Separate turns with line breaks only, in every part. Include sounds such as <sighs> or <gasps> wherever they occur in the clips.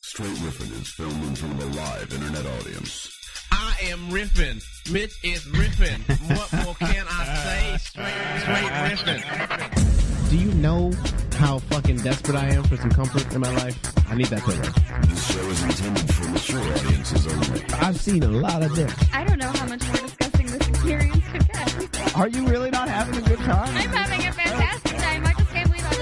Straight Riffin is filmed in front of a live internet audience.
I am riffing. Mitch is riffing. What more can I say? Straight, straight riffing.
Do you know how fucking desperate I am for some comfort in my life? I need that so bad.
This show is intended for mature audiences only.
I've seen a lot of dick.
I don't know how much more disgusting this experience could get.
Are you really not having a good time?
I'm having a fantastic time. I just can't believe how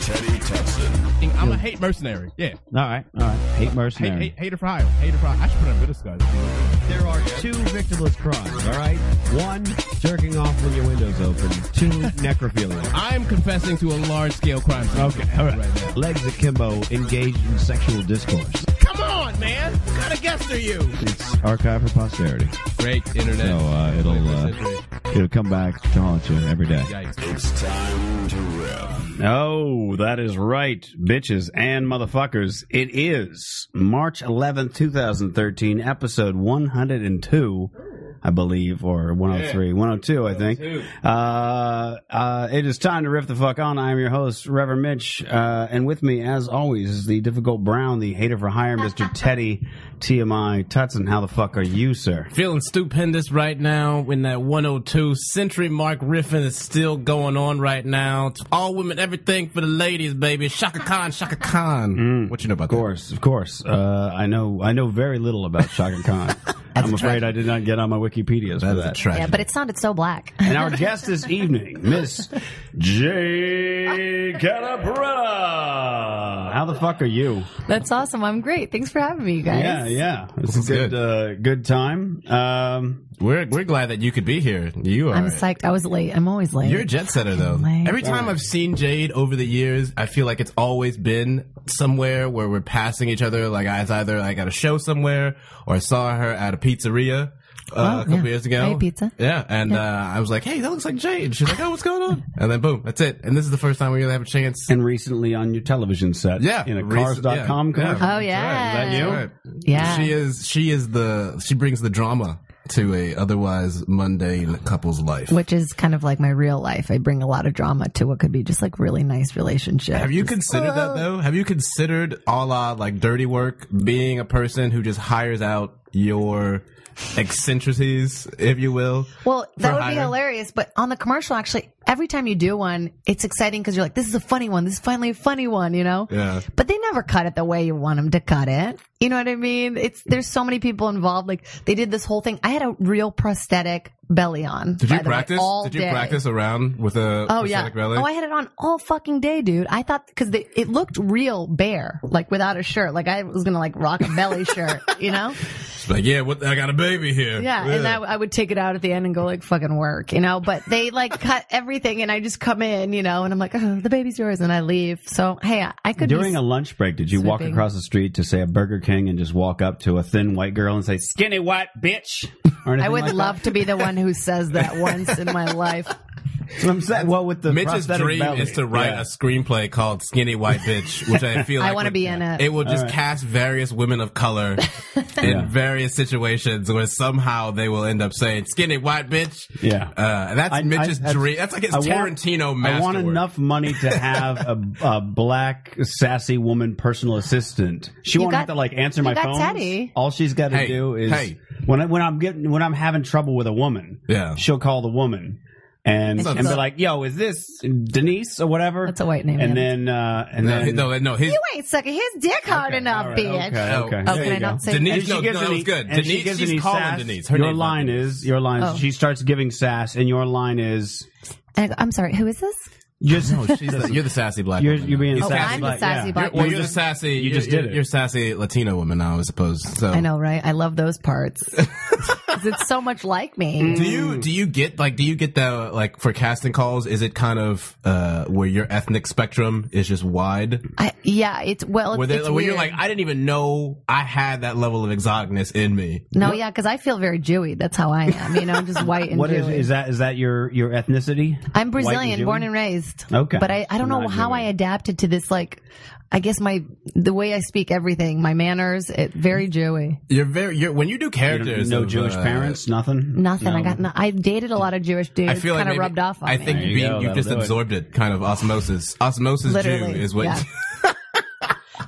Teddy Tutson.
I'm a hate mercenary. Yeah.
All right, all right. Hate mercenary.
Hate, hate, hater for hire. Hater for hire. I should put on a bit of
There are two victimless crimes. All right, one jerking off when your window's open.
<laughs>
Two necrophilia.
I am confessing to a large scale crime. Okay.
All right. Legs akimbo, engaged in sexual discourse.
Come on, man. What kind of guest are you?
It's archived for posterity,
Great internet.
so uh, it'll uh, it'll come back to haunt you every day.
Yikes.
It's time to riff.
Oh, that is right, bitches and motherfuckers. It is March 11th, 2013, episode 102, I believe, or 103, 102, I think. Uh, uh, it is time to riff the fuck on. I am your host, Reverend Mitch, uh, and with me, as always, is the difficult Brown, the hater for hire, Mr. Teddy TMI Tutson. How the fuck are you, sir?
Feeling stupendous right now in that 102 century mark riffing is still going on right now. It's all women, everything for the ladies, baby. Shaka Khan, Shaka Khan. what you know about
Of course, of course. Uh, I know, I know very little about Shaka
<laughs>
Khan. I'm afraid I did not get on my Wikipedia for that.
Yeah, but it sounded so black. <laughs>
And our guest this evening, Miss Jay Calabretta. How the fuck are you?
That's awesome. I'm great. Thanks for having me, you guys.
Yeah, yeah. It's a good,
good.
Uh, good time. Um,
We're, we're glad that you could be here. You are.
I'm psyched. Oh I was late. I'm always late.
You're a jet setter, though.
Like-
Every time I've seen Jade over the years, I feel like it's always been somewhere where we're passing each other. Like I was either like at a show somewhere, or I saw her at a pizzeria uh,
Oh,
a couple
yeah.
years ago.
Hey, pizza.
Yeah, and Uh, I was like, "Hey, that looks like Jade." And She's like, "Oh, what's going
<laughs>
on?" And then boom, that's it. And this is the first time we really have a chance.
and recently on your television set.
Yeah,
In a
recent- yeah,
cars.com
yeah.
commercial.
oh yeah.
That's
you?
right.
Yeah.
She is. She is the. She brings the drama to a otherwise mundane couple's life.
Which is kind of like my real life. I bring a lot of drama to what could be just like really nice relationship.
Have you considered that though? Have you considered a la like dirty work being a person who just hires out your eccentricities, if you will?
Well, that
For
would be
hire.
hilarious. But on the commercial, actually, every time you do one, it's exciting because you're like, this is a funny one. This is finally a funny one, you know?
Yeah.
But they never cut it the way you want them to cut it. You know what I mean? It's, there's so many people involved. Like they did this whole thing. I had a real prosthetic belly on.
Did you
by the way,
practice?
all
Did you
day.
practice around with a
Oh yeah.
prosthetic belly?
Oh, I had it on all fucking day, dude. I thought because it looked real bare, like without a shirt. Like I was gonna like rock a
<laughs>
belly shirt, you know?
It's like, yeah, what, I got a baby here.
Yeah, and I, I would take it out at the end and go like fucking work, you know. But they like cut everything, and I just come in, you know, and I'm like, oh, the baby's yours, and I leave. So hey, I, I could
During
be,
a lunch break, did you walk
Sweeping.
across the street to say a Burger King and just walk up to a thin white girl and say "skinny white bitch"? Or anything
I would
like that?
love to be the one who
<laughs>
says that once in my life.
That's what I'm saying. Well, with the
Mitch's
prosthetic
dream
belly.
is to write
Yeah.
a screenplay called Skinny White Bitch, which I feel
<laughs> I
like
wanna
would-
be in it.
It will just cast various women of
<laughs>
color in
Yeah.
various situations where somehow they will end up saying "Skinny White Bitch."
Yeah.
uh, that's
I-
Mitch's
I- that's-
dream. That's like his
I want-
Tarantino
I want
masterwork.
enough money to have a, a black sassy woman personal assistant. She
You
won't
got-
have to like answer
you
my
got
phone.
Teddy.
All she's got to
Hey,
do is
hey.
when I, when I'm getting when I'm having trouble with a woman,
Yeah.
she'll call the woman. And,
That's
and
not-
be like, yo, is this Denise or whatever?
That's a white name,
And
yeah.
then, uh, and
No,
then,
no, no. His
You ain't sucking his dick hard enough,
all right,
bitch.
okay,
Oh,
okay.
oh,
Oh,
There
can
you
I
go.
not say
Denise-
that?
no, no, that
any-
was good.
and she
Denise-
gives
she's
any
calling
sass.
Denise. Her
your
name's not
line
Denise.
is your line.
Oh.
She starts giving sass, and your line is
And I go, I'm sorry, who is this?
just
She's the, you're the sassy black.
<laughs> you're,
woman
you're being
now.
Oh,
sassy.
I'm the
but-
sassy
yeah.
black
Well,
woman.
you're the sassy. You
just
you're,
did it.
You're sassy Latino woman now, I suppose. So
Oh.
I know, right? I love those
<laughs>
parts. 'Cause it's so much like me.
Do you do you get like do you get the like for casting calls? Is it kind of uh where your ethnic spectrum is just wide?
I, yeah, it's well,
Where,
it's,
they,
it's
where you're
weird.
like, I didn't even know I had that level of exoticness in me.
no, yeah, because I feel very Jewy. That's how I am. You know,
<laughs>
I'm just white and
What is
Jewy.
is that? Is that your your ethnicity?
I'm
White
Brazilian,
Jew?
born and raised.
Okay.
but I, I don't know
Not
how
Jewish.
I adapted to this like I guess my the way I speak everything, my manners, it very Jewy.
You're very. You're when you do
You don't-
characters.
no
of,
Jewish
uh,
parents, nothing.
Nothing. I got. No, I dated a lot of Jewish dudes.
I feel like
kind of
maybe-
rubbed off on
I
me.
think
There you
being,
go,
you've just
that'll do it.
absorbed it. Kind of osmosis. Osmosis
Literally
Jew is what.
yeah.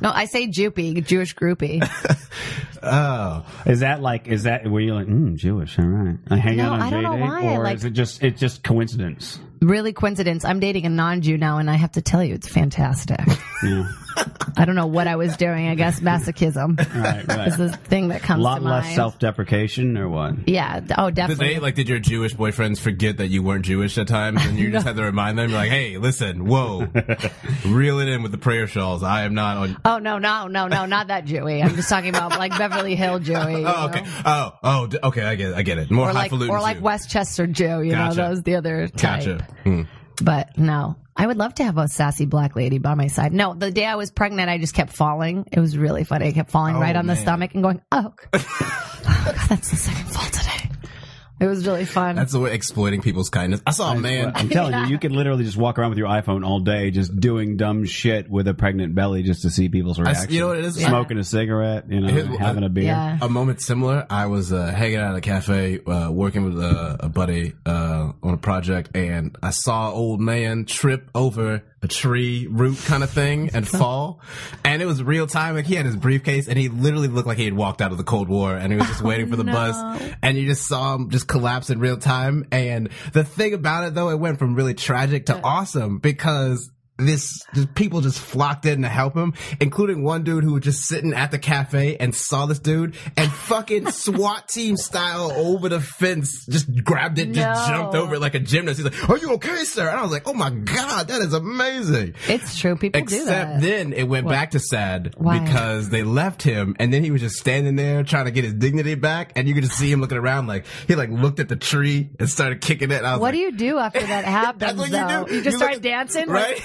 no, I say Jupy, Jewish groupie. <laughs>
Oh,
Is that like is that where you're like mm, Jewish? All right, I hang
No,
out on
I don't know
J-Day,
why I
or
like-
is it just it's just coincidence?
really coincidence. I'm dating a non-Jew now, and I have to tell you, it's fantastic.
Yeah.
<laughs> I don't know what I was doing. I guess masochism
right, right.
is the thing that
A
comes
lot
to
less
mind.
self-deprecation or what?
yeah. th- Oh,
did <laughs>
definitely.
they like? Did your Jewish boyfriends forget that you weren't Jewish at times, and you just had to remind them? You're like, hey, listen,
<laughs>
whoa, reel it in with the prayer shawls. I am not on.
oh no, no, no, no, not that Jewy. I'm just talking about like Beverly Hill Jewy.
<laughs>
you
Oh, okay.
know?
Oh, oh, d- okay. I get it. I get it. More
Or like,
highfalutin.
or like
Jew.
Westchester Jew, you
Gotcha.
know, that was the other type.
Gotcha. Hmm.
But no, I would love to have a sassy black lady by my side. No, the day I was pregnant, I just kept falling. It was really funny. I kept falling right on the stomach and going,
<laughs>
oh, God, that's the second fall today. It was really fun.
That's the way exploiting people's kindness. I saw a man.
I'm telling
<laughs>
you, you could literally just walk around with your iPhone all day, just doing dumb shit with a pregnant belly, just to see people's
s-
reactions.
you know what it is?
Smoking a cigarette, you know,
Here's-
having a beer.
yeah.
a moment similar. I was uh, hanging out at a cafe, uh, working with a, a buddy uh, on a project, and I saw an old man trip over a tree root kind of
<laughs>
thing and fall. And it was real time. Like he had his briefcase, and he literally looked like he had walked out of the Cold War, and he was just
<laughs>
waiting for the
Oh, no.
bus. And you just saw him just collapse in real time. And the thing about it, though, it went from really tragic to awesome because this just, people just flocked in to help him, including one dude who was just sitting at the cafe and saw this dude
<laughs>
and fucking SWAT team style over the fence, just grabbed it, just
No.
jumped over it like a gymnast. He's like, "Are you okay, sir?" And I was like, "Oh my god, that is amazing."
It's true. People do
Except
that.
then it went back to sad
Why?
because they left him and then he was just standing there trying to get his dignity back and you could just see him looking around like he like looked at the tree and started kicking it. And I was
what
like,
do you do after that
<laughs>
happens?
That's what
though?
you do.
just
look
start
at-
dancing,
right?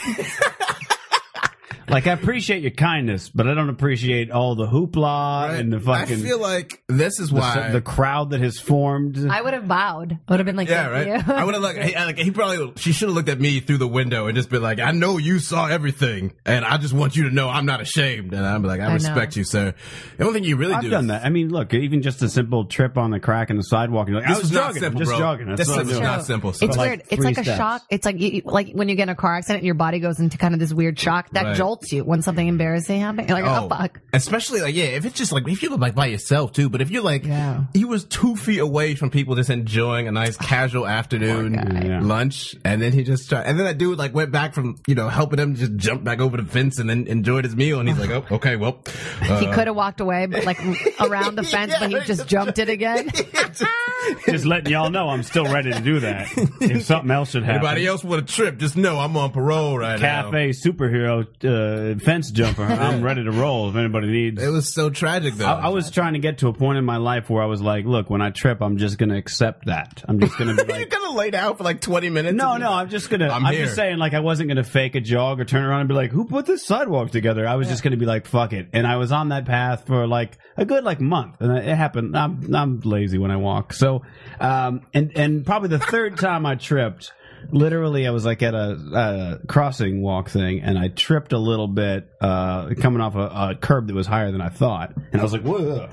Like I appreciate your kindness, but I don't appreciate all the hoopla and the
I
fucking
feel like this is
the,
why
the crowd that has formed.
I would have bowed. I would have been like,
yeah, right.
"Thank you."
I would have looked. He, like, he probably. She should have looked at me through the window and just been like, "I know you saw everything, and I just want you to know I'm not ashamed." And I'm like, "I,
know.
respect you, sir." The only thing you really
I've
do. is-
done that. I mean, look, even just a simple trip on the crack in the sidewalk. And you're like,
This
I was
is not
jogging.
simple,
I'm just
bro.
jogging. That's,
This
what I'm
is
doing.
not simple.
It's
like
weird. It's
three
like a
steps.
shock. It's like you, like when you get in a car accident, your body goes into kind of this weird shock that
Right.
jolts you when something embarrassing happens. You're like, oh, fuck.
Especially like yeah, if it's just like if you look like by yourself too, but if you're like
Yeah. Oh,
he was two feet away from people just enjoying a nice casual afternoon
Yeah.
lunch, and then he just tried, and then that dude like went back from you know helping him just jump back over the fence and then enjoyed his meal, and he's
<laughs>
like, oh okay,
<laughs>
well,
uh-huh.
He
uh,
could have walked away, but like around the fence, but he just jumped it
<laughs>
again.
Just letting y'all know I'm still ready to
<laughs>
do that. if something else should happen.
Anybody else with a trip, just know I'm on parole right now.
Cafe superhero uh,
<laughs>
fence jumper. I'm ready to roll if anybody needs.
It was so tragic though.
I, I was trying to get to a point in my life where I was like, look, when I trip, I'm just going to accept that. I'm
<laughs>
just going to be
You're
like,
gonna lay down for like 20 minutes.
no,
and-
no, I'm just going to,
I'm
I'm,
here.
just saying like I wasn't going to fake a jog or turn around and be like, who put this sidewalk together? I was just going to be like, fuck it. And I was on that path for like a good like month and it happened. I'm, I'm lazy when I walk. So, um, and, and probably the
<laughs>
third time I tripped, literally I was like at a, uh crossing walk thing and I tripped a little bit, uh, coming off a, a curb that was higher than I thought. And I was like,
<laughs>
whoa.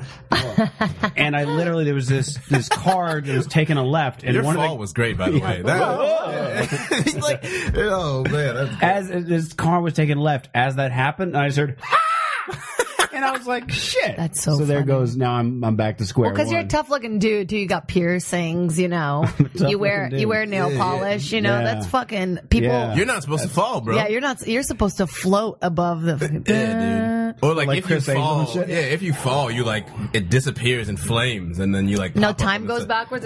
and I literally, there was this, this car that was taking a left and
Your
one
fall
of the,
was great, by the way. That,
<laughs>
<laughs> he's like, oh man, that's
as this car was taking left, as that happened, I just heard, <laughs> "Ah!" and I was like, "Shit!"
That's so
there
funny.
goes. Now I'm I'm back to square
Because
one.
you're a tough looking dude too. You got piercings,
<laughs>
you know. you wear
looking dude.
you wear nail polish, you know.
Yeah.
That's fucking people.
Yeah.
Yeah.
You're not supposed to fall, bro.
you're not. You're supposed to float above the.
Yeah,
Uh,
dude. Or like,
Like
if
Chris
you
Angel
fall,
and shit?
yeah, if you fall, you like it disappears in flames, and then you like
<laughs> No
pop up
time
on the
goes
side.
backwards.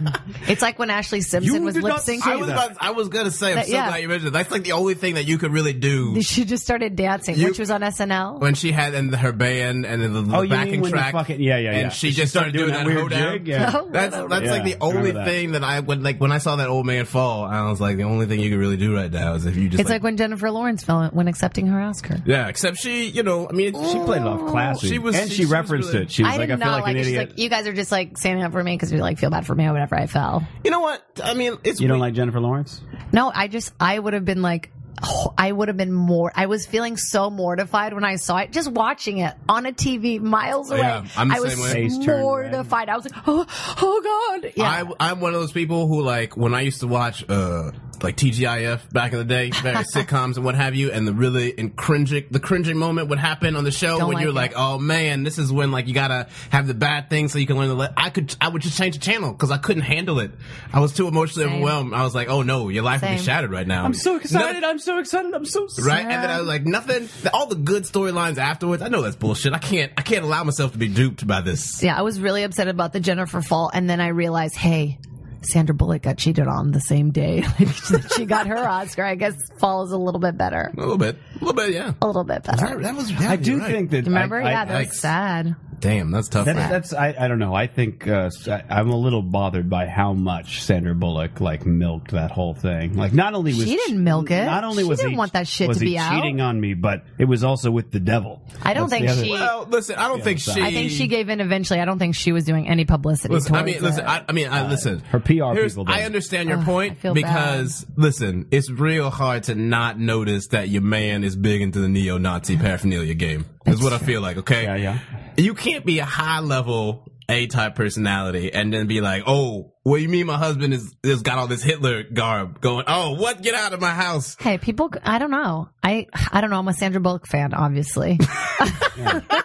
<laughs>
like, it's like when Ashley Simpson
You
was
did
lip
not
I
syncing.
was about, I was gonna say, I'm
That-
so
yeah.
glad you mentioned. it. That's like the only thing that you could really do
She just started dancing
You-
when she was on SNL.
when she had and her band and then the, the
Oh, you mean
backing
when the
track.
fucking- yeah, yeah, yeah.
And she just started, doing, that
weird
hoedown.
jig, yeah. Oh,
That's that's
Yeah,
like the
I
only
remember that.
thing that I would like when I saw that old man fall. I was like, the only thing you could really do right now is if you just
It's like when Jennifer Lawrence fell when accepting her Oscar.
yeah. Except she, you know, I mean,
she played it off classy,
She was-
and
she-
she,
she was
referenced
really-
it. She was
Oh. I
like,
did
"I feel
not
like
like,
an
it. She's
idiot."
like, you guys are just like standing up for me because you like feel bad for me or whatever I fell.
You know what? I mean, it's
you don't like Jennifer Lawrence?
No, I just I would have been like oh, I would have been more. I was feeling so mortified when I saw it, just watching it on a TV miles away.
Yeah, I'm the
I was
same way. Face
turned red.
mortified. I was like, oh, oh god. Yeah.
I, I'm one of those people who like when I used to watch uh like TGIF back in the
<laughs>
day, various sitcoms and what have you, and the really in cringing the cringing moment would happen on the show
Don't
when
like
you're
it.
like, oh man, this is when like you gotta have the bad thing so you can learn to let. I could I would just change the channel because I couldn't handle it. I was too emotionally
Same.
overwhelmed. I was like, oh no, your life would be
Same.
shattered right now.
I'm so excited.
No-
I'm so excited. I'm so
Right, and then I was like, nothing. All the good storylines afterwards. I know that's bullshit. I can't. I can't allow myself to be duped by this.
yeah, I was really upset about the Jennifer fault, and then I realized, hey, Sandra Bullock got cheated on the same day <laughs> that she got her Oscar. I guess fall is a little bit better,
A little bit. A little bit. Yeah.
a little bit better.
That was.
I do think Oh, that.
Remember?
I, I,
yeah, that
yikes.
was sad.
Damn, that's tough.
That's,
man.
that's I, I don't know. I think uh, I- I'm a little bothered by how much Sandra Bullock like milked that whole thing. Like not only was
She didn't milk it.
Not only
She
was
didn't
he,
want that shit
was
to
he
be out.
cheating on me, but it was also with the devil.
I don't
That's
think
the other-
she.
Well, listen, I don't think she.
I think she gave in eventually. I don't think she was doing any publicity.
Listen, I
towards
mean, listen.
it.
I, I mean, I listen.
Uh, her PR
Here's-
people
I
did.
understand your
Ugh, I
point
feel
because listen, it's real hard to not notice that your man is big into the neo-Nazi paraphernalia game. Is what I feel like. Okay.
Yeah, yeah.
You can't be a high level A type personality and then be like, oh, what do you mean my husband is has got all this Hitler garb going? Oh, what? Get out of my house.
Hey, people, I don't know. I I don't know. I'm a Sandra Bullock fan, obviously.
<laughs>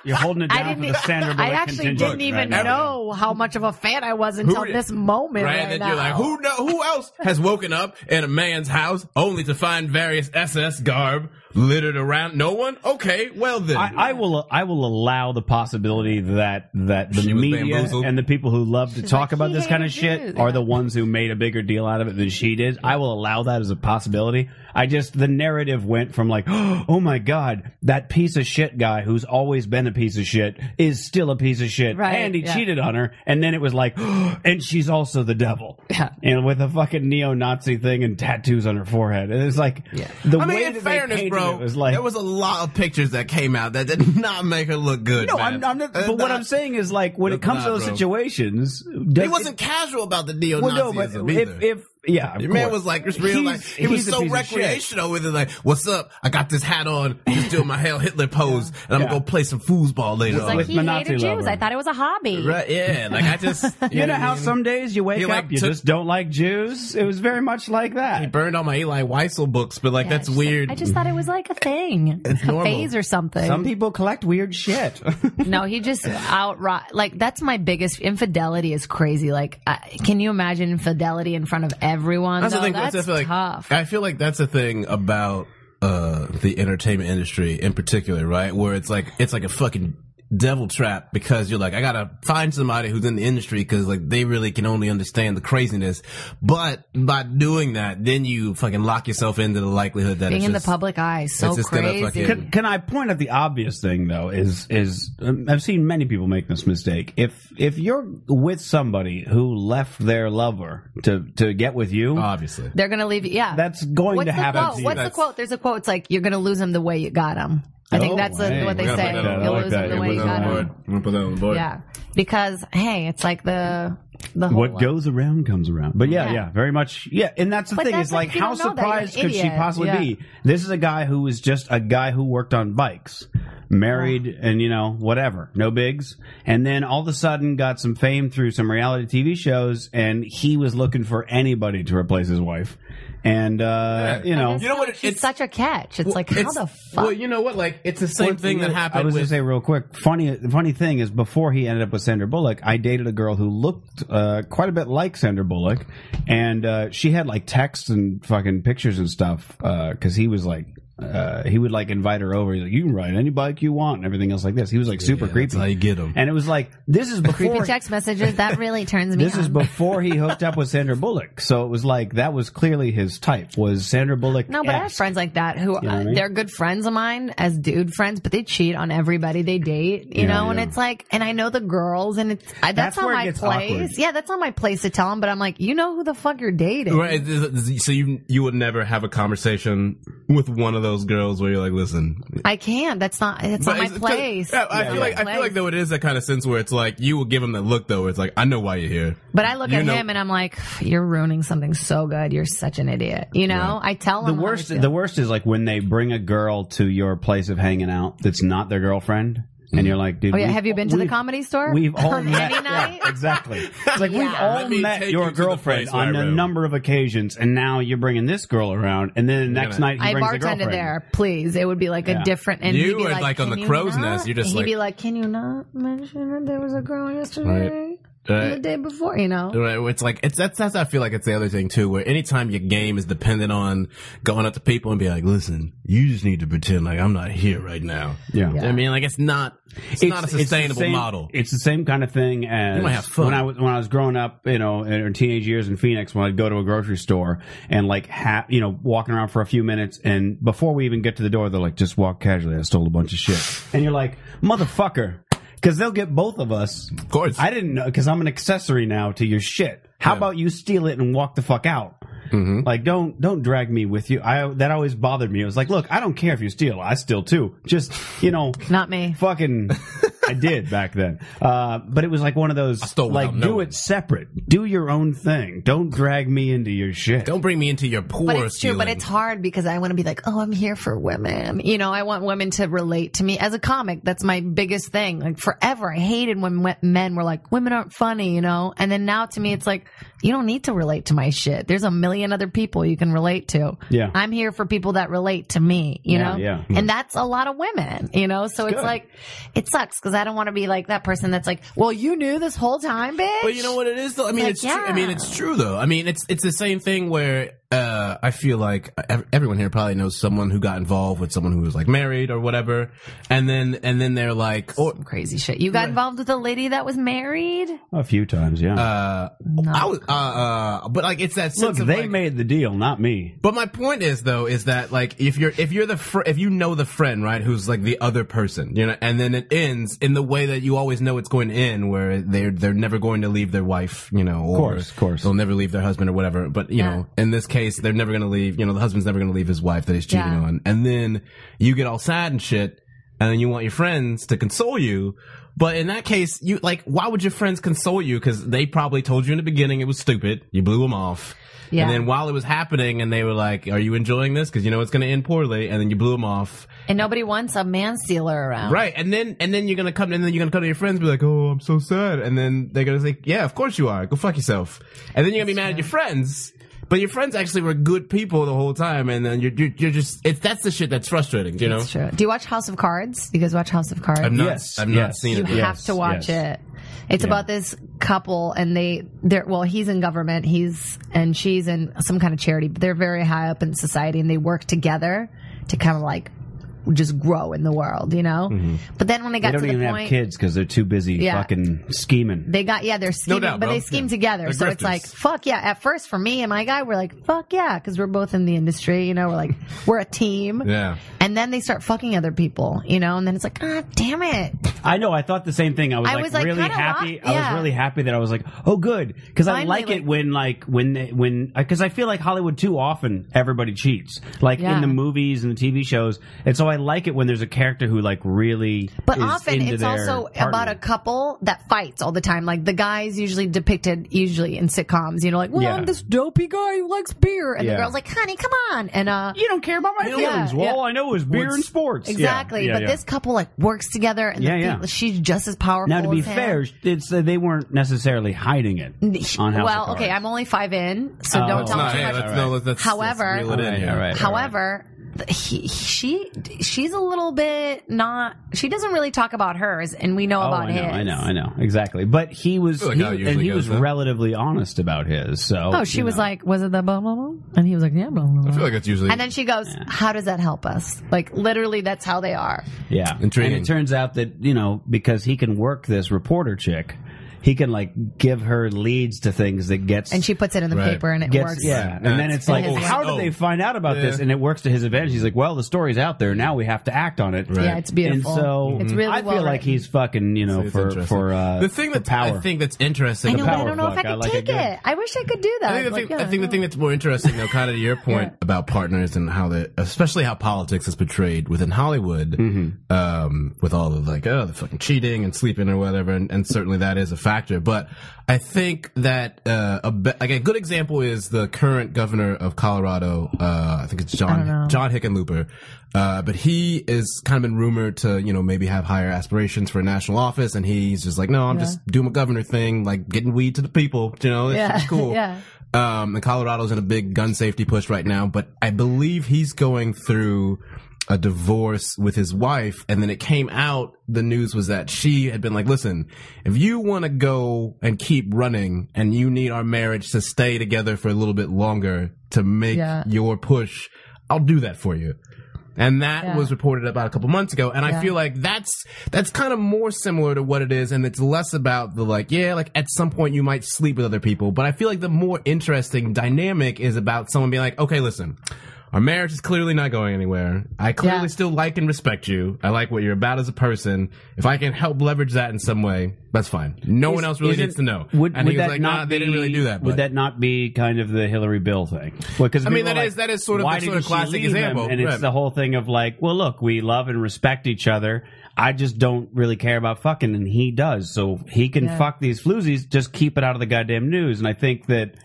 You're holding it
<laughs> I
down for
didn't- e-,
the Sandra Bullock
I actually
contingent
didn't
right
even
now.
know how much of a fan I was
Who
until
did-
this moment.
Right,
Right,
and then
now.
you're like, who know, who else has woken up in a man's house only to find various SS garb littered around? No one. Okay, well then,
I, I will. I will allow the possibility that that the
She was
media
bamboozled.
and the people who love to talk
like,
about
"He
this kind of
hated
shit
Jews."
are the ones who made a bigger deal out of it than she did. I will allow that as a possibility. I just the narrative went from like, <gasps> oh my god, that piece of shit guy who's always been a piece of shit is still a piece of shit,
Right,
and he
yeah.
cheated on her, and then it was like, <gasps> and she's also the devil,
Yeah.
and with a fucking neo-Nazi thing and tattoos on her forehead. And it's like the
I mean,
way
in
that they
fairness,
painted
bro,
it was like
there was a lot of pictures that came out that did <laughs> not make her look good.
no,
man.
I'm, I'm not.
Uh,
But what
nah,
I'm saying is, like, when it
That's
comes to
not,
those
bro.
situations,
he wasn't casual about the neo
Well, no,
Nazism
but
either.
if, if yeah, of
your man
course.
was like, just real, like
He's-
he was
he's a
so
piece of shit.
recreational with it. Like, what's up? I got this hat on. I'm just doing my Hail Hitler pose, and I'm
Yeah.
gonna go play some foosball later.
It's
on.
like
with
he
Nazi
hated Jews.
lover.
I thought it was a hobby.
right? Yeah, like I just,
<laughs> You know
what I
how
mean?
some days you wake
He, like,
up, you
took-
just don't like Jews. It was very much like
He
that.
burned all my Eli Weissel books, but like
Yeah,
that's
I just-
weird.
I just thought it was like
<laughs>
a thing, a
normal.
phase or something.
Some people collect
<laughs>
weird shit.
<laughs> No, he just outright like that's my biggest infidelity is crazy. Like, I, can you imagine infidelity in front of everyone?
that's
though?
the thing.
That's,
I feel like,
tough.
I feel like that's the thing about uh, the entertainment industry in particular, right? Where it's like it's like a fucking devil trap because you're like, I gotta find somebody who's in the industry because like they really can only understand the craziness. But by doing that, then you fucking lock yourself into the likelihood that
Being
it's
in the
just-
public eye is so
it's just gonna
crazy.
fucking-
can, can I point out the obvious thing though? Is is um, I've seen many people make this mistake. If if you're with somebody who left their lover to to get with
<laughs>
you,
obviously.
They're gonna leave you. Yeah,
that's going
What's
to
the
happen.
quote?
to you.
What's the
That's-
quote? There's a quote. It's like you're gonna lose him the way you got him. I think
Oh,
that's the-
hey,
what they
we
gotta
say.
put that on- I
You'll
like
lose
that.
him the
Yeah,
way
put
you
that
got
on board.
him.
I'm gonna put that on the board.
Yeah, because hey, it's like the the whole
what goes around comes around. But yeah, yeah,
Yeah.
very much. Yeah, and that's the
But
thing
that's
is like,
like, you
how
don't know that, you're an
surprised could she
idiot.
possibly
Yeah.
be? This is a guy who was just a guy who worked on bikes, married, and you know whatever, no bigs, and then all of a sudden got some fame through some reality TV shows, and he was looking for anybody to replace his wife, and uh, you know.
You know what?
She's such a catch. It's like how
it's-
the fuck?
Well, you know what? Like it's the same thing that happened.
I was
with,
gonna say real quick. Funny, the funny thing is, before he ended up with Sandra Bullock, I dated a girl who looked uh, quite a bit like Sandra Bullock, and uh, she had like texts and fucking pictures and stuff because he was like. Uh, he would like invite her over. He's like, "You can ride any bike you want, and everything else like this." He was like super creepy.
how you get 'em.
And it was like, "This is before
Creepy text messages. That really turns me.
this is
on.
before he hooked up with Sandra Bullock." So it was like that was clearly his type was Sandra Bullock.
No, but I have friends like that who
know what I mean?
uh, they're good friends of mine as dude friends, but they cheat on everybody they date, you
Yeah,
know. And
yeah.
it's like, and I know the girls, and it's I, that's,
That's
not
where it
my
gets
place.
awkward.
Yeah, that's not my place to tell them. But I'm like, you know who the fuck you're dating,
Right. it's- it's- So you you would never have a conversation with one of those those girls where you're like, listen,
I can't. That's not. That's
But
not my
it's-
place.
yeah, I
It's
feel
not
like
my
I feel like
place.
though it is that kind of sense where it's like you will give him the look though. Where it's like I know why you're here.
But I look
You
at
know-
him and I'm like, you're ruining something so good. You're such an idiot. You know, I tell him
The
how I
worst,
feel.
the worst is like when they bring a girl to your place of hanging out that's not their girlfriend, and you're like, dude,
Oh yeah,
we've-
have you been to the
we've-
comedy store? <laughs>
We've all
On
met
any night?
Yeah,
<laughs>
exactly. It's like we've
Yeah.
all
Let me
met
take
your
you to the
girlfriend
place where I
on a
live.
number of occasions, and now you're bringing this girl around, and then the next
gonna-
night he
I
brings a
bartended
girlfriend.
there. Please, it would be like
Yeah.
a different. And
You
he'd be
were, like, on
"Can
the
you
crow's
not?"
nest. You're just
And
like-
he'd be like, "Can you not mention that there was a girl yesterday, and the day before?" You know,
Right, where It's like it's that's that's I feel like it's the other thing too, where anytime your game is dependent on going up to people and be like, listen, you just need to pretend like I'm not here right now.
Yeah.
I mean, like it's not it's, not a
the
sustainable
same-
model.
It's the same kind of thing as
You might have fun.
when I was when I was growing up, you know, in in teenage years in Phoenix, when I'd go to a grocery store and like, ha- you know, walking around for a few minutes, and before we even get to the door, they're like, "Just walk casually." I stole a bunch of shit, and you're like, "Motherfucker," because they'll get both of us. Of
course.
I didn't know because I'm an accessory now to your shit. How about you steal it and walk the fuck out?
Mm-hmm.
Like don't don't drag me with you. I that always bothered me. It was like, look, I don't care if you steal. I steal too. Just you know,
not me.
fucking I did back then. Uh, but it was like one of those
stole
like
without
do
knowing.
it separate. Do your own thing. Don't drag me into your shit.
Don't bring me into your poor
But it's true. But
feeling.
it's hard because I want to be like, oh, I'm here for women. You know, I want women to relate to me as a comic. That's my biggest thing. Like forever, I hated when we- men were like, women aren't funny. You know, and then now to me, it's like you don't need to relate to my shit. There's a million other people you can relate to.
Yeah.
I'm here for people that relate to me. You
Yeah,
know,
yeah.
and that's a lot of women. You know, so it's
good.
like it sucks because I don't want to be like that person that's like, well, you knew this whole time, bitch.
But you know what it is though. I mean,
Like,
it's true. I
yeah.
mean, it's true though. I mean, it's it's the same thing where uh, I feel like ev- everyone here probably knows someone who got involved with someone who was like married or whatever, and then and then they're like, oh, or,
Crazy shit. You got involved with a lady that was married.
A few times, yeah.
uh, I was, uh, uh, but like it's that
look,
sense of
they
like-
made the deal, not me.
But my point is though is that like if you're if you're the fr- if you know the friend right who's like the other person you know and then it ends in the way that you always know it's going to end where they're they're never going to leave their wife you know or
course, of course.
they'll never leave their husband or whatever but you know in this case they're never going to leave you know the husband's never going to leave his wife that he's cheating
Yeah.
on and then you get all sad and shit and then you want your friends to console you but in that case you like why would your friends console you because they probably told you in the beginning it was stupid you blew them off
Yeah.
and then while it was happening, and they were like, "Are you enjoying this? Because you know it's going to end poorly." And then you blew them off,
And nobody wants a man stealer around.
right? And then and then you're going to come, and then you're going to come to your friends, and be like, "Oh, I'm so sad," and then they're going to say, "Yeah, of course you are. Go fuck yourself." And then you're going to be mad at your friends, but your friends actually were good people the whole time, and then you're you're, you're just it's that's the shit that's frustrating, you know.
It's true. Do you watch House of Cards? You guys watch House of Cards?
I've not
Yes,
I've not
yes.
seen
you
it.
have
yet.
Yes,
to watch
yes.
it. It's about this couple and they they're well, he's in government, he's and she's in some kind of charity, but they're very high up in society and they work together to kind of like just grow in the world, you know?
Mm-hmm.
But then when they
They
got
don't
to
even
the
have
point
kids because they're too busy
Yeah.
fucking scheming.
They got yeah, they're scheming,
doubt,
but
bro.
they scheme
Yeah.
together.
They're
so it's
grifters.
like fuck yeah. At first, for me and my guy, we're like fuck yeah, because we're both in the industry. You know, we're like we're a team.
Yeah.
And then they start fucking other people. You know, and then it's like ah damn it.
I know. I thought the same thing. I was
I
like,
was, like,
really
kinda
happy.
locked-
I
yeah.
was really happy that I was like, oh, good, because I
Finally,
like it
like-
when like when they, when because I feel like Hollywood too often everybody cheats, like
Yeah.
in the movies and the TV shows, and so I like it when there's a character who like really.
But
is
often
into
it's
their
also
partner.
about a couple that fights all the time. Like the guy's usually depicted usually in sitcoms. You know, like well
Yeah.
I'm this dopey guy who likes beer, and
Yeah.
the girl's like honey, come on, and uh.
You don't care about my
Yeah,
feelings.
yeah.
Well, all I know is beer and sports.
Exactly,
Yeah, yeah,
but
yeah.
this couple like works together, and the
Yeah, yeah.
fe- she's just as powerful.
Now, to be
as him.
fair, it's uh, they weren't necessly hiding it on House
well,
of Cards.
okay, I'm only five in, so
Oh,
don't
it's
tell me
No,
too
yeah,
much.
let's, no, let's, let's,
However-
let's reel it
All
in
right,
here.
all right.
However, th- he, she she's a little bit not. She doesn't really talk about hers, and we know
Oh,
about
I know,
his.
I know, I know, exactly. But he was,
feel like
he,
how it
and
usually
he
goes,
was
though.
relatively honest about his. So,
Oh, she
you
was
know.
like, "Was it the blah blah blah?" And he was like, "Yeah, blah blah."
<laughs>
blah.
I feel like that's usually
and then she goes, "How does that help us?" Like literally, that's how they are.
Yeah.
Intriguing.
And it turns out that, you know, because he can work this reporter chick, he can like give her leads to things that gets
And she puts it in the
Right.
paper and it
gets-
works.
yeah.
Yeah,
And then
it's
it's like,
cool.
how did they find out about this?
Yeah.
And it works to his advantage. He's like, well, the story's out there. Now we have to act on it.
Yeah, it's beautiful.
And so mm,
It's really
I feel
well
like
written.
he's fucking, you know,
It's
for
interesting.
for uh,
the thing
for
that
power.
I think that's
I
interesting.
know, but I
power
don't know if I
fuck.
could
I like it
take
good.
it. I wish I could do that.
I think, the
Like,
thing,
yeah,
I think the
no.
thing that's more interesting, though, kind of to
<laughs>
your point about partners and how they, especially how politics is portrayed within Hollywood, um, with all the like, oh, the fucking cheating and sleeping or whatever, and, and certainly that is a factor. But I think that uh, a be- like a good example is the current governor of Colorado. Uh, I think it's John John Hickenlooper, uh, but he is kind of been rumored to you know maybe have higher aspirations for national office, and he's just like, no, I'm just doing my governor thing, like getting weed to the people, you know, it's
Yeah,
it's cool.
<laughs> yeah.
Um, and Colorado's in a big gun safety push right now, but I believe he's going through a divorce with his wife. And then it came out, the news was that she had been like, listen, if you want to go and keep running and you need our marriage to stay together for a little bit longer to make
Yeah.
your push, I'll do that for you. And that
Yeah.
was reported about a couple months ago. And I
Yeah.
feel like that's, that's kind of more similar to what it is. And it's less about the like, yeah, like at some point you might sleep with other people. But I feel like the more interesting dynamic is about someone being like, okay, listen, our marriage is clearly not going anywhere. I clearly
Yeah.
still like and respect you. I like what you're about as a person. If I can help leverage that in some way, that's fine. No one else really
Isn't-
needs to know.
Would,
and
would
he was
that
like,
not
nah,
be,
they didn't really do that.
Would
but-
that not be kind of the Hillary Bill thing? Well, 'cause
I mean,
people
that
are
is- that is sort of the
why did
sort of
she
classic
leave him?
example,
and it's
right.
the whole thing of like, well, look, we love and respect each other. I just don't really care about fucking, and he does, so he can
Yeah.
fuck these floozies. Just keep it out of the goddamn news. And I think that.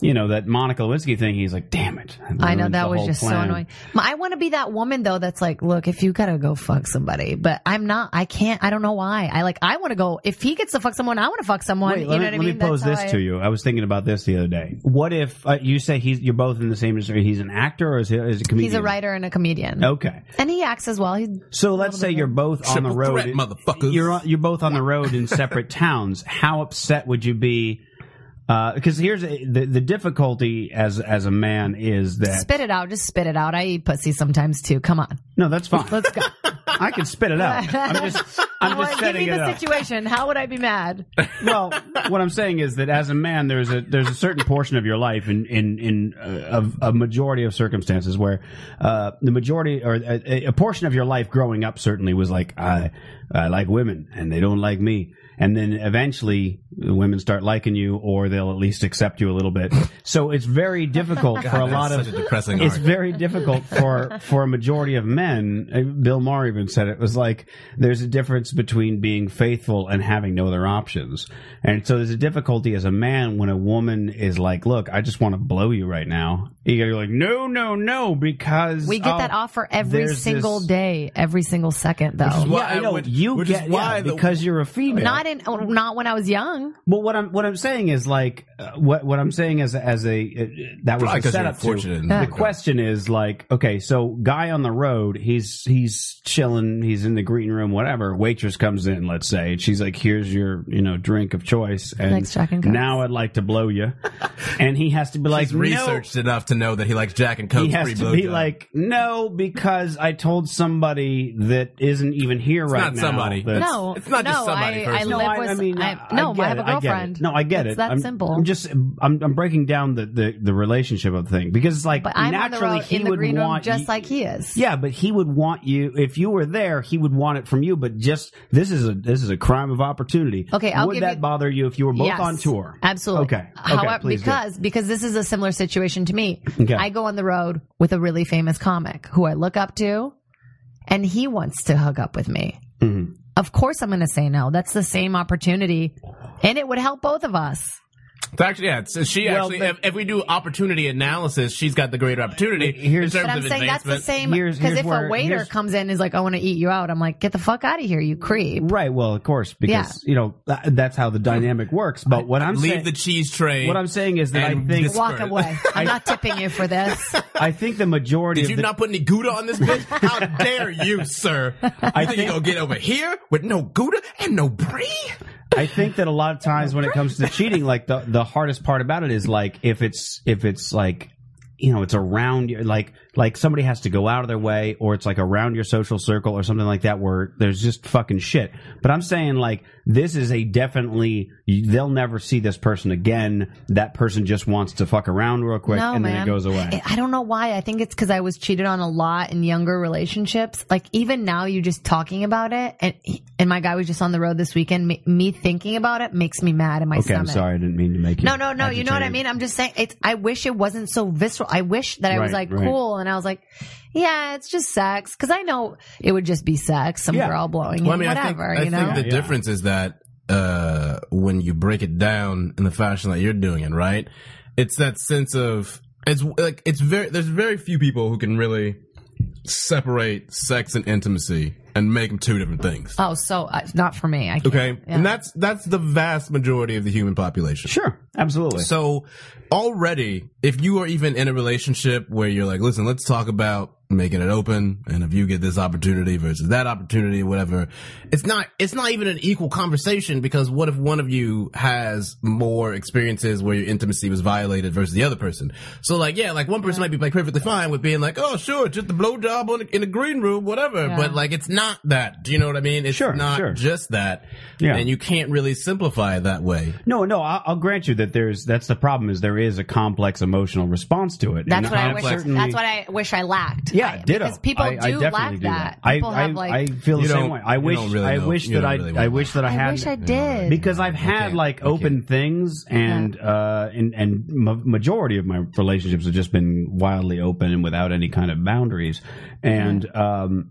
You know that Monica Lewinsky thing. He's like, "Damn it!"
I know
ruined
that
the
was
whole
just so
plan.
annoying. My- I want to be that woman though. That's like, look, if you gotta go fuck somebody, but I'm not. I can't. I don't know why. I like. I want to go. If he gets to fuck someone, I want to fuck someone.
Wait,
you
let,
know
me,
what I
let
mean?
me pose this
That's how I-
to you. I was thinking about this the other day. What if uh, you say he's you're both in the same industry? He's an actor or is he is he a comedian?
He's a writer and a comedian,
Okay,
and he acts as well. He's
so let's say you're both on the
Triple
road,
threat, motherfuckers.
You're on, you're both on the road in separate towns. How upset would you be? Because here's a, the the difficulty as as a man is that
spit it out. Just spit it out. I eat pussy sometimes too. Come on.
no, that's fine.
Let's
<laughs>
go.
I can spit it
<laughs>
out. I'm just I'm
Well,
just
give
setting
me
it
the
up.
situation. How would I
<laughs>
be mad?
well, what I'm saying is that as a man, there's a there's a certain portion of your life in in in uh, a, a majority of circumstances where uh, the majority or a, a portion of your life growing up certainly was like I I like women and they don't like me, and then eventually the women start liking you or they'll at least accept you a little bit. So it's
<laughs>
very difficult for a
That's
lot of
such a depressing
it's
arc.
very difficult
<laughs>
for for a majority of men. Uh, Bill Maher even said it was like there's a difference between being faithful and having no other options. And so there's a difficulty as a man when a woman is like, "Look, I just want to blow you right now." You gotta be like, "No, no, no," because
We get
oh,
that offer every
there's
single
this-
day, every single second, though.
why
Yeah, I
I
know
would-
you
which is
get
why
why
the-
because you're a female.
Not in, oh, not when I was young.
Well, what I'm what I'm saying is like uh, what what I'm saying is as a uh, that
Probably
was the
'cause you're
setup
unfortunate
to
in
the
that
question is like okay, so guy on the road, he's he's chilling, he's in the green room, whatever. Waitress comes in, let's say, and she's like, "Here's your you know drink of choice," and
Likes Jack and Cokes.
now I'd like to blow
<laughs>
you, and he has to be like,
He's researched enough to know that he likes Jack and
No.
Coke.
He has
free
to be
blowjob.
like, no, because I told somebody that isn't even here right
not
now.
somebody.
that's-
no,
it's not
no,
just somebody,
I,
first
I
of all.
live with.
I mean,
I-
I- I
no,
get
I have a
it, I get it.
girlfriend.
no, I get
It's
it.
that
I'm,
simple.
I'm just I'm, I'm breaking down the, the the relationship of the thing because it's like
but I'm on the
naturally
road
he
in the
would
green room
want
just
you-
like he is.
yeah, but he would want you if you were there. He would want it from you, but just this is a this is a crime of opportunity.
Okay, I'll
would
give
that
you-
bother you if you were both
Yes,
on tour?
Absolutely.
Okay. okay
However,
please do.
because because this is a similar situation to me.
Okay.
I go on the road with a really famous comic who I look up to, and he wants to hook up with me.
Mm-hmm.
Of course, I'm going to say no. That's the same opportunity, and it would help both of us.
It's actually, yeah. It's, she
Well,
actually,
but-
if, if we do opportunity analysis, she's got the greater opportunity.
Here's-
in terms
But I'm
of
saying that's the
advancement.
same
Here's-
because
here's
if
where-
a waiter
here's-
comes in and is like, "I want to eat you out," I'm like, "Get the fuck out of here, you creep."
right. Well, of course, because you know that, that's how the dynamic works. But what I'm
Leave
saying,
the cheese tray.
what I'm saying is that I
and
think
this-
Walk
Skirt.
<laughs>
away. I'm not tipping you for this.
I think the majority
Did
of
you
the
not put any Gouda on this
<laughs>
bitch? How dare you, sir? I think you're gonna get over here with no Gouda and no brie.
I think that a lot of times when it comes to cheating, like the the hardest part about it is like if it's if it's like you know it's around you, like like somebody has to go out of their way or it's like around your social circle or something like that where there's just fucking shit. But I'm saying like this is a definitely you- they'll never see this person again. That person just wants to fuck around real quick
no,
and
man.
then it goes away.
I- I don't know why. I think it's because I was cheated on a lot in younger relationships. Like even now, you just talking about it, and and my guy was just on the road this weekend. Me, me thinking about it makes me mad in my
okay,
stomach.
I'm sorry I didn't mean to make you
No, no, no. You know what I
agitated.
mean? I'm just saying. It's. I wish it wasn't so visceral. I wish that I was
Right,
like
right.
cool, and I was like, yeah, it's just sex. Because I know it would just be sex. Some
Yeah.
girl blowing
Well, I
you,
mean,
whatever.
I think,
you
I
know.
think the
Yeah.
difference is that uh, when you break it down in the fashion that you're doing it, right? It's that sense of it's like it's very there's very few people who can really separate sex and intimacy and make them two different things.
oh, so uh, not for me. I can't.
Okay,
Yeah.
and that's that's the vast majority of the human population.
Sure, absolutely.
So already, if you are even in a relationship where you're like, listen, let's talk about making it open, and if you get this opportunity versus that opportunity, whatever, it's not it's not even an equal conversation because what if one of you has more experiences where your intimacy was violated versus the other person? So like, yeah, like one person might be like perfectly fine with being like, oh sure, just the blowjob on the, in the green room, whatever,
Yeah.
but like it's not that. Do you know what I mean? It's
Sure,
not
sure.
just that,
Yeah.
and you can't really simplify it that way.
No, no, I'll, I'll grant you that there's that's the problem is there is a complex emotional response to it.
That's
And
what I
I'm
wish.
certainly-
That's what I wish I lacked.
Yeah,
I,
ditto.
Because people
I, I
do
definitely
lack
do
that.
that. I,
People
I,
have like.
I feel the
You
same
don't-
way. I
you
wish.
don't really
I
know.
wish
You
that
don't
I.
really
I
want
wish that I
I
had.
wish I did.
because I've had
can't.
like
You
open things and uh and and ma- majority of my relationships have just been wildly open and without any kind of boundaries and um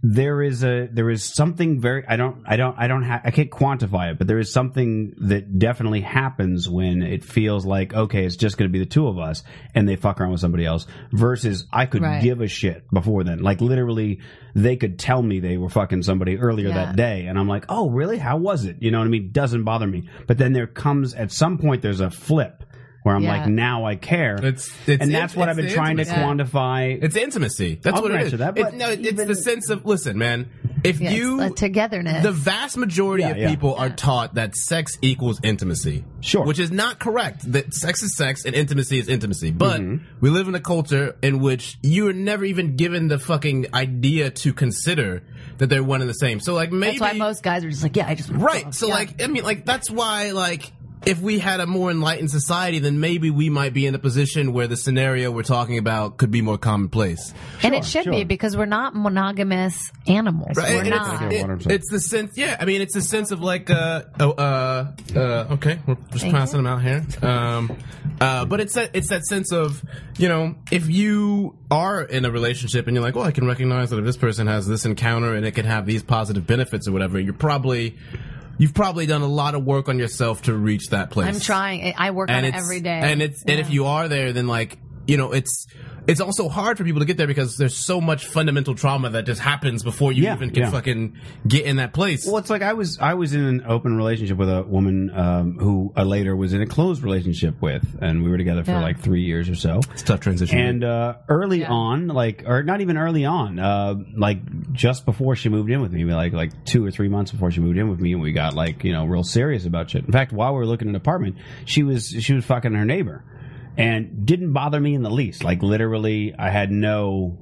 there is a there is something very I don't I don't I don't ha- I can't quantify it but there is something that definitely happens when it feels like okay it's just going to be the two of us and they fuck around with somebody else versus I could
Right.
give a shit before then like literally they could tell me they were fucking somebody earlier
Yeah.
that day and I'm like oh really how was it you know what I mean doesn't bother me but then there comes at some point there's a flip where I'm
Yeah.
like now I care
It's- it's
and that's
int-
what
it's
I've been
the
trying to
intimacy.
quantify
It's intimacy. That's
I'll
what it
grant
is.
you that,
It's-
but
no, it's
even-
the sense of listen, man. If
Yeah, it's
you
the togetherness.
the vast majority
Yeah,
of
yeah.
people are taught that sex equals intimacy.
Sure.
which is not correct. That sex is sex and intimacy is intimacy. But
Mm-hmm.
we live in a culture in which you are never even given the fucking idea to consider that they're one and the same. So like maybe
that's why most guys are just like, yeah, I just
Right. So
Yeah.
like I mean like that's why like if we had a more enlightened society, then maybe we might be in a position where the scenario we're talking about could be more commonplace.
and it should be
sure.
because we're not monogamous animals.
Right,
We're
and
not.
Okay, what I'm
It's, it,
saying.
it's the sense, yeah. I mean, it's the sense of like, uh, oh, uh, uh, okay, we're just
Thank
passing
you.
them out here. Um, uh, but it's that it's that sense of, you know, if you are in a relationship and you're like, well, I can recognize that if this person has this encounter and it can have these positive benefits or whatever, you're probably, you've probably done a lot of work on yourself to reach that place.
I'm trying. I- I work on it
it's-
every day.
And it's and if you are there, then like you know, it's it's also hard for people to get there because there's so much fundamental trauma that just happens before you
Yeah,
even can
yeah.
fucking get in that place.
Well, it's like I was I was in an open relationship with a woman um, who I later was in a closed relationship with, and we were together for
Yeah.
like three years or so.
it's a tough transition.
And uh, early
Yeah.
on, like, or not even early on, uh, like just before she moved in with me, like like two or three months before she moved in with me, and we got like you know real serious about shit. In fact, while we were looking at an apartment, she was she was fucking her neighbor, and didn't bother me in the least. Like literally, I had no.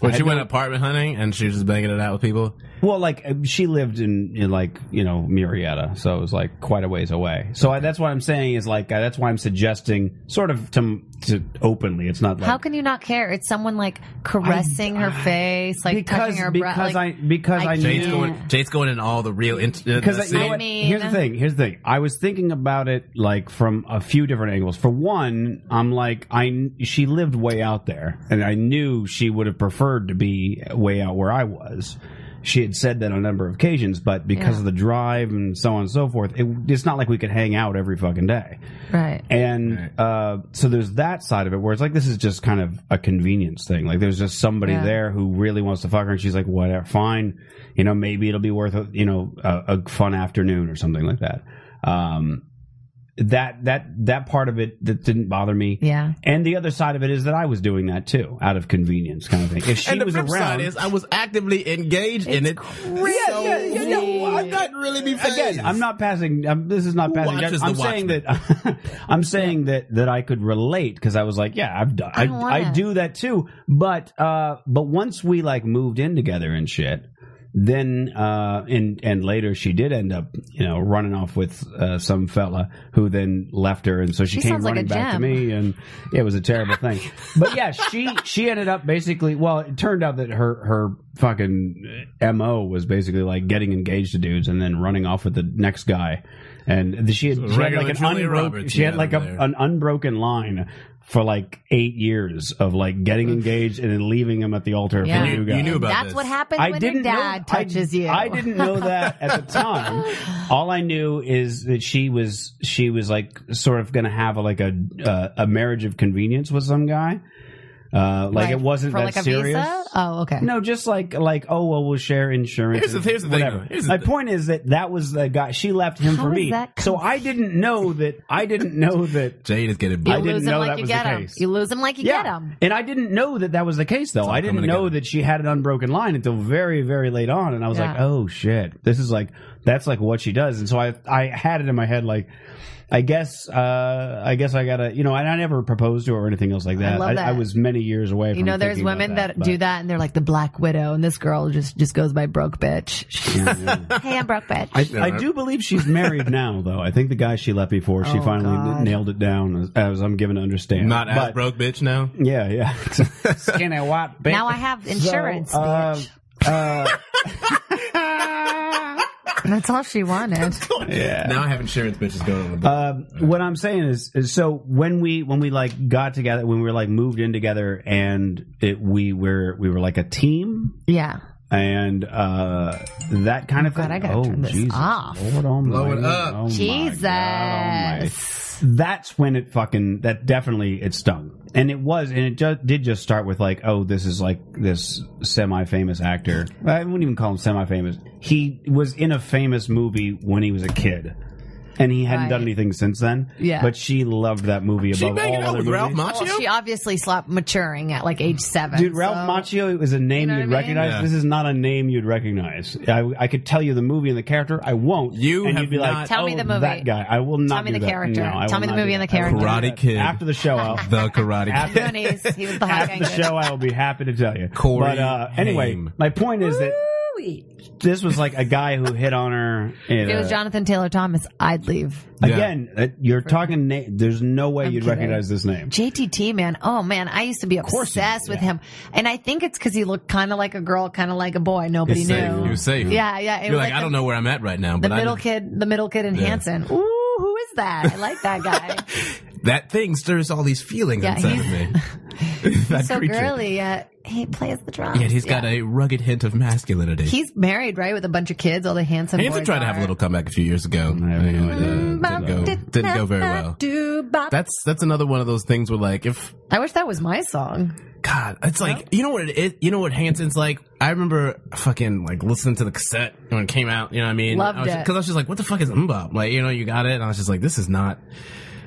when
I
she
had
went
no-
apartment hunting and she was just banging it out with people.
Well, like uh, she lived in, in like you know Murrieta, so it was like quite a ways away. So I, that's what I'm saying is like uh, that's why I'm suggesting sort of to, to openly. It's not like
How can you not care? It's someone like caressing her face, like
because
touching her breath.
because
like,
I because
I
I,
can't.
knew
Jade's going. Jade's going in all the real. Int- uh,
Because
the-
you know what?
I mean-
here's the thing. Here's the thing. I was thinking about it like from a few different angles. For one, I'm like, I she lived way out there, and I knew she would have preferred to be way out where I was. She had said that on a number of occasions, but because
Yeah.
of the drive and so on and so forth, it, it's not like we could hang out every fucking day.
right.
And uh, so there's that side of it where it's like this is just kind of a convenience thing. Like there's just somebody
Yeah.
there who really wants to fuck her, and she's like, "Whatever, fine. You know, maybe it'll be worth a, you know a, a fun afternoon or something like that." Um, that that that part of it that didn't bother me.
Yeah.
And the other side of it is that I was doing that too, out of convenience, kind of thing. If she
and the
was
flip
around,
side is, I was actively engaged in it.
Crazy.
So-
yeah, yeah, yeah. I'm not
really be
again, I'm not passing. I'm, this is not passing.
watches
judgment.
The
I'm saying that <laughs> I'm saying that that I could relate because I was like, yeah, I've done. I,
don't wanna.
I, do that too. But uh, but once we like moved in together and shit, then uh, and and later she did end up you know running off with uh, some fella who then left her, and so she,
She
came
sounds like a
running back to
gem.
me, and it was a terrible
<laughs>
thing. But yeah, she she ended up basically. Well, it turned out that her her fucking mo was basically like getting engaged to dudes and then running off with the next guy, and she had, she had
regular
like an
Julia
unbroken
Roberts
she
you
had
got
like a,
over there.
an unbroken line. For like eight years of like getting engaged and then leaving him at the altar
Yeah.
for a
And you-
new guy.
you knew about
That's
this.
what happens
I
when
didn't
your dad
know, I-
touches you.
I didn't know that
<laughs>
at the time. All I knew is that she was she was like sort of going to have like a uh, a marriage of convenience with some guy. Uh, like, it wasn't
for
that
like a
serious.
visa. Oh, okay.
No, just like like oh well, we'll share insurance.
Here's the-
and
here's the thing,
whatever.
though. Here's the
My
thing.
point is that that was the guy. She left him
How
for
is
me,
that
so I didn't know that. I didn't know that.
Jade is getting
You
I
big.
didn't
lose 'em
know
like
that
you
was
get
the
'em.
case.
You lose them like you get 'em. get them.
And I didn't know that that was the case, though.
all
I didn't
coming
know
together.
that she had an unbroken line until very, very late on. And I was
Yeah.
like, oh shit, this is like, that's like what she does. And so I, I had it in my head, like, I guess, uh, I guess I gotta, you know, and I never proposed to her or anything else like that.
love that.
I, was many years away from
You know, there's
thinking about
women that,
but-
do that, and they're like the black widow, and this girl just just goes by broke bitch. <laughs> hey, I'm broke bitch.
I, I do believe she's married now, though. I think the guy she left before, she
Oh,
finally
God.
nailed it down, as, as I'm given to understand.
Not as
But-
broke bitch now.
Yeah, yeah. <laughs> Skinny white bitch.
now I have
So,
insurance.
uh,
bitch.
uh,
That's all she wanted.
<laughs> Oh yeah.
Now I have insurance bitches going with
Uh, what I'm saying is, is so when we when we like got together, when we were like moved in together, and it, we were we were like a team,
Yeah.
and uh, that kind of
God,
thing.
I gotta
oh,
turn this
Jesus.
off.
Lord almighty.
Blow it up.
Oh, my
Jesus.
God almighty. That's when it fucking that definitely it stung, and it was, and it ju- did just start with like, oh, this is like this semi-famous actor. I wouldn't even call him semi-famous. He was in a famous movie when he was a kid. And he hadn't
Right.
done anything since then.
Yeah.
But she loved that movie
She
above all
banging out
other
with Ralph
movies.
Macchio.
Well, Oh, she obviously stopped maturing at like age seven.
Dude, Ralph
so-
Macchio was a name
know
you
what I
would
mean?
recognize.
Yeah.
This is not a name you'd recognize. I, I could tell you the movie and the character. I won't.
You
and
have
you'd be like,
not-
Tell me
oh,
the movie.
That guy. I will not.
Tell me
do
the
that.
character.
No, I
Tell
will
me the
not do
movie and
that.
the
I will not do
character.
Karate
that.
Kid.
After the show,
<laughs>
I'll
The Karate
You know
Kid.
what he is? He was the hot
after
gang
the
bitch.
show, I will be happy to tell you.
Corey
but uh, anyway,
Haim.
my point is that this was like a guy who hit on her. in
If it was
a-
Jonathan Taylor Thomas, I'd leave.
Again, that you're talking. Na- there's no way
I'm
you'd
kidding.
recognize this name.
JTT, man. Oh, man. I used to be
course he
obsessed
did,
with
yeah.
him. And I think it's because he looked kind of like a girl, kind of like a boy. Nobody
You're
knew.
safe. You're safe.
Yeah, yeah. It
You're
was
like, I
the-
don't know where I'm at right now,
The
but I
middle
know-
kid, the middle kid in Hanson. Ooh, who is that? I like that guy.
that thing stirs all these feelings
Yeah,
inside of
<laughs> he's-
me. <laughs> that
so
creature.
girly. Uh, he plays the drums.
Yet he's got a rugged hint of masculinity.
He's married, right, with a bunch of kids. All the handsome.
Hanson
boys
tried to have a
are.
little comeback a few years ago.
have no
And, uh,
idea.
didn't, go, didn't go very well. That's that's another one of those things where like if
I wish that was my song.
God, it's like you know what it is. You know what Hanson's like. I remember fucking like listening to the cassette when it came out. You know what I mean?
Loved
I was
it.
because I was just like, what the fuck is umbop? Like you know you got it, and I was just like, this is not.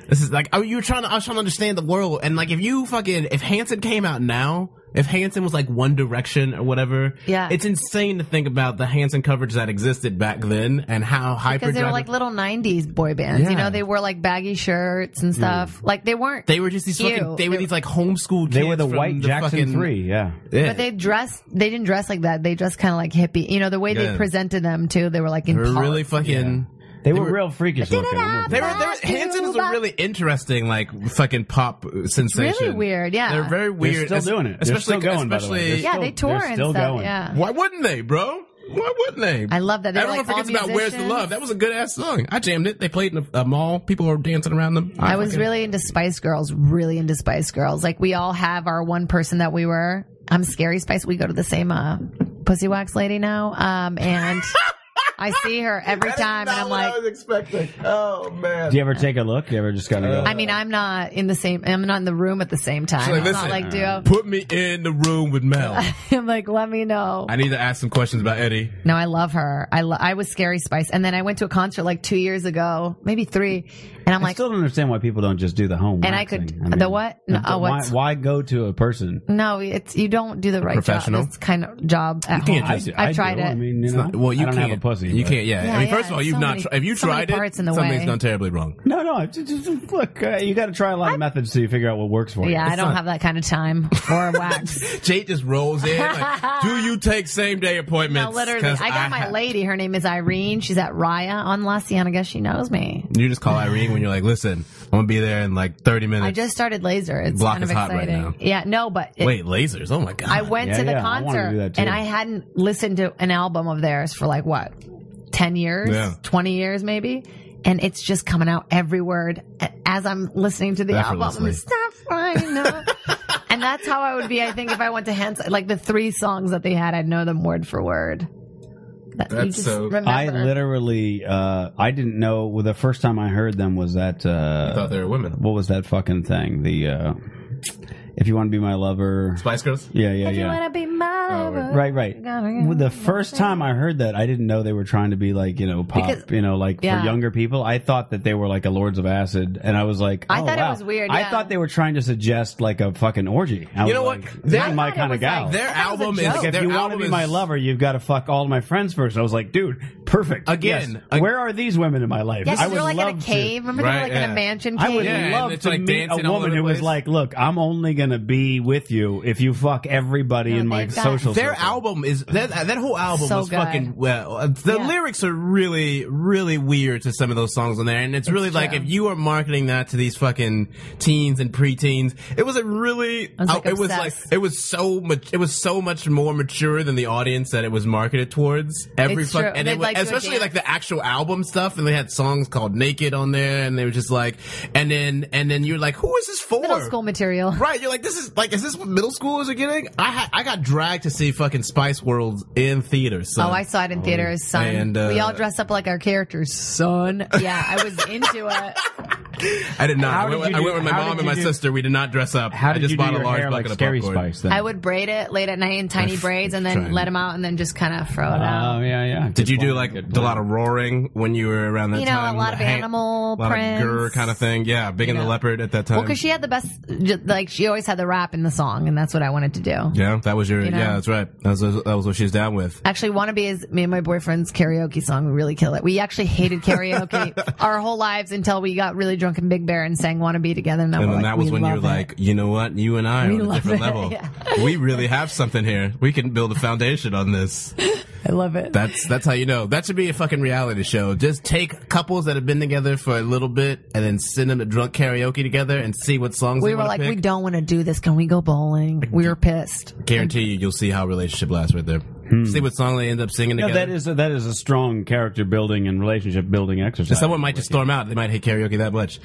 This is like I, you were trying to. I was trying to understand the world, and like if you fucking if Hanson came out now. If Hanson was like One Direction or whatever,
Yeah.
it's insane to think about the Hanson coverage that existed back then and how hyper
Because they were like little '90s boy bands, you
Yeah. Mm.
know. They wore like baggy shirts and stuff. Like they weren't.
They were just these
Ew.
fucking. They were
They-
these like homeschool. Kids
They were the
from
White Jackson
fucking-
Three. Yeah.
Yeah.
but they dressed. They didn't dress like that. They dressed kind of like hippie. You know the way
Yeah.
they presented them too. They were like in
they were
pol-
really fucking.
They, were, real freakish looking. I'm
They were.
not-
They were Hanson is a really interesting like fucking pop sensation.
really weird. Yeah,
They're very weird.
still doing it. They're still going, by the way.
especially-
yeah.
still-
they tour
they're
and
still
stuff.
going.
Yeah.
Why wouldn't they, bro? Why wouldn't they?
I love that. They're
Everyone
like all
forgets about "Where's the
musicians.
Love." That was a good ass song. I jammed it. They played in a, a mall. People were dancing around them.
I was really into Spice Girls, really into Spice Girls. Like we all have our one person that we were. I'm Scary Spice. We go to the same uh, Pussy Wax lady now, um,
<laughs>
and I see her every time, and I'm like,
expecting. Oh man.
Do you ever take a look? You ever just kind of
I mean, I'm not in the same. I'm not in the room at the same time.
like,
I'm
listen, uh,
not like, dude.
Put me in the room with
<laughs>
Mel.
I'm like, let me know.
I need to ask some questions about Eddie.
No, I love her. I lo- I was Scary Spice, and then I went to a concert like two years ago, maybe three, and I'm
I
like,
still don't understand why people don't just do the home. wax
And I could-
thing.
the what? No,
why- why,
what's-
go to a person?
no, it's you don't do the right job.
Professional?
This kind of job at
can't
home.
just-
I've tried
do.
it.
I mean, you know,
not- well, you
I don't have
can't.
a pussy. anybody.
You
but-
can't. Yeah.
Yeah,
I mean,
yeah,
first of all, you've
so
not.
many-
tr- if you
so many
tried it,
parts in the
something's
way.
done terribly wrong.
No, no. Just, just look, uh, you got to try a lot of methods so you figure out what works for you.
Yeah, I don't have that kind of time
<laughs>
or wax.
Jade just rolls in.
<laughs>
Like, Do you take same day
no,
appointments?
literally,
'Cause
I got my
have-
lady. Her name is Irene. She's at Raya on La Cienega. She knows me.
You just call Irene when you're like, listen, I'm gonna be there in like 30 minutes.
I just started laser. It's
Block
kind of
is hot right
exciting.
now.
Yeah, no, but it-
Wait, lasers? Oh my god!
I went
Yeah,
to the
yeah, I wanna do
concert
that too.
and I hadn't listened to an album of theirs for like what, 10 years,
Yeah.
20 years maybe. And it's just coming out every word a- as I'm listening to the album.
Effortlessly.
I'm stuff I know. <laughs> and that's how I would be, I think, if I went to Hens, like the three songs that they had, I'd know them word for word. That- you
That's
just
so-
remember.
I literally, uh, I didn't know. Well, the first time I heard them was that.
I thought
Uh,
they were women.
what was that fucking thing? The uh, if you want to be my lover.
Spice Girls.
Yeah, yeah,
If you
yeah.
wanna be my
Oh,
lover.
Right, right.
gotta-
Well, the first time I heard that, I didn't know they were trying to be like you know pop,
Because-
you know, like
Yeah.
for younger people. I thought that they were like a Lords of Acid, and I was like,
I
oh,
thought it
wow.
was weird,
I
yeah.
thought they were trying to suggest like a fucking orgy. I
You
was
know what?
like,
That-
This
I
is my
thought it
kind of
was
gal.
like-
Their
I thought it
album
was
is.
a joke.
if
their
you want to
album
be
is-
my lover, you've got to fuck all my friends first. I was like, dude, perfect.
Again,
Yes.
ag-
where are these women in my life?
Yeah,
I
'cause
would
they're like in a
love to-
cave. Remember, they
Right,
were like in
yeah.
a mansion cave.
I would
Yeah, and
love
it's
to
like
meet
dancing
a
all over
woman who
the
was
place.
like, "Look, I'm only gonna be with you if you fuck everybody
No,
in my
they've got-
social."
Their
circle."
album is that uh, that whole album
So
was
good.
fucking well. uh, The
Yeah.
lyrics are really really weird to some of those songs on there, and it's, really like
true.
if you are marketing that to these fucking teens and preteens, it was a really
I was, like,
uh, it was like
obsessed.
it was so much it was so much more mature than the audience that it was marketed towards. Every
It's
fuck,
true.
and
They'd
it was,
like to
especially
dance.
like the actual album stuff, and they had songs called Naked on there, and they were just like, and then and then you're like, who is this for?
Middle school material.
Right, you're like, this is like, is this what middle schoolers are getting? I ha- I got dragged to see fucking Spice World in theaters. So.
Oh, I saw it in theaters, son.
And, uh,
we all dressed up like our characters, son. Yeah, I was into it.
I did not.
How
I went,
did
with-
you
I
do-
went with my
how
mom
did
and
you
my
do-
sister. We did not dress up.
How
I
did
just
you do
bought
your
a large
hair like
bucket
Scary
of popcorn.
Spice? Then
I would braid it late at night in tiny braids, and
trying.
then let them out, and then just kind of throw it out.
Oh yeah, yeah.
Did you do like a lot of roaring when you were around that
You know, a
time?
lot of
Hang-
animal
a lot
prints.
of grr kind of thing. Yeah, big in the
know.
leopard at that time.
Well, because she had the best, ju- like she always had the rap in the song, and that's what I wanted to do.
yeah, that was your.
You know.
Yeah, that's right. That was, that was what she was down with.
Actually, "Wannabe" is me and my boyfriend's karaoke song. We really kill it. We actually
<laughs>
hated karaoke our whole lives until we got really drunk in Big Bear and sang "Wannabe" together. And, then
And
we're
then
like,
that was
"We
when you were
love it."
like, you know what, you and I are
We
on a
love
different
it.
level.
<laughs> Yeah.
We really have something here. We can build a foundation on this.
"I love it."
That's that's how you know. That should be a fucking reality show. Just take couples that have been together for a little bit and then send them to drunk karaoke together and see what songs
we
they
were
wanna
like,
pick.
"We don't want to do this. Can we go bowling?" We were pissed.
Guarantee you, you'll see how relationship lasts right there. See what song they end up singing
No,
together.
that is a, that is a strong character building and relationship building exercise.
Someone might just storm out. They might hate karaoke that much.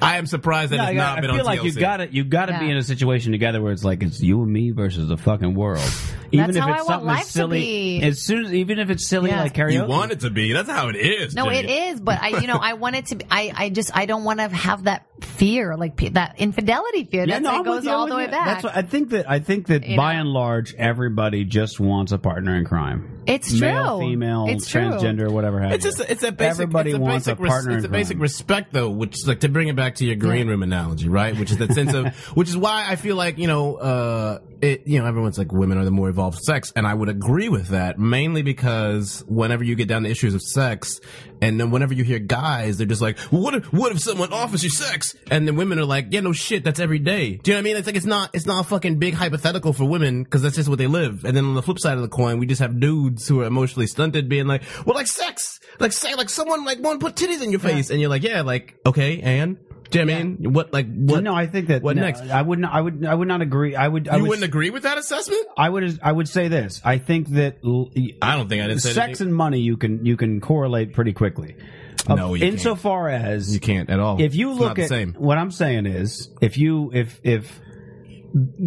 I am surprised that
No,
it's
I,
not
I
been
feel
on
like
TLC.
you got to you got to be
Yeah.
in a situation together where it's like it's you and me versus the fucking world. Even if
how I
it's
want
something
life
as
to
silly,
be.
as soon as even if it's silly
Yeah.
like karaoke,
You want it to be. That's how it is.
No, it is, but I, you know, I want it to be, I, I just, I don't want to have that fear, like pe- that infidelity fear. That's,
no, I'm
it
with
goes
you, I'm
all
with
the way
you.
back.
That's what, I think that I think that
You
by
know?
and large everybody just wants a partner in crime.
It's
Male,
true.
female,
It's true.
transgender, whatever. Have
It's
you.
just a- it's a basic.
Everybody
it's a
wants
basic
a partner
Res-
in
it's a basic
crime.
respect, though, which is like to bring it back to your green room analogy, right? Which is that sense
<laughs>
of, which is why I feel like you know, uh, it you know, everyone's like women are the more evolved sex, and I would agree with that mainly because whenever you get down to issues of sex, and then whenever you hear guys, they're just like, well, what if what if someone offers you sex, and then women are like, yeah, no shit, that's every day. Do you know what I mean? It's like it's not it's not a fucking big hypothetical for women because that's just what they live. And then on the flip side of the coin, we just have dudes who are emotionally stunted, being like, well, like sex, like say, like someone like one put titties in your face, and you're like, yeah, like okay, and. Do you know what I mean? What, like, what?
no, I think that
What
no,
next?
I would not. I would. I would not agree. I would. I
You
would
wouldn't agree with that assessment?
I would I would say this. I think that l-
I don't think I did say
sex
anything.
and money you can you can correlate pretty quickly.
No,
Of-
you can't.
insofar as
You can't at all.
if you
It's
look
not
at
the same.
what I'm saying is if you if if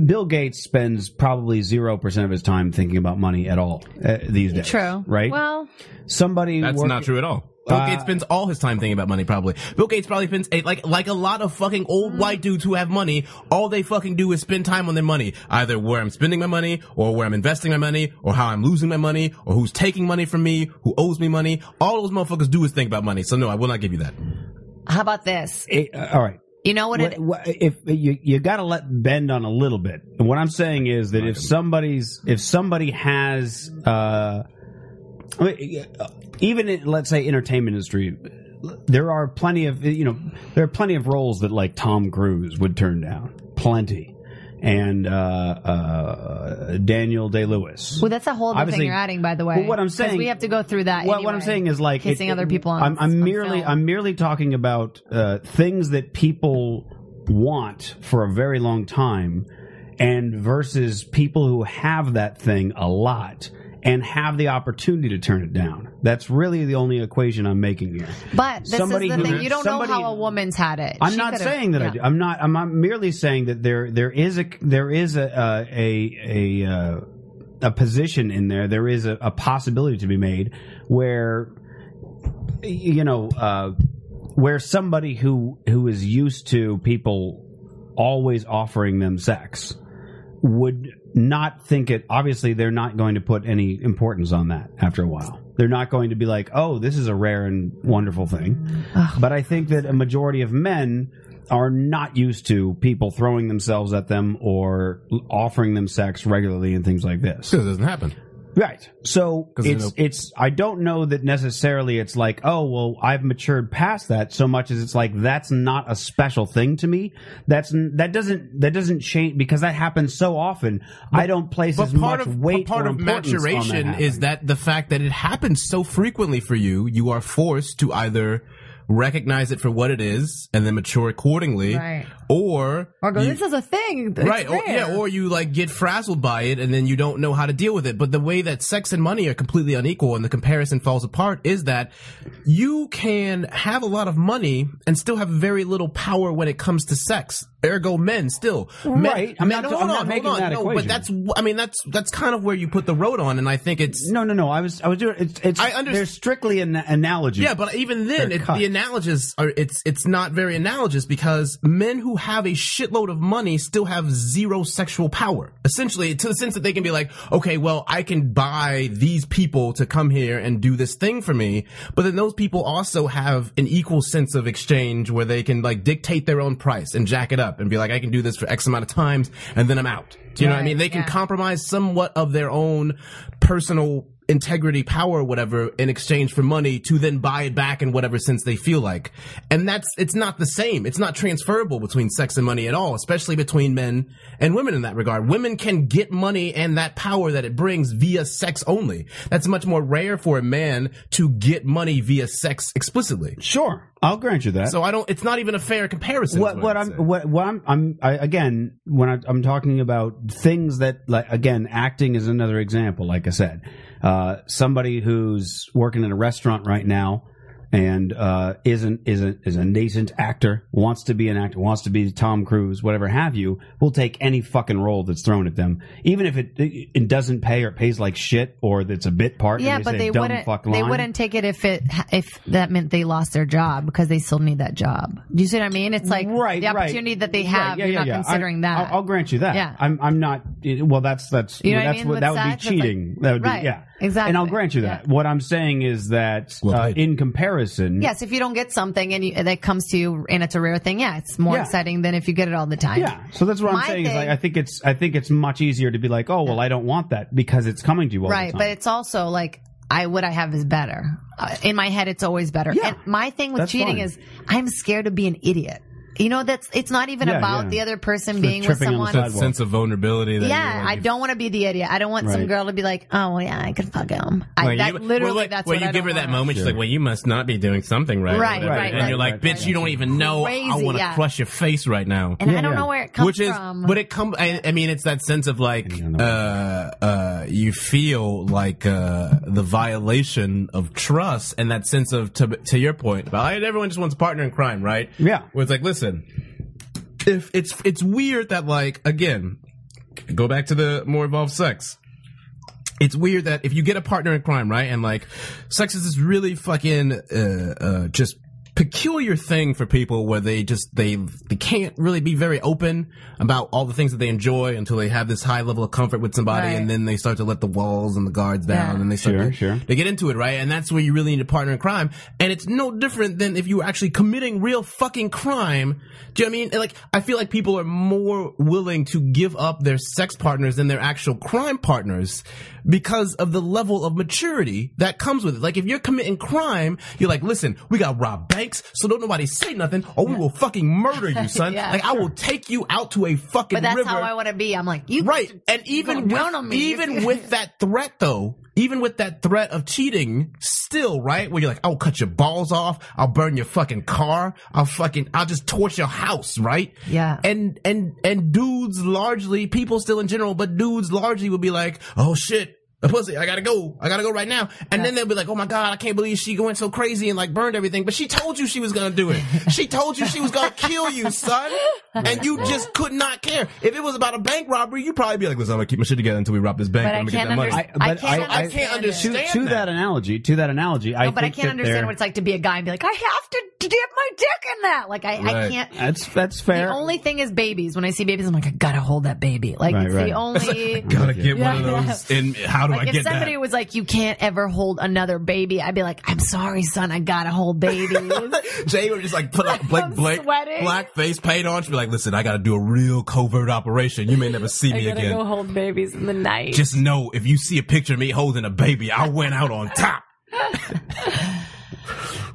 Bill Gates spends probably zero percent of his time thinking about money at all uh, these days.
True.
right?
Well,
Somebody
That's
work-
not true at all. Bill
Uh,
Gates spends all his time thinking about money, probably. Bill Gates probably spends a, like like a lot of fucking old white dudes who have money. All they fucking do is spend time on their money, either where I'm spending my money, or where I'm investing my money, or how I'm losing my money, or who's taking money from me, who owes me money. All those motherfuckers do is think about money. So no, I will not give you that.
how about this?
It- uh, all right.
You know what? it,
What- what- if you you got to let bend on a little bit. And what I'm saying is that if somebody's if somebody has uh, Wait, uh, even in, let's say entertainment industry there are plenty of you know there are plenty of roles that like tom cruise would turn down plenty and uh, uh, daniel day lewis
Well, that's a whole other
Obviously-
thing you're adding, by the way.
Well, what I'm
'Cause
saying-
we have to go through that.
What, what I'm
anyway.
saying is like it-
kissing
it-
other people. On,
I'm, I'm
on
merely
film.
I'm merely talking about uh, things that people want for a very long time, and versus people who have that thing a lot and have the opportunity to turn it down. That's really the only equation I'm making here.
But this
somebody
is
who-
the thing. You don't
somebody-
know how a woman's had it.
I'm
She
not
could've-
saying that I
yeah.
do. I'm not. I'm, I'm merely saying that there there is a there is a uh, a a uh, a position in there. There is a, a possibility to be made where y- you know uh, where somebody who who is used to people always offering them sex would not think it obviously they're not going to put any importance on that after a while they're not going to be like oh this is a rare and wonderful thing but i think that a majority of men are not used to people throwing themselves at them or offering them sex regularly and things like this
Because it doesn't happen.
Right. So
they
it's it's I don't know that necessarily it's like, oh well, I've matured past that so much as it's like that's not a special thing to me. That's n- that doesn't that doesn't change because that happens so often. I don't place as
But part
much
of
weight
but part
or
of
importance on that
maturation
happening.
is that the fact that it happens so frequently for you, you are forced to either recognize it for what it is and then mature accordingly,
Right.
or
Or go,
you-
this is a thing. It's
right,
oh,
or,
there."
yeah, or you like get frazzled by it and then you don't know how to deal with it. But the way that sex and money are completely unequal and the comparison falls apart is that you can have a lot of money and still have very little power when it comes to sex. Ergo, men still. Men-
Right. I'm
men-
not-
hold
I'm
on,
not
hold
making
on.
that
no, But
equation.
that's, I mean, that's that's kind of where you put the road on, and I think it's
no, no, no. I was I was doing it's, it's
I under-
There's strictly an analogy.
yeah, but even then,
They're
it,
cut.
the analogies are it's it's not very analogous because men who have a shitload of money still have zero sexual power. Essentially, to the sense that they can be like, okay, well, I can buy these people to come here and do this thing for me, but then those people also have an equal sense of exchange where they can like dictate their own price and jack it up and be like, I can do this for X amount of times and then I'm out. Do you know what I
Right,
mean? They can
yeah.
compromise somewhat of their own personal integrity, power, whatever, in exchange for money to then buy it back in whatever sense they feel like. And that's, it's not the same. It's not transferable between sex and money at all, especially between men and women in that regard. Women can get money and that power that it brings via sex only. That's much more rare for a man to get money via sex explicitly.
sure. I'll grant you that.
So I don't, it's not even a fair comparison. is
what, what
I'd
I'm
say.
what, what I'm I'm I, again when I, I'm talking about things that like again acting is another example. Like I said, uh, somebody who's working in a restaurant right now and uh, isn't isn't is a nascent actor wants to be an actor wants to be Tom Cruise whatever have you will take any fucking role that's thrown at them even if it it doesn't pay or pays like shit or that's a bit part and
Yeah,
they
but
say
they
dumb
wouldn't.
fuck
They
line.
wouldn't take it if it if that meant they lost their job because they still need that job. Do you see what I mean? It's like
right,
the
right.
opportunity that they
Right,
have.
yeah,
you're
yeah,
not
yeah.
considering
I,
that.
I'll, I'll grant you that.
Yeah.
I'm. I'm not. it- Well, that's that's
You know what I
that's
mean?
what,
With
that would
sex,
be
it's like-
cheating. that would
Right,
be yeah.
exactly,
And I'll grant you that.
yeah.
What I'm saying is that uh,
played.
in comparison,
yes, if you don't get something and you, that comes to you and it's a rare thing, yeah, it's more
Yeah.
exciting than if you get it all the time.
Yeah. So that's what
My
I'm saying is
thing-
like I think it's I think it's much easier to be like, oh well, I don't want that because it's coming to you all
right
the time.
but it's also like i what i have is better uh, in my head it's always better
Yeah.
and my thing with
That's fine.
cheating is i'm scared to be an idiot you know that's it's not even
Yeah,
about
yeah.
the other person
like
being with
tripping on the
someone
sidewalk.
sense of vulnerability. That
yeah, I don't want to be the idiot. I don't want some
Right.
girl to be like, "Oh, well, yeah, I could fuck him." I,
Well,
that
you-
literally,
well, like-
that's
well,
what
you
I
give
don't
her that
want.
moment. She's like, "Well, you must not be doing something right." or
Right,
whatever.
right,
And you're
right,
like,
right,
"Bitch, you don't even know. I
Crazy,
want to
yeah.
crush your face right now."
And
Yeah,
I don't
yeah.
know where it comes
Which is,
from.
but it comes. I, I mean, it's that sense of like, uh, uh, you feel like uh, the violation of trust, and that sense of to, to your point about like, everyone just wants a partner in crime, right?
Yeah.
Where it's like, listen, if it's it's weird that like again, go back to the more involved sex it's weird that if you get a partner in crime, right, and like sex is this really fucking uh, uh, just peculiar thing for people where they just they they can't really be very open about all the things that they enjoy until they have this high level of comfort with somebody
Right.
and then they start to let the walls and the guards down
Yeah.
and they start
Sure,
to,
sure.
they get into it right and that's where you really need a partner in crime and it's no different than if you were actually committing real fucking crime do you know what I mean And, like I feel like people are more willing to give up their sex partners than their actual crime partners because of the level of maturity that comes with it like if you're committing crime you're like listen we got rob banks so don't nobody say nothing or we will fucking murder you son
<laughs> Yeah,
like I will take you out to a fucking
But that's
river
how I want to be. I'm like, you
Right.
should-
And
you
even
gonna down
with,
on me.
even with that threat though, even with that threat of cheating, still, right? Where you're like, I'll cut your balls off, I'll burn your fucking car, I'll fucking I'll just torch your house, right?
Yeah.
And and and dudes largely, people still in general, but dudes largely would be like, Oh shit. A pussy, I gotta go. I gotta go right now. And then they'll be like, oh my God, I can't believe she went so crazy and like burned everything. But she told you she was gonna do it. She told you she was gonna kill you, son. And you just could not care. If it was about a bank robbery, you'd probably be like, listen, I'm gonna keep my shit together until we rob this bank.
<laughs> But
and I'm
I
gonna get
can't
that money.
understand.
I-
I
but
can't
I- I-
understand.
I can't
it.
understand-
to
that.
that analogy, to that analogy, I
No, but I
think
can't
that
understand
they're-
what it's like to be a guy and be like, I have to dip my dick in that. Like, I, I
Right.
can't.
That's that's
The
fair.
only thing is babies. When I see babies, I'm like, I gotta hold that baby. Like,
Right, <laughs>
it's
right.
the only.
Gotta get one
Yeah.
of
<laughs>
those. And how do
Like
I
if
get
somebody
that?
was like, "You can't ever hold another baby," I'd be like, "I'm sorry, son. I gotta
<laughs>
hold babies."
Jay would just like put
<laughs>
like black,
I'm
black,
sweating.
black face paint on. She'd be like, listen, I gotta do a real covert operation. You may never see
<laughs> I
me
gotta
again.
go hold babies in the night.
Just know if you see a picture of me holding a baby, I went out on top.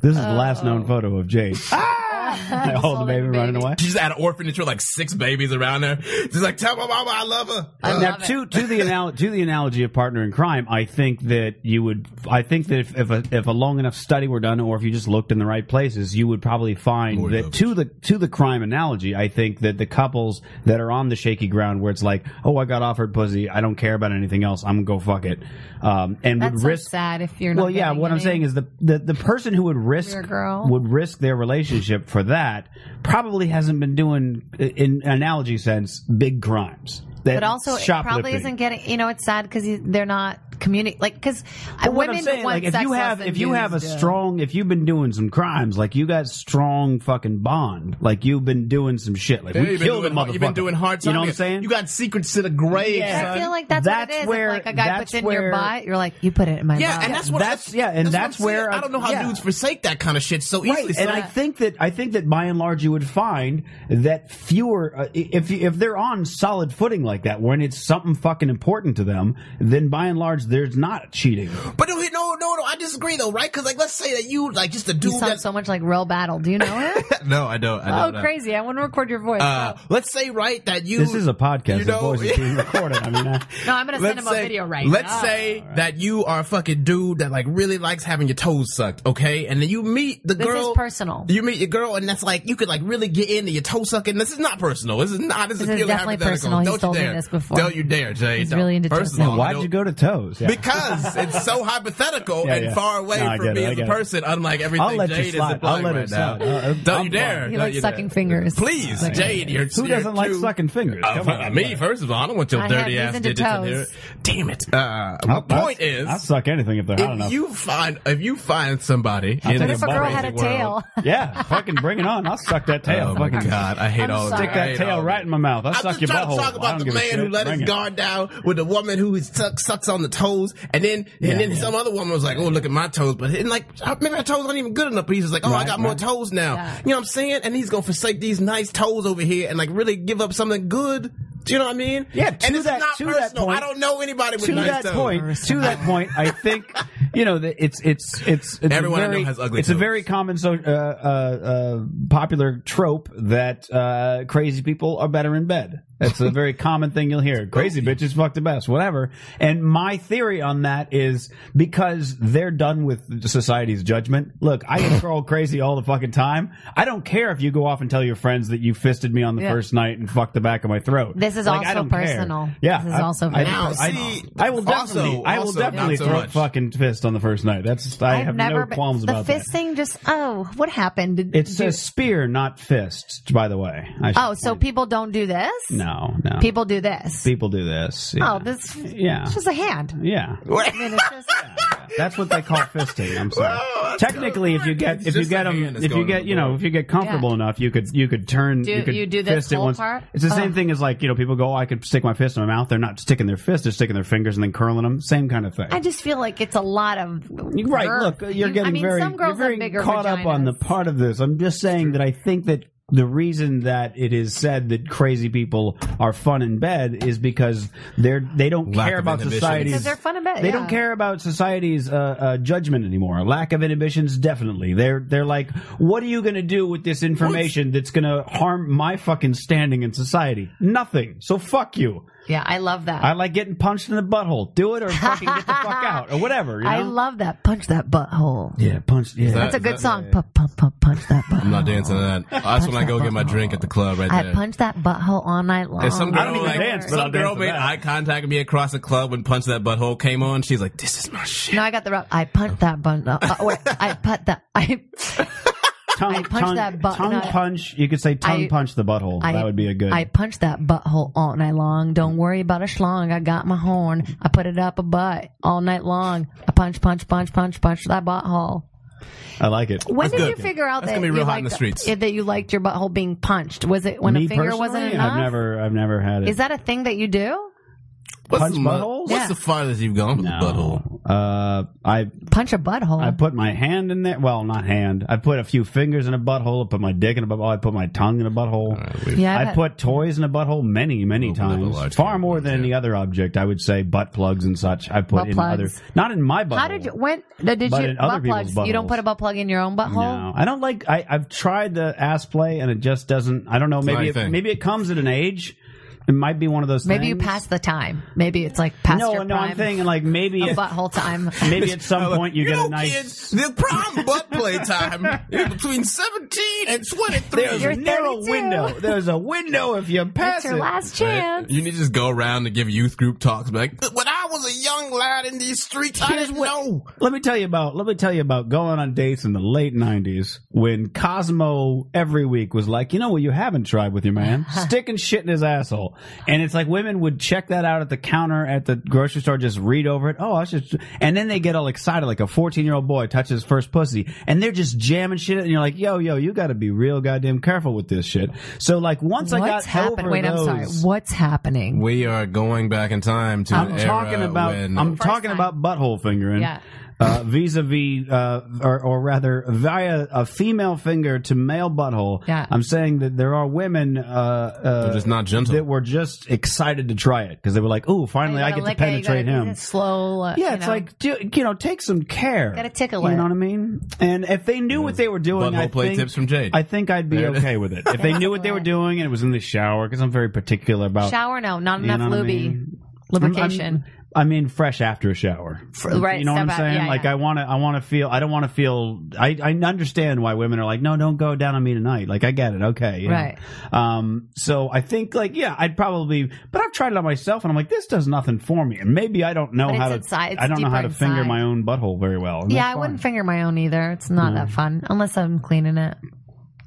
This is the last known photo of
<laughs>
Jade. I hold the
holding
baby
the
running
Oh. baby.
away.
She's at an orphanage with like six babies around her. She's like, tell my mama I love her.
now
love it.
to to the anal- to the analogy of partner in crime, I think that you would. I think that if, if a if a long enough study were done, or if you just looked in the right places, you would probably find
More
that
leverage.
to the to the crime analogy, I think that the couples that are on the shaky ground, where it's like, oh, I got offered pussy, I don't care about anything else, I'm gonna go fuck it, um, and
That's
would
so
risk.
sad if you're not.
Well, yeah.
getting
What I'm
any.
saying is the, the the person who would risk
You're a girl.
would risk their relationship for that probably hasn't been doing, in analogy sense, big crimes. That
but also it probably
shoplifting.
isn't getting. You know, it's sad because they're not communicating. Like, because
But what
women
I'm saying,
want
like, if
sex
you
less
have
than
if you
dudes
have a
do.
strong if you've been doing some crimes, like you got strong fucking bond, like you've been doing some shit, like
Yeah,
we
you've been
killed a
doing hard-
motherfucker.
You've been doing hard
You know
time.
what I'm saying?
You got secrets to the grave.
I
son.
feel like that's,
That's
what it is.
where-
Where, like a guy
that's
puts it in
where-
your butt, you're like, you put it in my
yeah,
mouth.
and that's what
That's- yeah, and
what
that's
I'm saying.
where
I don't know how
yeah.
dudes forsake that kind of shit so easily.
Right,
son.
and I think that I think that by and large you would find that fewer uh, if if they're on solid footing like that when it's something fucking important to them, then by and large there's not cheating.
But no, no, no, no. I disagree though, right? Because like, let's say that you like just a
you
dude
sound
that's
so much like real battle. Do
<laughs>
you know it?
no, I don't. I
oh,
don't know.
crazy! I want to record your voice. Oh.
Uh, let's say right that you.
This is a podcast.
You
You
know-
voice
<laughs>
is being recorded. I mean, uh, I, <laughs>
no, I'm gonna send him a
say,
video right
let's
now.
say that you are a fucking dude that like really likes having your toes sucked, okay? And then you meet the
This is
girl.
personal.
You meet your girl, and that's like you could like really get into your toe sucking. This is not personal. This is not. This,
This is
purely
definitely
hypothetical.
personal. He's
Don't you
told me
dare.
this before.
Don't you dare, Jay.
He's
Don't.
really into
First
toe
of all,
sucking.
why'd
don't-
you go to toes? Yeah.
Because it's
<laughs>
so hypothetical
Yeah,
and
yeah.
far away
No, I
from
get
me
it, I
as a
get it.
person. Unlike everything
I'll let you
Jade is
slide.
implying
I'll let
right
it
now.
slide. Uh, uh,
Don't
I'm
you dare!
he
Don't
likes
you dare.
sucking fingers.
Please,
Like-
Jade, you're
Who
you're
doesn't like
too- <laughs>
sucking fingers?
Uh,
Come
fuck,
on,
me
man.
first of all, I don't want your
I have
dirty
these
ass
into
digits in
toes.
here. Damn it! Uh, my
I'll-
point
I'll-
is,
I'll suck anything if they're hot
if
enough.
you find if you find somebody in
take
What
a
this
if a
bite.
girl
crazy
had a
world,
tail?
Yeah, fucking bring it on. I'll suck that tail.
<laughs> Oh my
fucking
god, I hate
I'm
all of
sorry.
Stick that
I hate all
tail
of
right
it.
in my mouth. I'll
I'm
suck
just
your
trying
butthole.
to talk
I
about
don't
the
give a
man
shit.
who let
Bring
his
it.
guard down with the woman who he suck, sucks on the toes, and then
Yeah,
and then
yeah.
some other woman was like, "Oh, look at my toes," but and like "Oh, maybe my toes aren't even good enough. But he's just like, "Oh, I
Right,
got more
right.
toes now."
Yeah.
You know what I'm saying? And he's gonna forsake these nice toes over here and like really give up something good. Do you know what I mean?
Yeah,
And
to
it's
that-
not
to that
personal.
point-
I don't know anybody with
To
nice
that
toes.
point, to that point, I think you know that it's it's it's, it's
Everyone
a
I know
very,
has ugly
It's a
toes.
very common so uh, uh, uh, popular trope that uh, crazy people are better in bed. That's a very common thing you'll hear. Crazy bitches fuck the best, whatever. And my theory on that is because they're done with society's judgment. Look, I control crazy all the fucking time. I don't care if you go off and tell your friends that you fisted me on the
Yeah.
first night and fucked the back of my throat.
This is
Like, I
also
don't care.
personal.
Yeah,
This is
I-
also
I-
very
Now,
I,
see,
I will
also-
definitely, I will
also
definitely
not so
throw a
much.
fucking fist on the first night. That's I
I've
have
never
no
been-
qualms
the
about that.
fist thing. Just oh, what happened? Did,
It
did you-
says spear, not fist. By the way, I should
oh, so
point-
people don't do this.
no, no, people,
people do this.
people do this. Yeah.
Oh, this
yeah,
it's just a hand.
yeah.
I mean, it's just-
That's what they call fisting. I'm sorry.
Wow, that's
Technically, if you get
It's
if you
just
get
the
them
hand is
if you
going
get
in
you
the
know
blow.
if you get comfortable enough, you could you could turn.
Do-
you, could
you do this
fist it
whole
once.
part?
It's the same
Oh.
thing as like you know people go, oh, I could stick my fist in my mouth. They're not sticking their fist; they're sticking their fingers and then curling them. Same kind of thing.
I just feel like it's a lot of
You- Right. Look,
girth.
you're
You-
getting
I mean,
very,
some girls
you're very
have bigger
caught up on the
vaginas.
part of this. I'm just saying that I think that the reason that it is said that crazy people are fun in bed is because they're they don't
Lack
care
of
about
inhibitions.
society's
Because they're fun in bed,
They
yeah.
don't care about society's uh, uh, judgment anymore. Lack of inhibitions, definitely. They're they're like, what are you going to do with this information that's going to harm my fucking standing in society? Nothing. So fuck you.
Yeah, I love that.
I like getting punched in the butthole. Do it or fucking get the
<laughs>
fuck out or whatever. You know?
I love that. Punch that butthole.
Yeah, punch. Yeah,
That's a good song. Pump, pump, pump, punch that butthole.
I'm not dancing to that.
<laughs>
That's when I go get my drink at the club right
I
there.
punch that butthole all night long.
If some girl,
I don't even
like,
dance, but
some
I'll dance
girl
to
made
that.
eye contact with me across the club when Punch That Butthole came on. She's like, this is my shit.
no, I got the rough. I punch that butthole. Uh, wait, I put that.
<laughs>
I
tongue,
I punch
tongue,
that butt-
tongue
no, I-
punch. You could say tongue
I-
punch the butthole.
I,
that would be a good.
I punch that butthole all night long. Don't worry about a schlong. I got my horn. I put it up a butt all night long. I punch, punch, punch, punch, punch that butthole.
I like it.
When did
good.
you figure out
That's
that
gonna be
you
real hot
liked
in the streets.
yeah, that you liked your butthole being punched? Was it when
Me
a finger wasn't
personally,
enough?
I've never, I've never had it.
Is that a thing that you do?
What's
punch
the, mu-
buttholes?
What's
Yeah.
the farthest you've gone with the butthole?
No. Uh, I
Punch a butthole.
I put my hand in there. Well, not hand. I put a few fingers in a butthole. I put my dick in a butthole. I put my tongue in a butthole.
yeah, I've
I
had-
put toys in a butthole many, many
Well, we live a
times.
large
Far
family,
more than
yeah.
any other object, I would say. Butt plugs and such. I put
Butt
in
plugs.
other, not in my butthole.
How did you? When no, did
But
you
in other
butt plugs?
people's
You don't
buttholes.
put a butt plug in your own butthole.
No, I don't like. I, I've tried the ass play, and it just doesn't. I don't know.
not
Maybe
your
it,
thing.
maybe it comes at an age. It might be one of those.
Maybe you
things.
pass the time. Maybe it's like past
No,
your
no,
prime.
I'm thinking like maybe
a
at,
butthole time.
<laughs> maybe at some point you,
you
get
know,
a nice.
kids, the prime butt play time is between 17 and 23.
There's
You're
a narrow
32.
window. There's a window if you pass
<laughs> It's your
it.
last
Right?
chance.
You need to just go around and give youth group talks. Be Like when I was a young lad in these streets, I didn't know.
Let me tell you about let me tell you about going on dates in the late nineties when Cosmo every week was like, you know what you haven't tried with your
<laughs>
man? Sticking shit in his asshole. And it's like women would check that out at the counter at the grocery store, just read over it. Oh, I should and then they get all excited, like a fourteen year old boy touches his first pussy, and they're just jamming shit and you're like, yo, yo, you gotta be real goddamn careful with this shit. So like once I got
What's happening?
over
Wait,
those,
I'm sorry. What's happening?
We are going back in time to
I'm talking about I'm
First
talking
time.
about butthole fingering.
Yeah.
Uh, vis-a-vis, uh, or, or rather, via a female finger to male butthole.
Yeah.
I'm saying that there are women uh, uh,
just not gentle.
that were just excited to try it because they were like, "Ooh, finally I
You
get
gotta
to
lick it, you
penetrate
gotta do
him."
this Slow. uh,
Yeah,
you
it's
know.
like do, you know, take some care.
Gotta tickle
You
it.
know what I mean? And if they knew what they were doing,
Butthole
I
play
think,
tips from Jade.
I think I'd be
There it is.
okay with it. If they knew what they were doing and it was in the shower, because I'm very particular about
shower. No, not
uh, you
enough
know what I
lubi.
mean? I'm-
Lubrication.
I'm- I mean, fresh after a shower.
right,
You know what I'm
step out,
saying?
yeah,
like
yeah.
I want to, I want to feel. I don't want to feel. I, I understand why women are like, no, don't go down on me tonight. Like I get it. Okay. you know?
Right.
Um. So I think like yeah, I'd probably, but I've tried it on myself and I'm like, this does nothing for me. And maybe I don't know
But
how
it's
to.
inside- it's
I don't know how to
deeper
finger
inside.
my own butthole very well. and
yeah,
that's
I
fine. Mm.
wouldn't finger my own either. It's not that fun unless I'm cleaning it.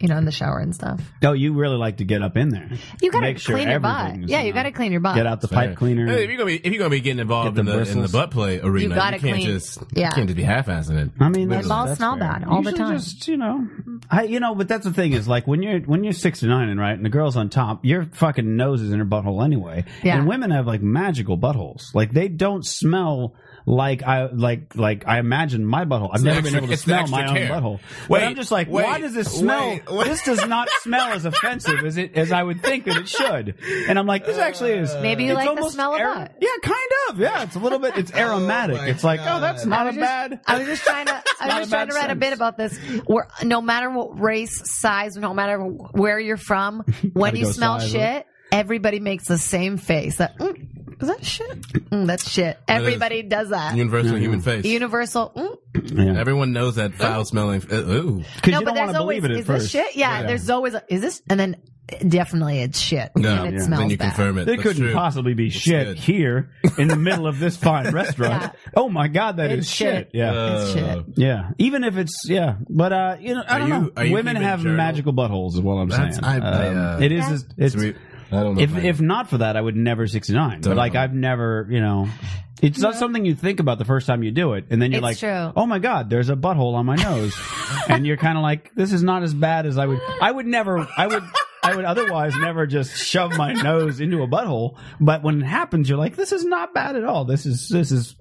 You know, in the shower and stuff.
No, you really like to get up in there.
You gotta
Make sure
clean your butt.
everything's,
Yeah, you
know,
gotta clean your butt.
Get out the pipe cleaner.
Hey, if you're gonna be if you're gonna be getting involved
Get
in
the
the in the
bristles.
butt play arena, you,
gotta
can't
clean.
just
Yeah.
you can't just be half assing it.
I mean,
My
that's-
balls
that's
smell
fair.
bad all the
Usually
time.
Just you know, I you know, but that's the thing is like when you're when you're six to nine and right, and the girl's on top, your fucking nose is in her butthole anyway.
Yeah.
And women have like magical buttholes, like they don't smell. Like I like like I imagine my butthole. I've never been
extra-
able to
it's the
smell
extra
my own
care.
butthole. but
Wait,
I'm just like, why
wait,
does this smell?
wait, wait.
<laughs> This does not smell as offensive as it as I would think that it should. And I'm like, this actually is.
Maybe you
it's
like the
almost
smell of
ar-
butt.
Yeah, kind of. Yeah, it's a little bit.
<laughs>
It's aromatic.
my
it's like, oh, that's not a
was just-
bad.
Uh, I was just
<laughs>
trying to. I
not a
was just
bad
trying to write a
sense.
bit about this. Where no matter what race, size, no matter where you're from, when
<laughs> Gotta
you
go
smell
size,
shit,
right?
everybody makes the same face. That mm, is that shit. Mm, that's shit. Everybody does that.
Universal human face.
Universal. Mm.
Everyone knows that foul smelling. Uh, ooh,
Because
No,
you don't
but
want
there's
to
always
believe it at
is
first.
this shit. Yeah, there's always a, is this, and then definitely it's shit.
no,
and it smells
then you
bad.
confirm it.
There
That's
couldn't
true.
possibly be shit
good.
here in the middle of this fine restaurant.
<laughs> Yeah.
Oh my god, that is
It's
shit.
shit.
Yeah,
Uh,
It's shit.
yeah. Even if it's yeah, but uh, you know, I
Are
don't
you-
know.
are you
Women
keeping
have
journal?
magical buttholes, is what I'm
That's-
saying.
I- I,
Um,
uh,
it is. It's,
Sweet. I don't know.
If,
I-
if not for that, I would never 69. But like, I've never, you know, it's not something you think about the first time you do it. And then you're
It's
like,
true.
oh my God, there's a butthole on my
<laughs>
nose. and you're kind of like, this is not as bad as I would, I would never, I would, I would otherwise never just shove my nose into a butthole. But when it happens, you're like, this is not bad at all. This is, this is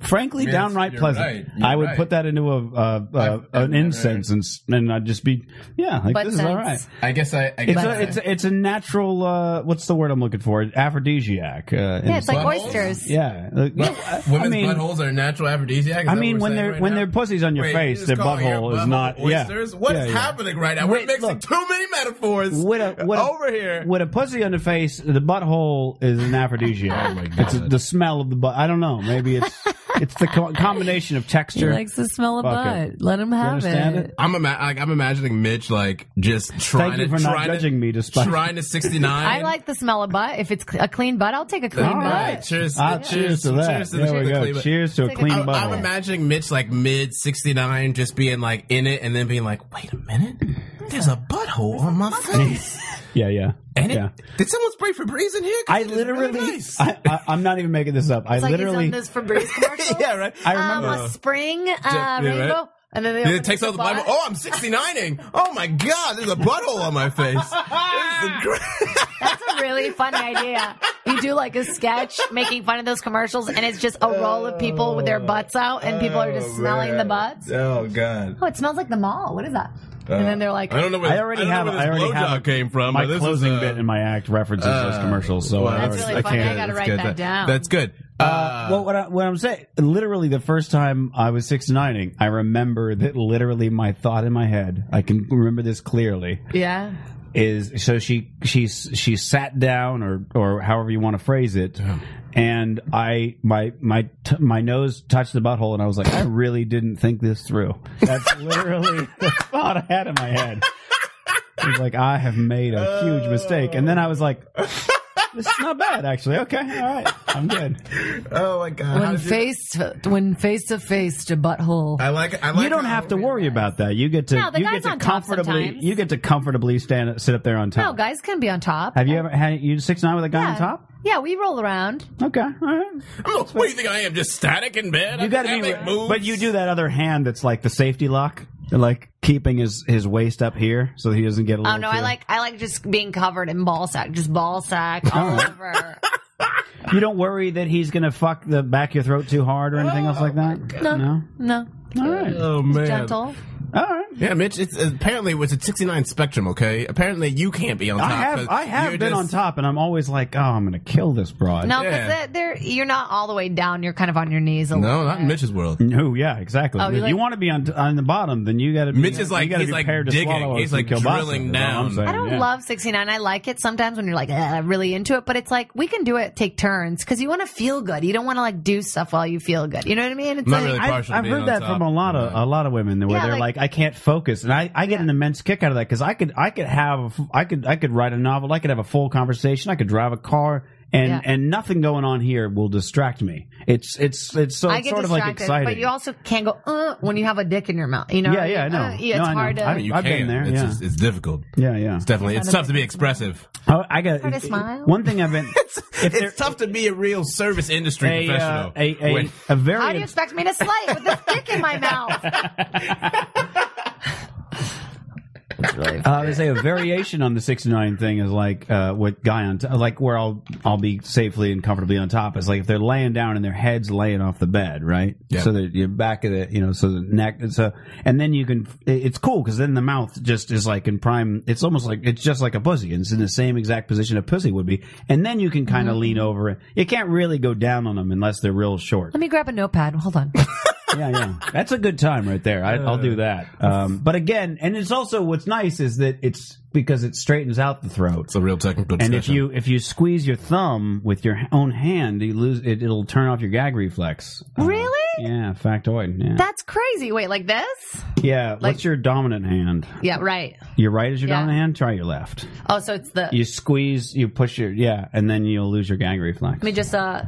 frankly
Yes,
downright
you're
pleasant.
right. You're
I would
right.
put that into a, uh, uh,
I've
an
never-
incense and, s- and I'd just be, yeah, like
Butt
this is all
sense.
right.
I guess I. I guess
It's
I-
a, it's a, it's a natural. Uh, what's the word I'm looking for? Aphrodisiac. Uh, in
Yeah,
a
it's like
Buttholes?
oysters.
yeah. Like, I-
Women's
I mean,
buttholes are natural aphrodisiac. Is
I
that
mean,
what we're
when
saying
their
right
when
now?
their pussy's on your
Wait,
face,
you
their
just calling your
butthole is
butthole
not.
Oysters?
Yeah.
What is
Yeah, yeah.
happening right now? We're
Wait,
mixing
look.
too many metaphors
With a, with a,
over here.
with a pussy on the face, the butthole is
<laughs>
an
Oh
aphrodisiac. It's the smell of the butt. I don't know. Maybe it's
<laughs>
it's the co- combination of texture.
the smell of
Fuck it.
Let him
you understand it?
I'm ima- like, I'm imagining Mitch like just trying
Thank you
to
for not
trying
judging
to,
me, despite. <laughs>
trying to 69.
I like the smell of butt. If it's cl- a clean butt, I'll take a clean
All
butt.
right, cheers,
Ah,
cheers,
cheers to that.
Cheers to
there we
the
go.
clean butt.
cheers to a
It's like a-
clean
I-
I,
I'm
butthole.
I'm imagining Mitch like mid 69 just being like in it and then being like, wait a minute, there's a butthole on my face.
yeah, yeah.
<laughs> And it,
yeah.
did someone spray Febreze in here? 'Cause
I
it's really
literally,
<laughs>
nice.
I, I, I'm not even making this up. I
It's like
literally,
he's on those
<laughs>
Febreze commercials.
yeah, right.
I
Um,
remember.
a spring uh,
yeah,
rainbow,
right.
and then they
Dude,
open
it takes
up
out the Bible.
butt.
Oh, I'm 69ing. Oh my God, there's a butthole on my face.
<laughs>
This is great.
That's
<laughs>
a really fun idea. You do like a sketch making fun of those commercials, and it's just a roll of people with their butts out, and people are
Oh,
just smelling the butts.
Oh God.
Oh, it smells like the mall. What is that? and then they're like,
Uh, I don't know where.
I already
don't know
have.
Where
I
this
already
blowjob
have
came from.
My
but this
closing
is, uh,
bit in my act references those
uh,
commercials. So
well,
I
That's
already-
really
I
funny. I
can't.
gotta
that's
write
good.
that down.
That's good.
Uh, well, what, I, what I'm saying, literally, the first time I was 69ing, I remember that literally my thought in my head, I can remember this clearly,
yeah.
is so she she's she sat down or or however you want to phrase it, and I my my t- my nose touched the butthole, and I was like, I really didn't think this through. <laughs> That's literally the thought I had in my head. I was like, I have made a huge mistake, and then I was like. This is not bad, actually. Okay, all right, I'm good.
oh my God. How
When
did you-
face to, when face to face to butthole.
I like. I like.
You don't
how-
have to worry about that. You get to
No, the
you
guy's
get to
on top
comfortably
sometimes.
you get to comfortably stand sit up there on
no,
top.
guys can be on top.
Have you ever had you six nine with a guy
yeah.
on top?
Yeah, we roll around.
Okay, all right.
Oh, what do you think I am? Just static in bed?
You got to
I
be,
make moves.
but you do that other hand that's like the safety lock, like keeping his his waist up here so that he doesn't get a little.
Oh no, I
too-
like I like just being covered in ball sack, just
<laughs>
ball sack all over.
You don't worry that he's gonna fuck the back of your throat too hard or anything else like that.
No.
no.
No,
All right,
Oh man.
gentle.
all right.
Yeah, Mitch. It's apparently it's a 69 spectrum. Okay. Apparently you can't be on top.
I have
'cause
I have
you're
been on
just-
top, and I'm always like, oh, I'm gonna kill this broad.
No, because
Yeah.
they're you're not all the way down. You're kind of on your knees a
No,
little.
not in Mitch's world.
No, yeah, exactly.
Oh,
if
you like-
you want to be on on the bottom, then you got to.
Mitch is like-
you gotta
he's
be
like
prepared to
digging.
swallow
He's
some
like
kielbasa,
drilling
is what I'm
down.
saying,
I don't
yeah.
love 69. I like it sometimes when you're like "Eh, really into it, but it's like we can do it, take turns because you want to feel good. You don't want to like do stuff while you feel good. You know what I mean? It's
Not
like
really
I've,
partial
I've
being
heard
on
that
top.
from a lot of a lot of women where
Yeah,
they're
like-
like, I can't focus, and I, I get an immense kick out of that because I could I could have I could I could write a novel, I could have a full conversation, I could drive a car, and
Yeah.
and nothing going on here will distract me. It's it's it's so
I
it's
get
sort of like
distracted,
exciting.
but you also can't go uh, when you have a dick in your mouth. You know?
yeah,
what
yeah, I
mean?
know.
Uh, yeah, it's
No, I know.
hard to.
I've,
You
I've been
can.
there.
It's,
yeah.
just- it's difficult.
yeah, yeah.
It's definitely it's tough to be expressive.
Oh, I got
Try to smile.
One thing I've been. if
<laughs>
there-
It's tough to be a real service industry
a, uh,
professional.
a, a,
When-
a very
How do you expect me to slay with this dick
<laughs>
in my mouth?
Uh, they say a variation on the sixty nine thing is like uh, with guy on t- like where I'll I'll be safely and comfortably on top is like if they're laying down and their heads laying off the bed right
Yeah.
so that your back of the you know so the neck and so and then you can it- it's cool because then the mouth just is like in prime it's almost like it's just like a pussy and it's in the same exact position a pussy would be and then you can kind of lean over it you can't really go down on them unless they're real short
Let me grab a notepad. Hold on.
yeah, yeah. That's a good time right there. I, I'll do that. Um, but again, and it's also what's nice is that it's because it straightens out the throat.
it's a real technical.
And
discussion.
if you if you squeeze your thumb with your own hand, you lose it. It'll turn off your gag reflex. Uh,
Really?
yeah, factoid. Yeah,
That's crazy. Wait, like this?
yeah.
like-
what's your dominant hand?
Yeah, right.
Your right is your
Yeah.
dominant hand. Try your left.
Oh, so it's the.
You squeeze. You push your yeah, and then you'll lose your gag reflex.
Let me just uh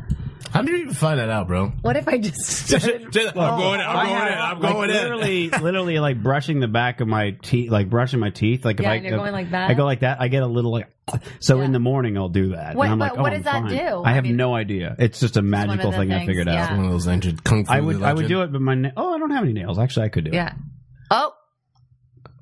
How did you even find that out, bro? <laughs>
What if
<laughs>
I just
I'm going in. I'm going in. I'm
Like,
going in.
literally, literally, like brushing the back of my teeth, like brushing my teeth. Like
Yeah,
if
and
I,
you're going like that?
I go like that. I get a little like. <clears throat> So in the morning, I'll do that.
What-
and I'm
what-
like, oh,
what
I'm
does that
fine.
do?
I have
I mean-
no idea. It's just a magical
the
thing I
things,
fingred
yeah.
out.
One of those injured kung fu.
I would, I would
legend.
do it, but my na- oh, I don't have any nails. Actually, I could do it.
yeah? Oh,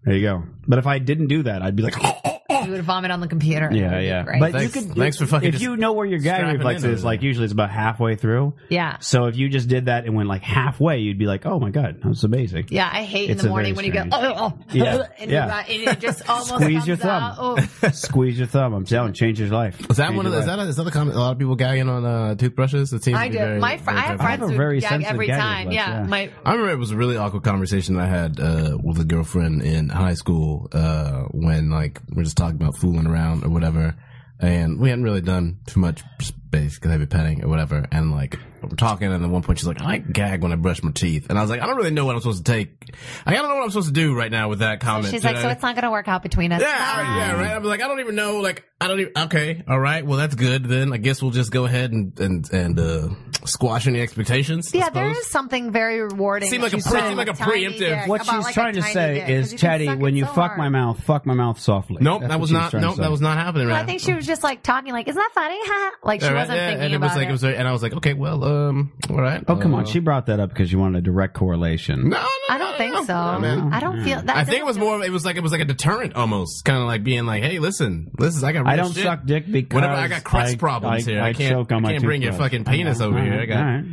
There you go. But if I didn't do that, I'd be like, <laughs>
you would vomit on the computer.
yeah, yeah.
Right.
But
Thanks-
you could,
thanks for fucking
If
just
you know where your gag
strapping
reflex
in
is,
over
like
there.
usually it's about halfway through.
yeah.
So if you just did that and went like halfway, you'd be like, oh my god, that's amazing.
Yeah, I hate in
It's
the
a
morning when
very
you go, oh, oh, oh,"
Yeah,
<laughs> and,
yeah.
You, got- and
<laughs>
it just almost
Squeeze
comes
your thumb.
out. Oh,
Squeeze your thumb. I'm telling, change your life.
Is that
Change
one of
your
the, is
life.
that, a, is that the comment? A lot of people gagging on uh, toothbrushes. It seems
I
to be
do.
Very,
my fr- I
very
have
prevalent.
friends
a
who
very
gag
sensitive
every
gag
time.
reflex,
yeah,
yeah.
my
I remember it was a really awkward conversation I had uh, with a girlfriend in high school uh, when like we're just talking about fooling around or whatever, and we hadn't really done too much space because I'd be petting or whatever, and like we're talking, and at one point she's like, "I gag when I brush my teeth," and I was like, "I don't really know what I'm supposed to take. I don't know what I'm supposed to do right now with that comment."
She's
did
like, so
I-
it's not going to work out between
<laughs>
us.
yeah, right, yeah, right. I'm like, I don't even know. Like, I don't even. Okay, all right. Well, that's good. Then I guess we'll just go ahead and and and uh, squash any expectations. I
Yeah, there
suppose.
is something very rewarding.
Seemed like
that
a
you
pre-
said
seemed like a
tiny
preemptive-
dick,
What
about
she's
like a
trying to
tiny
say
dick, 'cause
is,
you can
Teddy,
suck it
when you
so
fuck
hard.
my mouth, fuck my mouth softly.
Nope,
That's
that
what
was
she
not.
trying to
Nope,
say.
that was not happening.
Well,
right
I think she was just like talking, like, "Isn't that funny?" <laughs> Huh? Like she
All right,
wasn't
yeah,
thinking
and it
about
was like it was, very- and I was like, okay, well, um, all right.
Oh come on!
Uh,
She brought that up because you wanted a direct correlation.
no, no,
I don't
no,
think
no,
so.
no, "Oh, man.
I don't feel. That
I think it was more. of- It was like it was like a deterrent, almost, kind of like being like, hey, listen, listen, I got. Real
I don't
shit.
suck dick because
Whatever, I got crust
I-
problems
I-
here. I can't-
choke on
I
my
can't bring your
toothbrush.
fucking penis
All
over
right,
here. I got-
all right.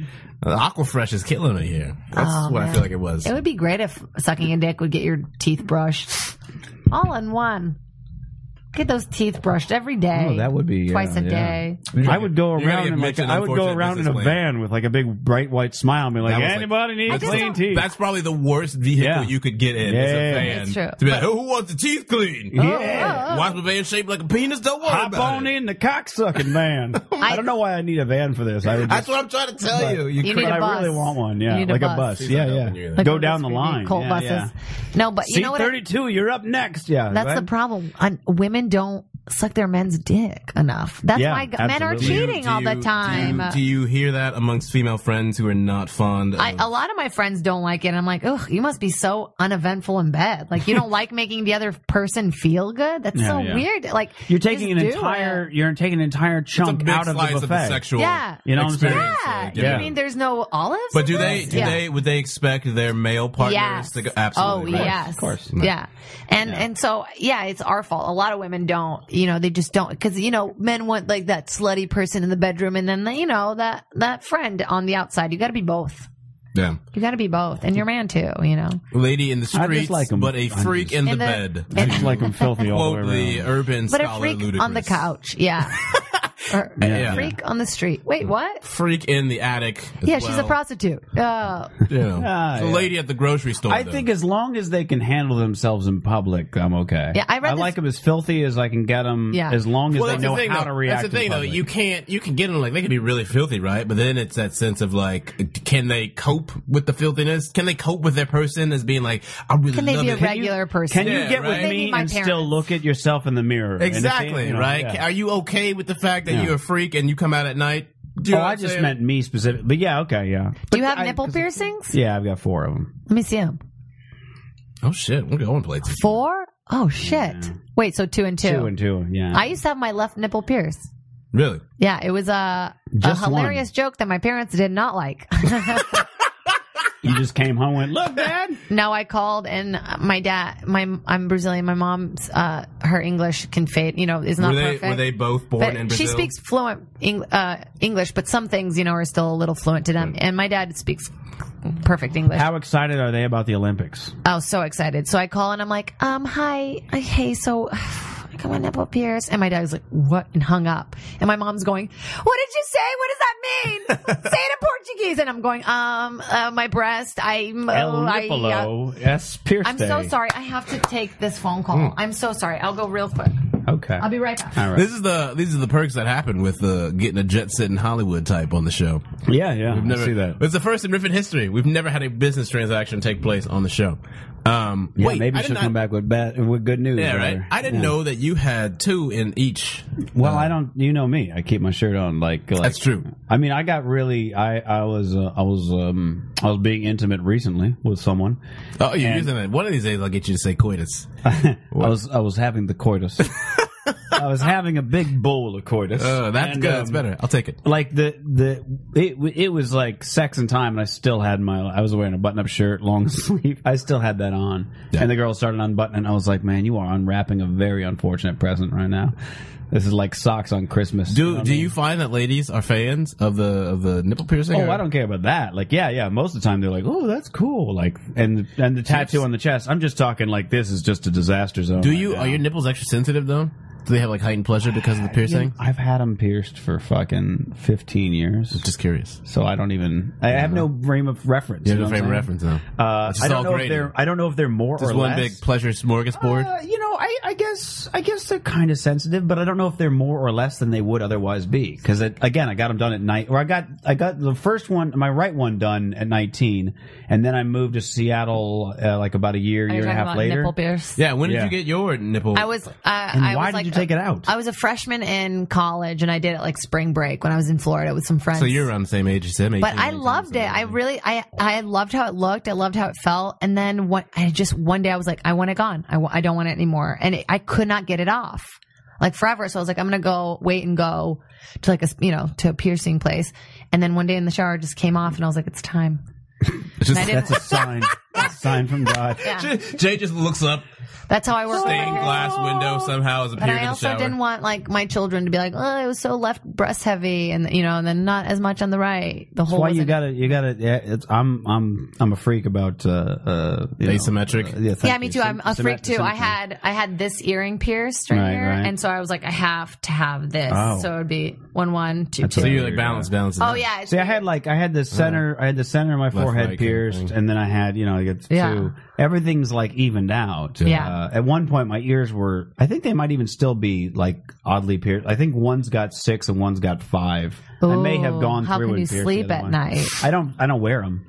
Uh, Aquafresh is killing it here. That's
Oh,
what
man.
I feel like it was.
It would be great if sucking a dick would get your teeth brushed, all in one. Get those teeth brushed every day.
Oh, that would be yeah,
twice a
yeah.
day.
I would go
You're gonna
around
get
in like
mentioned,
I would go
unfortunate
around in a
business plan.
van with like a big bright white smile and be like,
That was like-
anybody
I
needs
just
clean
don't-
teeth.
That's probably the worst vehicle
Yeah.
you could get in as a
Yeah.
fan.
It's true.
To be like, "Oh, who wants the teeth clean?
Yeah.
Oh, oh, oh.
Watch my van shaped like a penis. Don't worry
Hop
about
on
it.
in the cocksucking <laughs> van. I, don't know why I need a van for this. Oh I would
That's
just,
what I'm trying to tell you. You, cra-
You need a
but I
bus.
really want one.
You
Yeah,
need a
like
bus.
She's
Yeah,
not helping
yeah.
you
Like
Go
on
down the
those
line.
Colt
yeah,
buses.
yeah.
No, but you
Seat
know what?
32, you're up next. Yeah.
That's
right?
the problem. Un- women don't suck their men's dick enough. That's
Yeah,
why g- men are
absolutely. Do you-
cheating all the time.
Do you, do you hear that amongst female friends who are not fond of
I, a lot of my friends don't like it. and I'm like, oh, you must be so uneventful in bed.
<laughs>
Like you don't like making the other person feel good. That's
Yeah,
so
yeah.
weird. Like
You're taking an
just do
entire
it.
you're taking an entire
It's a
chunk
big
out of the
slice
buffet.
of the sexual
Yeah.
You know what I'm saying?
experience.
Yeah.
Like,
You
Yeah.
mean there's no olives?
But do
in
they
this?
do
yeah.
they would they expect their male partners
Yes.
to go absolutely
oh
right.
yes,
of course.
yeah, and and so yeah, it's our fault. A lot of women don't, you know, they just don't because you know men want like that slutty person in the bedroom, and then you know that that friend on the outside. You got to be both.
Yeah.
You got to be both, and your man too. You know,
Lady in the
just
streets
like 'em.
but a
I'm
freak
just-
in,
In
the,
the-
bed.
in-
It's like I'm filthy all the
Quote
way
the
around.
urban
but a
scholar
freak
Ludacris.
on the couch,
<laughs>
yeah, or a
Yeah.
freak on the street. Wait, what?
Freak in the attic. Mm. as
Yeah, she's a
well.
prostitute. Uh,
You
<laughs>
know,
Ah,
the
yeah.
lady at the grocery store.
I
though.
think as long as they can handle themselves in public, I'm okay.
Yeah, I read this-
like them as filthy as I can get them.
Yeah.
as long as
Well,
they
that's
know
the thing,
how
though.
to react.
That's the thing,
in
though.
public.
You can't. You can get them like they can be really filthy, right? But then it's that sense of like, can they cope with the filthiness? Can they cope with their person as being like, I really
can they
love
be
it.
a regular person?
Can you
Yeah,
get
right.
with
Maybe
me
my
and still
parents.
look at yourself in the mirror? And if they-
Exactly,
you know,
right?
yeah.
Are you okay with the fact that
Yeah.
you're a freak and you come out at night? Do you
Oh,
know what
I
I'm
just
saying?
meant me specific, but yeah, okay, yeah,
Do you have
I-
nipple
'cause-
piercings?
yeah. I've got four of them.
Let me see them.
Oh shit, we're going places.
Four? Oh shit! Wait, so two and two.
Two and two, yeah.
I used to have my left nipple pierced.
Really?
Yeah, it was a, a
Just one.
hilarious joke that my parents did not like. <laughs>
you just came home and went, look, Dad.
no, I called and my dad, my I'm Brazilian. My mom's uh, her English can fade. You know, is not
were they
perfect.
were they both born
but
in
she
Brazil?
speaks fluent Eng- uh, English, but some things you know are still a little fluent to them. And my dad speaks perfect English.
How excited are they about the Olympics?
I was so excited. So I call and I'm like, um, hi, uh, hey, so <sighs> I got my nipple pierced. And my dad was like, what? And hung up. And my mom's going, what did you say? What does that
<laughs>
mean? say it in Portuguese. And I'm going, um, uh, my breast, I'm, uh,
El
I, uh,
Nipolo S. Pierce.
I'm so sorry. I have to take this phone call.
Hmm.
I'm so sorry. I'll go real quick.
Okay.
I'll be right back.
All right.
this is the these are the perks that happen with uh, getting a jet set in Hollywood type on the show.
Yeah, yeah. I've
Never-
see that.
It's the first in Riffin history. We've never had a business transaction take place on the show. Um,
Yeah,
wait,
maybe
I did
she'll
not-
come back with bad with good news.
Yeah,
or
right.
whatever.
I didn't
Yeah.
know that you had two in each. Uh,
Well, I don't. You know me. I keep my shirt on. Like, like
That's true.
I mean, I got really. I I was uh, I was um I was being intimate recently with someone.
Oh, you're
And-
using it. One of these days, I'll get you to say coitus.
I was I was having
<laughs>
the coitus. I was having a big bowl of coitus.
Uh, that's
And,
good. that's
um,
better. I'll take it.
Like the the it it was like sex and time, and I still had my I was wearing a button up shirt, long <laughs> sleeve. I still had that on, and the girl started unbuttoning. and I was like, man, you are unwrapping a very unfortunate present right now. This is like socks on Christmas.
Do
you know what I
do
mean?
you find that ladies are fans of the of the nipple piercing?
Oh,
or-
I don't care about that. Like, yeah, yeah. Most of the time, they're like, "Oh, that's cool." Like, and and the tattoo on the chest. I'm just talking like this is just a disaster zone.
Do
right
you
now.
are your nipples extra sensitive though? Do they have like heightened pleasure because of the
Uh, You know,
piercing?
I've had them pierced for fucking 15 years,
Just curious.
so I don't even. I have no frame of reference.
You have
know
no
what I'm
frame of
saying?
reference though.
Uh,
It's just
I
all
don't know if
graded.
they're. I don't know if they're more
Just
or
one
less.
big pleasure smorgasbord.
Uh, you know, I, I guess I guess they're kind of sensitive, but I don't know if they're more or less than they would otherwise be. Because again, I got them done at night, or I got I got the first one, my right one done at 19, and then I moved to Seattle uh, like about a year,
Are you
year and a
talking
half
about
later.
nipple pierce?
yeah. When did
Yeah.
you get your nipple?
I was. Uh,
And
I
why
was
did
like, uh,
you take it out?
I was a freshman in college, and I did it like spring break when I was in Florida with some friends.
so you're around the same age as him.
but
18,
I
19,
loved it.
something
I
like that.
really, I, I loved how it looked. I loved how it felt. And then what I just one day I was like, I want it gone. I, wa- I don't want it anymore. And it, I could not get it off like forever. So I was like, I'm going to go wait and go to like a, s- you know, to a piercing place. And then one day in the shower, it just came off and I was like, it's time. And I didn't-
That's a
<laughs>
sign, a sign from God.
yeah.
<laughs> Jay just looks up
That's how I work. with
stained
it.
glass window somehow has
But
appeared in
I
the
also
shower.
didn't want like my children to be like, oh, it was so left breast heavy and you know, and then not as much on the right. The
That's
whole
why you
wasn't-
gotta, you gotta. Yeah, it's, I'm, I'm, I'm a freak about uh, uh, you know,
Asymmetric?
uh, yeah, thank
Yeah, me
you.
too. I'm a
Symmet-
freak too. I
symmetry.
had I had this earring pierced right,
Right,
here,
right.
and so I was like, I have to have this.
Oh.
So it would be one, one, two,
That's
two.
a-
so you like balance, balance. it
oh
out.
yeah. it's-
See, I had like I had the center, I had the center of my forehead
Uh-huh. right kind of
pierced,
thing.
and then I had you know I got
Yeah.
two. Everything's like evened out.
Yeah.
Uh, at one point, my ears were. I think they might even still be like oddly pierced. I think one's got six and one's got five. I may have
Ooh,
gone
how
through
can
and
you
pierced the
sleep
other
at
one.
night?
I don't. I don't wear them.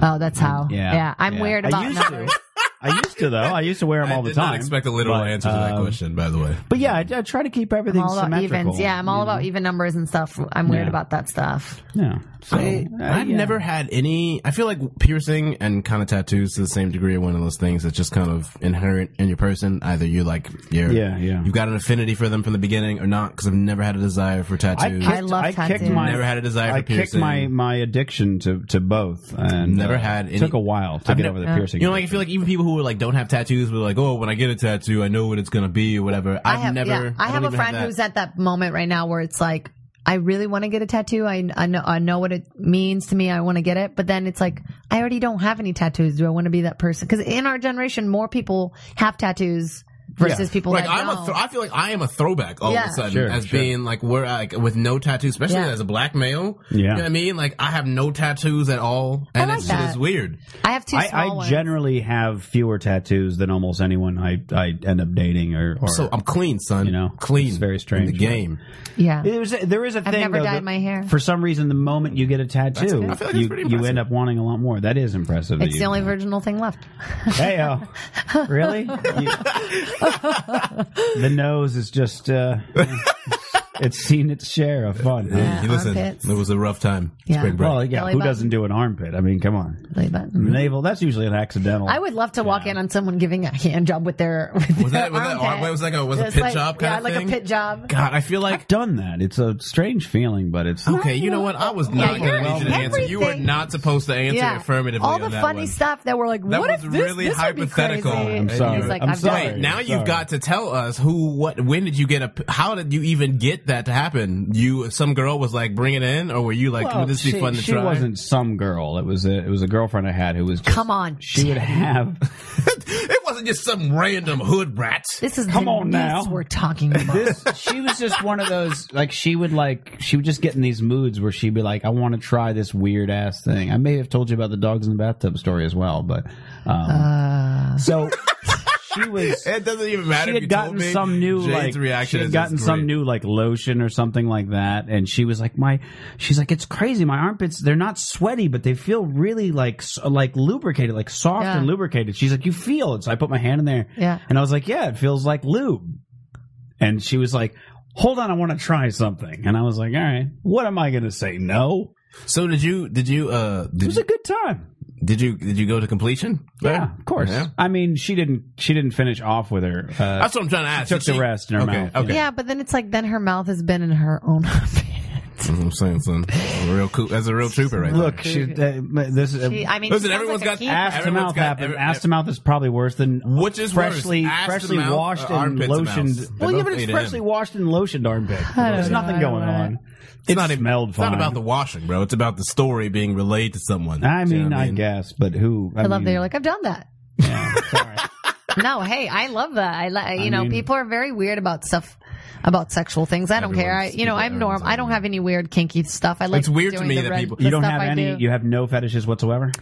oh, that's how.
Yeah.
Yeah. I'm
Yeah.
weird
I
about
used to.
numbers.
I used to though. I used to wear them
I
all the
did not
time.
expect a literal
But,
answer to that
um,
question, by the way.
But yeah, I, I try to keep
I'm
everything
all about
symmetrical.
evens. Yeah, I'm all about even numbers and stuff. I'm weird
Yeah.
about that stuff.
Yeah. So,
I,
uh,
I've
yeah.
never had any. I feel like piercing and kind of tattoos to the same degree are one of those things that's just kind of inherent in your person. Either you like, you're,
Yeah, yeah.
you've got an affinity for them from the beginning or not. Because I've never had a desire for
I
tattoos.
kicked,
I love
I kicked
tattoos.
my,
Never had a desire
I
for piercing.
kicked my, my addiction to, to both, and
Never
uh,
had any-
Took a while to
I've
get
ne-
over the
yeah.
piercing.
you know, like I feel like even people who are like don't have tattoos, but like, oh, when I get a tattoo, I know what it's gonna be or whatever. I've
I have,
never.
yeah, I,
don't
have a
even
friend
that.
who's at that moment right now where it's like, I really want to get a tattoo. I, I know, I know what it means to me. I want to get it, but then it's like, I already don't have any tattoos. Do I want to be that person? Because in our generation, more people have tattoos versus people
Like
that
I'm
don't.
a, thro- I feel like I am a throwback all of
Yeah.
a sudden
Sure,
as
sure.
being like where like with no tattoos, especially
Yeah.
as a black male.
Yeah.
you know what I mean. Like I have no tattoos at all, and
like
it's
that.
just weird.
I have two
I,
small
I
ones.
generally have fewer tattoos than almost anyone I, I end up dating or, or
So um, I'm clean, son.
You know,
clean.
it's very
in
strange.
the game.
yeah.
There's a, there is a thing.
never
though,
dyed
that-
my hair.
For some reason, the moment you get a tattoo,
I feel like that's
you,
pretty
you
impressive.
end up wanting a lot more. That is impressive. that
It's
you
the only
do that.
virginal thing left.
Hey,
<laughs>
oh, really? You- the nose is just, uh, it's seen its share of fun. huh?
Hey, listen,
armpits.
it was a rough time.
Yeah.
Spring break.
Well, yeah,
Belly
who
button.
doesn't do an armpit? I mean, come on.
Really, but- mm.
Navel, that's usually an accidental.
I would love to walk in on someone giving a hand job with their. With
Was
their
that- was that
armpit.
arm- was like a- was a
Just
pit job kind
yeah,
of
like
thing?
a pit job.
God, I feel
I've
like.
done that. It's a strange feeling, but it's
Oh,
Okay, you know what? I was not
you're-
going to need you to answer. You were
everything-
not supposed to answer
Yeah,
affirmatively
all
on
the
that
funny
one.
stuff that we're like,
That
what
was
if this,
really
this would be
hypothetical.
crazy?
I'm
And
sorry.
he's like,
I'm
I'm
sorry.
done.
Wait, now
Sorry.
you've got to tell us who, what, when did you get a? How did you even get that to happen? You, some girl was like, bring it in, or were you like,
Well,
would this
she,
be fun to
she
try?
wasn't some girl. It was a it was a girlfriend I had who was. Just,
Come on,
she would have
<laughs> it wasn't just some random hood rat.
This is
Come
the
on now.
niece we're talking about.
this. She was just one of those like she would like she would just get in these moods where she'd be like, I want to try this weird ass thing. I
Uh,
may have told you about the dogs in the bathtub story as well, but um, so she
<laughs>
was
It doesn't even matter.
she
if
had
you
gotten
told me.
some new
Jade's
like
reaction
she
is just
had gotten some
great.
new like lotion or something like that, and she was like, "My," she's like, "It's crazy. My armpits they're not sweaty, but they feel really like s- like lubricated, like soft
Yeah.
and lubricated." She's like, "You feel it?" So I put my hand in there,
Yeah.
and I was like, "Yeah, it feels like lube," and she was like. Hold on, I want to try something, and I was like, "All right, what am I going to say? No,
So did you? Did you? Uh,
it
did,
was a good time.
did you? Did you go to completion?
Yeah,
there?
of course.
Yeah.
I mean, she didn't. She didn't finish off with her. Uh,
That's what I'm trying to ask.
took
Did
the
she-
rest in her
okay,
mouth.
Okay.
Yeah, but then it's like then her mouth has been in her own <laughs> armpit.
Mm, I'm saying, son, a real coo- that's a real trooper right
Look, she, uh, this is
She- I mean,
Listen,
she sounds
everyone's
like
got
a keeper.
ass to
Everyone's
mouth
got-
happen.
every-
Ass to mouth is probably worse than
there. Which is
freshly
worse, ass to
freshly
mouth
washed
or
and
armpit to mouth?
lotioned.
They
Well, yeah,
both
but it's
lead
freshly
in.
washed and lotioned armpit.
I don't
There's
know,
nothing
I don't
going
know.
on. It's not
even-
smelled
It's
fine.
not about the washing, bro. It's about the story being relayed to someone. You
I
know
mean,
what
I guess, but who?
I love that you're like, I've done that. <laughs>
Yeah, sorry.
No, hey, I love that. I, li- you
I
know,
mean-
people are very weird about stuff, about sexual things. I don't care. I,
Everyone's-
you know,
people-
I'm norm.
everyone's
I don't have any weird kinky stuff. I like.
It's weird to
doing
me
the
that
red-
people-
the
you don't
stuff
have
I
any.
do.
You have no fetishes whatsoever.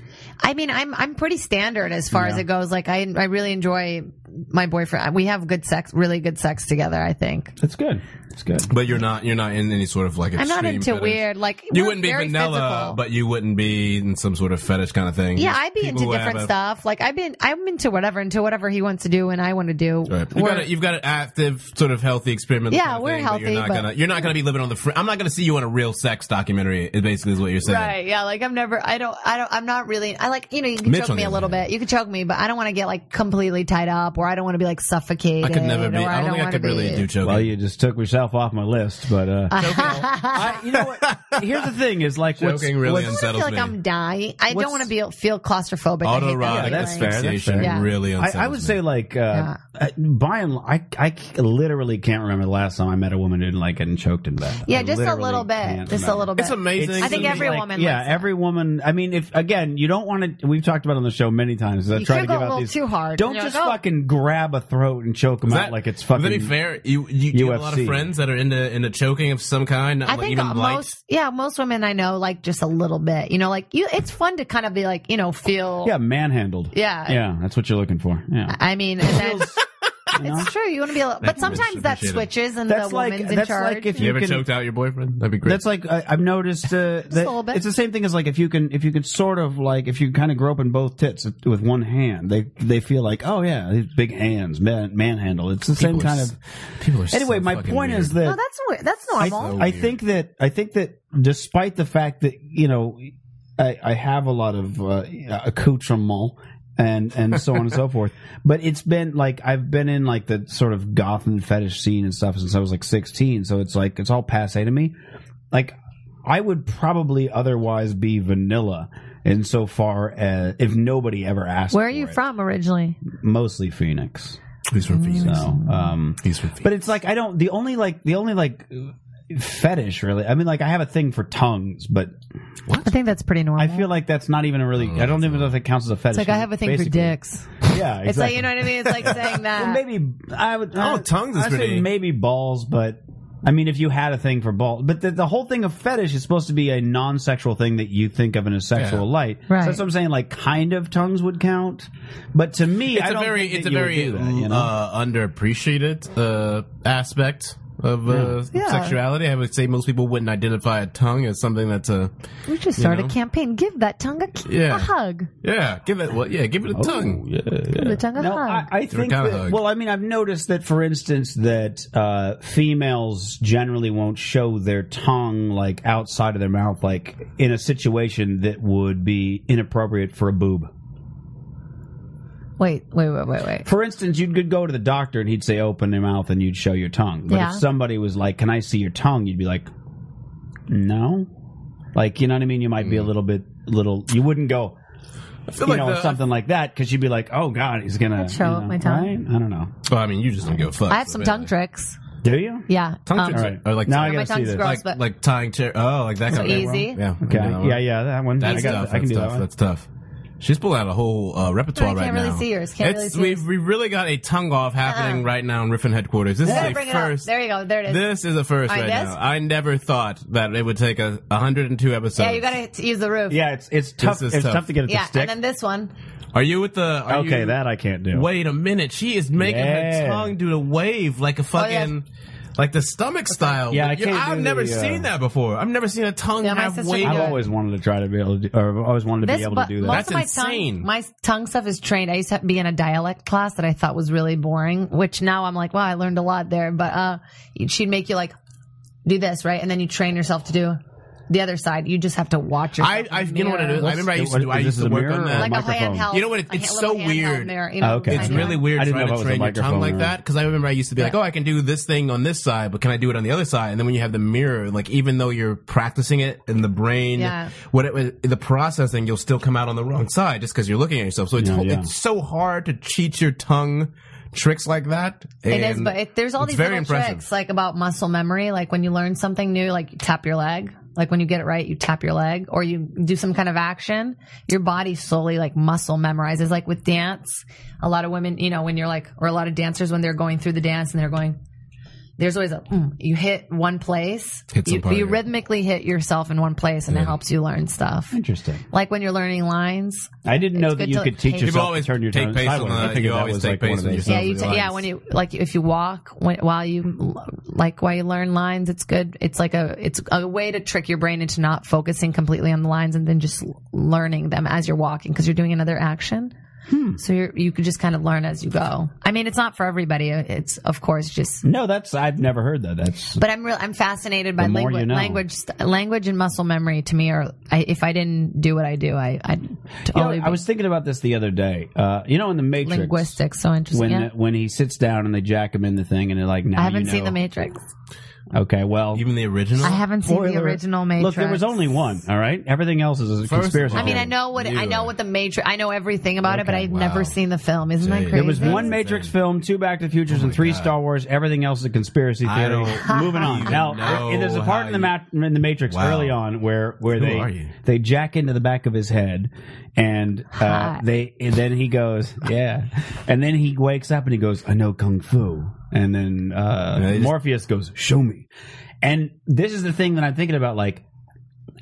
I mean, I'm I'm pretty standard as far as it goes. Like I I really enjoy my boyfriend. We have good sex, really good sex together. I think
That's good. It's good.
But you're not. You're not in any sort of like.
I'm not
extreme
into
fetish.
weird. Like
You
we're
wouldn't be
very
vanilla,
physical.
but you wouldn't be in some sort of fetish kind of thing.
yeah,
Just
I'd be
people
into
who have
different
a-
stuff. Like I've been, I'm into whatever, into whatever he wants to do and I want to do.
Right. You've,
We're-
got a, you've got an active, sort of healthy experiment.
Yeah,
kind of
we're
thing, But
healthy,
you're not
but-
gonna. You're not gonna be living on the. Fr- I'm not gonna see you on a real sex documentary. It basically is what you're saying.
Right. Yeah. Like I'm never. I don't. I don't. I'm not really. I like. You know. You can
Mitch,
choke
on
me
the
a little
other
bit. You can choke me, but I don't want to get like completely tied up, or I don't want to be like suffocated.
I could never
or
be. I don't, think I
wanna
could really
be- <laughs>
do choking.
Well, you just took yourself off my list, but uh, I, you know
<laughs>
what? Here's the thing: is like what's,
Choking really
what's-
I don't wanna
unsettles
feel like
me.
I'm dying. I
What's-
don't want to be feel claustrophobic. I hate that
Autoerotic
Yeah, that's
feeling.
fair, that's
asphyxiation
fair.
really
I,
unsettles
I would
me.
say like uh,
Yeah.
uh, by and l- I, I c- literally can't remember the last time I met a woman who didn't like getting choked in bed.
Yeah,
I
just a
literally
little bit.
can't
Just a
remember.
little bit.
It's amazing.
I think
to me.
every
like,
woman
Yeah,
likes that.
every woman. I mean, if again, you don't want to. We've talked about it on the show many times. I
You
try
could
to
go
give
a
out
little
these.
too hard.
Don't
You're
just
like, oh.
fucking grab a throat and choke them
Is
out like it's fucking.
Is that even fair? You you, you have a lot of
UFC.
friends that are into into choking of some kind. Not
I
like
think
even
uh,
light.
most, yeah, most women I know like just a little bit. You know, like you, it's fun to kind of be like, you know, feel.
Yeah, manhandled.
Yeah.
yeah, that's what you're looking for.
<laughs>
Yeah,
I mean, and then
you know?
it's true. You want to be, a little, but
you,
sometimes
Mitch.
that
Appreciate it.
switches and
that's
the
like
woman's in
that's
charge.
like if
You,
you,
ever
can,
choked out your boyfriend? That'd be great.
That's like I, I've noticed uh, that
a little bit.
it's the same thing as like if you can if you can sort of like if you kind of grope in both tits with one hand, they they feel like oh yeah, these big hands, man, manhandle. It's the same
People are
kind
s-
of.
people are.
Anyway,
so
my
fucking
point
weird.
is that
No, that's weird. That's
I,
normal.
I think that I think that despite the fact that you know I, I have a lot of uh, accoutrement and and so on and so forth, but it's been like I've been in like the sort of goth and fetish scene and stuff since I was like sixteen, so it's like it's all passe to me. Like I would probably otherwise be vanilla insofar as if nobody ever asked.
Where are
for
you
it.
from originally?
Mostly Phoenix.
he's from
So,
Phoenix.
um,
He's from Phoenix.
but it's like I don't. The only like the only like fetish really. I mean, like I have a thing for tongues, but
I think that's pretty normal.
I feel like that's not even a
Oh,
really. I don't even know if it counts as a fetish.
it's like I have a thing
Basically-
for dicks.
Yeah,
It's like
exactly.
you know uh, what I mean. It's like <laughs> saying that.
Well, maybe I would. I,
Oh, tongues is
I'd say
pretty-
Maybe balls, but. I mean, if you had a thing for balls, but the, the whole thing of fetish is supposed to be a non-sexual thing that you think of in a sexual light.
Right.
So that's what I'm saying. Like, kind of tongues would count, but to me,
it's
I
a
don't
very
think that
it's a
you would
very
do that, you know?
uh, underappreciated uh, aspect of uh,
Yeah.
sexuality. I would say most people wouldn't identify a tongue as something that's a
we should start
know?
a campaign. Give that tongue a, ki-
Yeah.
a hug.
yeah. Give it well, yeah. Give
Oh,
it a tongue.
Give the tongue a
No,
hug.
I, I think.
kinda
that-
hugged.
well, I mean, I've noticed that, for instance, that uh, females generally won't show their tongue like outside of their mouth, like in a situation that would be inappropriate for a boob.
wait, wait, wait, wait, wait.
For instance, you could go to the doctor and he'd say, "Open your mouth," and you'd show your tongue. But
Yeah.
if somebody was like, "Can I see your tongue?" you'd be like, "No." Like, you know what I mean? You might be a little bit, little. You wouldn't go. You
Mm. like
know,
the-
something like that, because you'd be like, "Oh God, he's gonna
I'd show
you know,
my tongue.
right? I don't know.
Well, I mean, you just don't give a fuck.
I have some tongue
tricks.
tricks.
Do you?
Yeah.
Tongue
Um,
tricks
All right.
are like
Now I
tongue-
gotta
my
see
tongues
this.
gross,
like
but
like tying chair. Oh, like that
So
kind of thing.
easy.
Yeah.
Okay.
I know.
Yeah, yeah, that one.
That's
I, got,
tough.
I can
that's
do
tough.
that one.
That's tough. She's pulling out a whole uh, repertoire
I can't
right
really
now.
see yours. Can't
it's,
really see
we've, we really got a tongue off happening right now in Riffin headquarters. This
There,
is
bring
a
it up.
first.
There you go. There it is.
This is a first
All
right
right, this?
now. I never thought that it would take a 102 episodes.
yeah, you got to use the roof.
Yeah, it's it's tough.
is
It's
tough.
tough to get it
Yeah,
to stick.
and then this one.
Are you with the? Are
Okay,
you-
that I can't do.
Wait a minute. She is making
Yeah.
her tongue do the wave like a
Oh,
fucking. Like the stomach style.
Yeah, I
You-
can't
I've
do
never
the, uh,
seen that before. I've never seen a tongue
Yeah, my
have
sister
wave.
did
I've
Yeah.
always wanted to try to be able to, do, or I've always wanted to be
This,
able
but
to do
most
that.
That's
of my
insane.
tongue, my tongue stuff is trained. I used to be in a dialect class that I thought was really boring, which now I'm like, wow, I learned a lot there. But uh, she'd make you like do this, right, and then you train yourself to do the other side. You just have to watch yourself.
I, I,
in the
you know what it
mirror.
is. I remember I used to, do, I
Is
used
this
to
a
work
mirror
on
or
that.
like
microphone.
a handheld.
You know what it-
a
it's
little
so
handheld
weird.
Mirror, you know,
Oh, okay.
kind
It's
of.
Yeah.
really weird
I didn't
trying
know
to
if I was a
train your tongue
microphone
like
or-
that because I remember I used to be like,
Yeah.
oh, I can do this thing on this side, but can I do it on the other side? And then when you have the mirror, like even though you're practicing it in the brain,
Yeah.
what it, the processing, you'll still come out on the wrong side just because you're looking at yourself. So it's
Yeah,
ho-
yeah.
it's so hard to cheat your tongue tricks like that.
It is,
and
but it, there's all
it's
these
very
little
impressive.
tricks like about muscle memory. Like when you learn something new, like you tap your leg. Like when you get it right, you tap your leg or you do some kind of action. Your body slowly like muscle memorizes. Like with dance, a lot of women, you know, when you're like, or a lot of dancers when they're going through the dance and they're going, there's always a, mm, you hit one place,
Hit some
you,
part
you
of it.
rhythmically hit yourself in one place and it helps you learn stuff.
Interesting.
Like when you're learning lines,
I didn't know
It's
that
good
you
to
could teach
take-
yourself
People
to
always
turn your
take
tongue
pace
sideways.
on
I
that.
figured
You
that
always
was
take
like one
pace
of
on
those
yourself.
Yeah, you
the
t- yeah.
lines.
When you like, if you walk when, while you like while you learn lines, it's good. It's like a it's a way to trick your brain into not focusing completely on the lines and then just l- learning them as you're walking because you're doing another action.
Hmm.
So you you could just kind of learn as you go. I mean, it's not for everybody. It's of course just.
No, that's I've never heard that. That's
But I'm real. I'm fascinated by
The more
language,
you know.
language, st- language, and muscle memory. To me, are I, if I didn't do what I do, I I'd
You know,
totally
I was thinking about this the other day. Uh, you know, in the
be
Matrix,
linguistics. So interesting.
when
yeah.
when he sits down and they jack him in the thing, and they're like, now
I haven't
you
seen
know.
The Matrix.
Okay, well,
Even the original.
I haven't seen the
Spoiler.
original Matrix.
Look, there was only one. All right, everything else is a conspiracy.
I mean,
theory.
I know what I know
Newer.
what the Matrix. I know everything about it, but
Okay,
I've
wow.
never seen the film. Isn't that
Jade.
crazy?
There
There was one Matrix film, two Back to the Futures, and three Star Wars. Everything else is a conspiracy theory.
Oh I don't
Moving on.
even
Now,
know
there- there's a part
how
in
you-
the mat- in the Matrix
Wow.
early on where where
Who
they
are you?
they jack into the back of his head, and uh,
Hot.
they and then he goes yeah, and then he wakes up and he goes I know kung fu, and then uh,
Yeah, they just-
Morpheus goes show me, and this is the thing that I'm thinking about like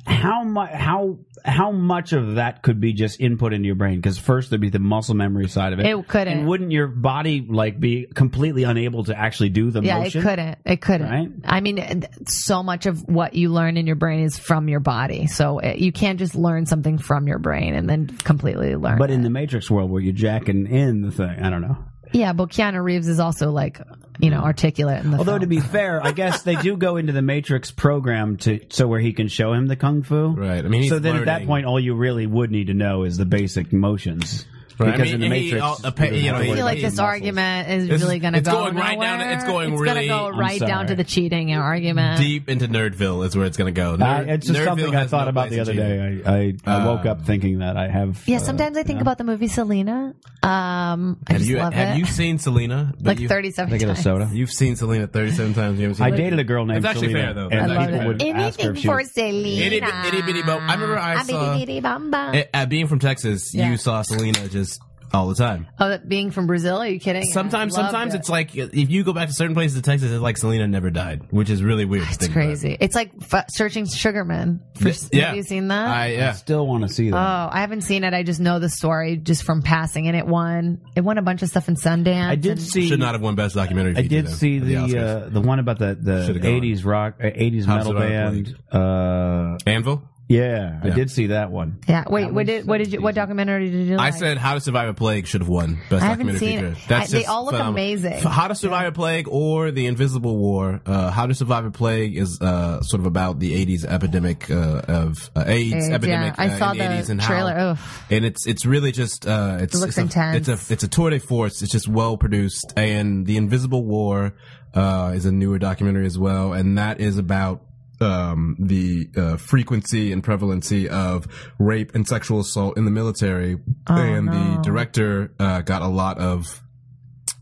how much how how much of that could be just input into your brain because first there'd be the muscle memory side of it
It couldn't.
and wouldn't your body like be completely unable to actually do the
yeah, it
motion
couldn't. It couldn't.
Right?
I mean, th- so much of what you learn in your brain is from your body, so it, you can't just learn something from your brain and then completely learn.
but in
it.
the matrix world where you're jacking in the thing i don't know
yeah, but Keanu Reeves is also like you know articulate in the
although
film.
to be fair i guess they do go into the matrix program to so where he can show him the kung fu
Right. I mean, he's
so then at that
learning.
point all you really would need to be is the basic motions
Right. I
because
mean,
in the
he-
matrix
all- appa- you know,
I feel
he-
like
he-
this
muscles.
argument is
This is-
really going to
it's
go
going right down-
nowhere.
it's going
gonna
really-
go
I'm
right down
sorry.
to the cheating argument.
Deep into Nerdville is where it's going to go.
I,
Nerd-
it's just
Nerdville
something I
has
thought
no
about the
place
other
in Jade.
day. I, I, I woke up thinking that I have.
Yeah,
uh,
sometimes I think
yeah.
about the movie Selena. Um, I
Have
just
you
love
have
it. <laughs>
you seen Selena? That
like
you-
Can
37
I get a
times.
soda.
You've seen Selena 37 times. You haven't seen
I
her?
dated a girl named
It's actually
Selena,
fair, though.
and
That's
people
actually fair.
would ask her
Anything
if she
for
was
Selena.
Itty bit- itty bitty bo- I remember I
Ah,
saw-
bitty bitty bum bum.
At, at being from Texas,
Yeah.
you saw Selena just all the time.
oh, that being from Brazil? Are you kidding?
Sometimes,
I loved
sometimes
it.
it's like if you go back to certain places in Texas, it's like Selena never died, which is really weird.
it's crazy. It's like f- searching Sugarman. For, Have you seen that?
I,
I
yeah.
still want to see that.
Oh, I haven't seen it. I just know the story just from passing, and it won. It won a bunch of stuff in Sundance.
I did
and-
see.
Should not have won best documentary.
I
feature,
did
though,
see
at
the
Oscars.
uh, the one about the,
Should've
the
gone.
eighties rock, uh, eighties
House
metal
of Rock
band.
League.
Uh,
Anvil.
yeah, I
Yeah.
did see that one.
Yeah. Wait. What did? What did you? What documentary did you?
I
Like?
said How to Survive a Plague should have won best
I haven't
documentary
seen
feature.
it. I- they all look amazing.
F- How to Survive a Plague or The Invisible War. Uh, How to Survive a Plague is uh, sort of about the 80s epidemic uh, of uh, AIDS,
AIDS,
epidemic.
yeah. I
uh,
saw
in
the
80s and
trailer.
How,
Oof.
and it's it's really just uh, it's
It looks
it's
intense.
A, it's a it's a tour de force. It's just well produced. And The Invisible War uh, is a newer documentary as well, and that is about um, the uh, frequency and prevalency of rape and sexual assault in the military.
Oh,
and the director uh, got a lot of.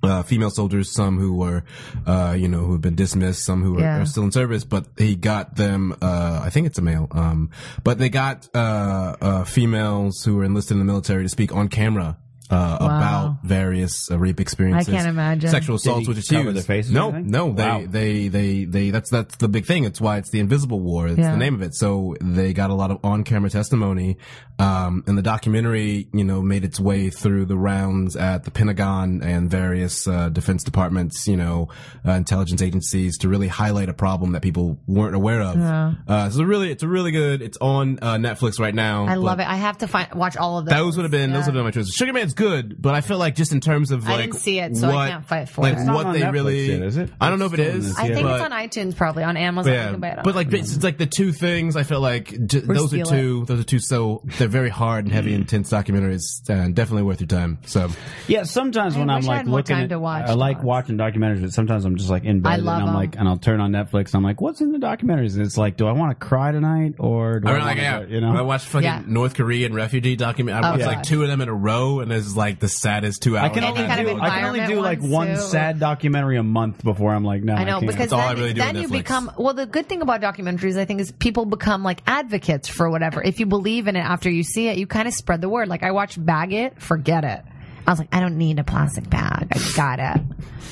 Uh, female soldiers, some who were, uh, you know, who have been dismissed, some who are,
Yeah.
are still in service, but he got them, uh, I think it's a male, um, but they got, uh, uh, females who were enlisted in the military to speak on camera uh,
Wow.
about various uh, rape experiences.
I can't imagine.
Sexual assaults
he
with accused.
cover their faces or
No,
anything?
no, they,
Wow.
they, they, they, that's, that's the big thing. It's why it's the invisible war. It's
Yeah.
the name of it. So they got a lot of on-camera testimony. Um, and the documentary, you know, made its way through the rounds at the Pentagon and various, uh, defense departments, you know, uh, intelligence agencies to really highlight a problem that people weren't aware of.
Yeah.
Uh, so really, it's a really good, it's on, uh, Netflix right now.
I love
but-
it. I have to find watch all of those.
those would have been those would
Yeah.
have been my choices. Sugar Man's good, but I feel like just in terms of
I
like
didn't see it, so I
what-
can't fight for
like
it. It's
not
what
on
they
Netflix
really
yet, is it?
I don't know if it
Still
is.
this
I think
but-
it's on iTunes probably on Amazon. I
Yeah,
can buy it on
but like it's, it's like the two things I feel like j- those are
steal
two those are two so they're very hard and heavy
Mm.
intense documentaries and definitely worth your time. So
Yeah, sometimes
I
when I'm
wish I
like
had more
looking,
time
at,
to watch
I like
those.
watching documentaries, but sometimes I'm just like in bed
I
and
love
I'm
'em.
like, and I'll turn on Netflix. and I'm like, what's in the documentaries? And it's like, do I want to cry tonight or do I,
I mean,
want
like
to,
yeah,
you
I
know?
watched fucking
Yeah.
North Korean refugee document. I
Oh,
watched
God.
like two of them in a row, and it's like the saddest two hours.
I can
I've
only
had
kind of
in a
do,
long
I can
time.
only do
environment
like
ones,
one
too.
sad documentary a month before I'm like, no,
I know
can't.
because
all
then,
I really do
then
on
you
Netflix.
become well. The good thing about documentaries, I think, is people become like advocates for whatever. If you believe in it after you see it, you kind of spread the word. Like I watched Bag It, Forget It. I was like, I don't need a plastic bag. I got it.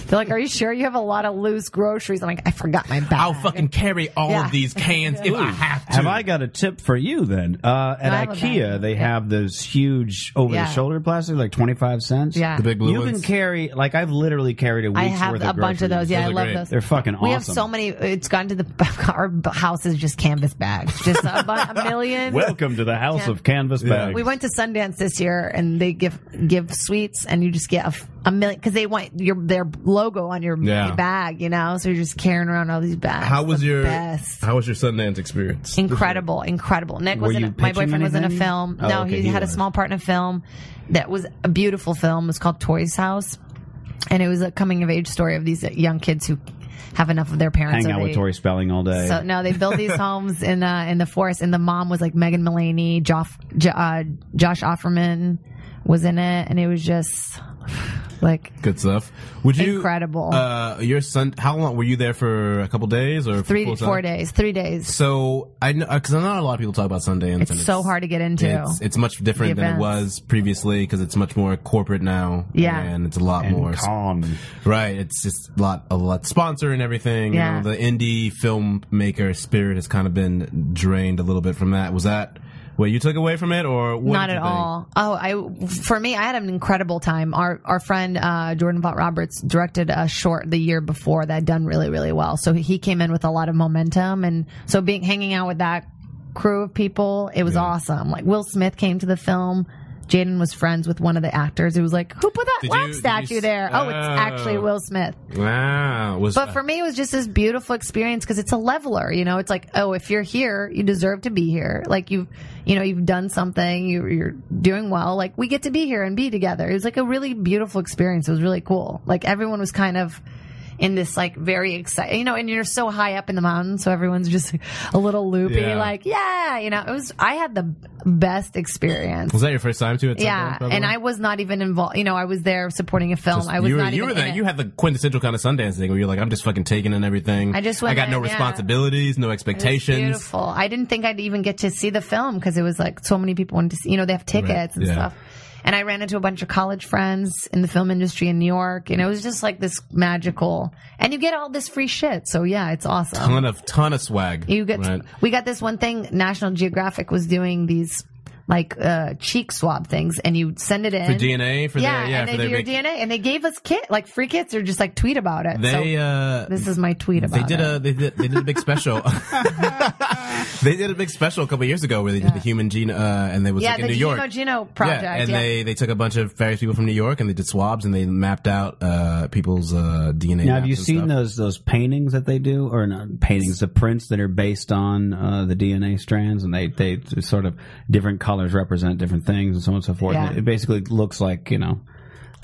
They're like, Are you sure you have a lot of loose groceries? I'm like, I forgot my bag.
I'll fucking carry all
Yeah.
of these cans if I have to.
Have I got a tip for you then? Uh,
No, I
at
have a
IKEA,
bag.
they
Yeah.
have those huge over
Yeah.
the shoulder plastic, like 25 cents.
Yeah. The
big blue
You can
ones.
carry, like, I've literally carried a week's
I have
worth
a
of
bunch of
groceries.
those. Yeah,
Those are
I love
great.
those.
They're fucking
We have
awesome.
so many. It's gone to the <laughs> our house is just canvas bags, just a, bu- a million.
Welcome to the house
Yeah.
of canvas
Yeah.
bags.
We went to Sundance this year, and they give give sweets, and you just get a, f- a million because they want your their logo on your,
Yeah.
your bag, you know. So you're just carrying around all these bags.
How was
The
your
best?
How was your Sundance experience?
Incredible, incredible. Nick
Were
was in
you
a, my
pitching
boyfriend was in a
anything?
film.
Oh,
no,
okay,
he,
he
had
was.
a small part in a film that was a beautiful film. It was called Toy's House, and it was a coming of age story of these young kids who have enough of their
Hang
parents. so
out with
they-
Tori Spelling all day.
so no, they
<laughs>
built these homes in uh, in the forest, and the mom was like Megan Mullaney, Joff, J- uh, Josh Offerman was in it, and it was just like
Good stuff. Would you
Incredible.
Uh, your son. How long were you there for? A couple days or
three,
full time?
four days, three days.
So I know because not a lot of people talk about Sundance.
It's so hard to get into.
It's, it's much different
The
than it
events.
was previously because it's much more corporate now.
Yeah.
and it's a lot
and
more
con.
right. It's just a lot, a lot sponsor and everything.
Yeah.
You know, the indie filmmaker spirit has kind of been drained a little bit from that. Was that what you took away from it, or what
not
did
at
you think?
all. Oh, I for me, I had an incredible time. Our our friend uh, Jordan Vaught Roberts directed a short the year before that had done really really well. So he came in with a lot of momentum, and so being hanging out with that crew of people, it was awesome. Like Will Smith came to the film. Jaden was friends with one of the actors who was like, "Who put that
Did you-
wax
did you
statue
s-
there?" Oh, it's
Oh.
actually Will Smith.
Wow, was
But for me, it was just this beautiful experience because it's a leveler. You know, it's like, oh, if you're here, you deserve to be here. Like you've, you know, you've done something. You, you're doing well. Like we get to be here and be together. It was like a really beautiful experience. It was really cool. Like everyone was kind of in this like very excited, you know, and you're so high up in the mountain, so everyone's just a little loopy.
Yeah.
Like, yeah, you know, it was. I had the best experience.
was that your first time too? At Sundance,
Yeah,
by the
and
way?
I was not even involved. You know, I was there supporting a film.
Just-
I was
you were,
not
you
even
were
in
that
it.
you had the quintessential kind of Sundance thing where you're like I'm just fucking taking in everything.
I just
I
went
got no
in, yeah.
responsibilities, no
It was
expectations.
Beautiful. I didn't think I'd even get to see the film because it was like so many people wanted to see. You know, they have tickets
Right,
and
yeah.
stuff. And I ran into a bunch of college friends in the film industry in New York, and it was just like this magical. And you get all this free shit, so yeah, it's awesome.
Ton of ton of swag.
You get
right?
we got this one thing. National Geographic was doing these like uh, cheek swab things, and you send it in
for DNA for
yeah,
their yeah
and
for
they
their
do your
big-
DNA, and they gave us kit like free kits, or just like tweet about it.
They
so
uh
this is my tweet about
they did
it.
a they did, they did a big
<laughs>
special. <laughs> they did a big special a couple years ago where they did the human gene uh and they was
yeah,
like,
the
in New
Gino
York.
Gino project.
yeah, and
yeah.
they they took a bunch of various people from New York and they did swabs and they mapped out uh people's uh DNA.
Now, have you
maps and
seen
stuff.
those those paintings that they do, or not paintings, the prints that are based on uh, the DNA strands, and they they sort of different colors represent different things, and so on and so forth.
Yeah.
It basically looks like you know,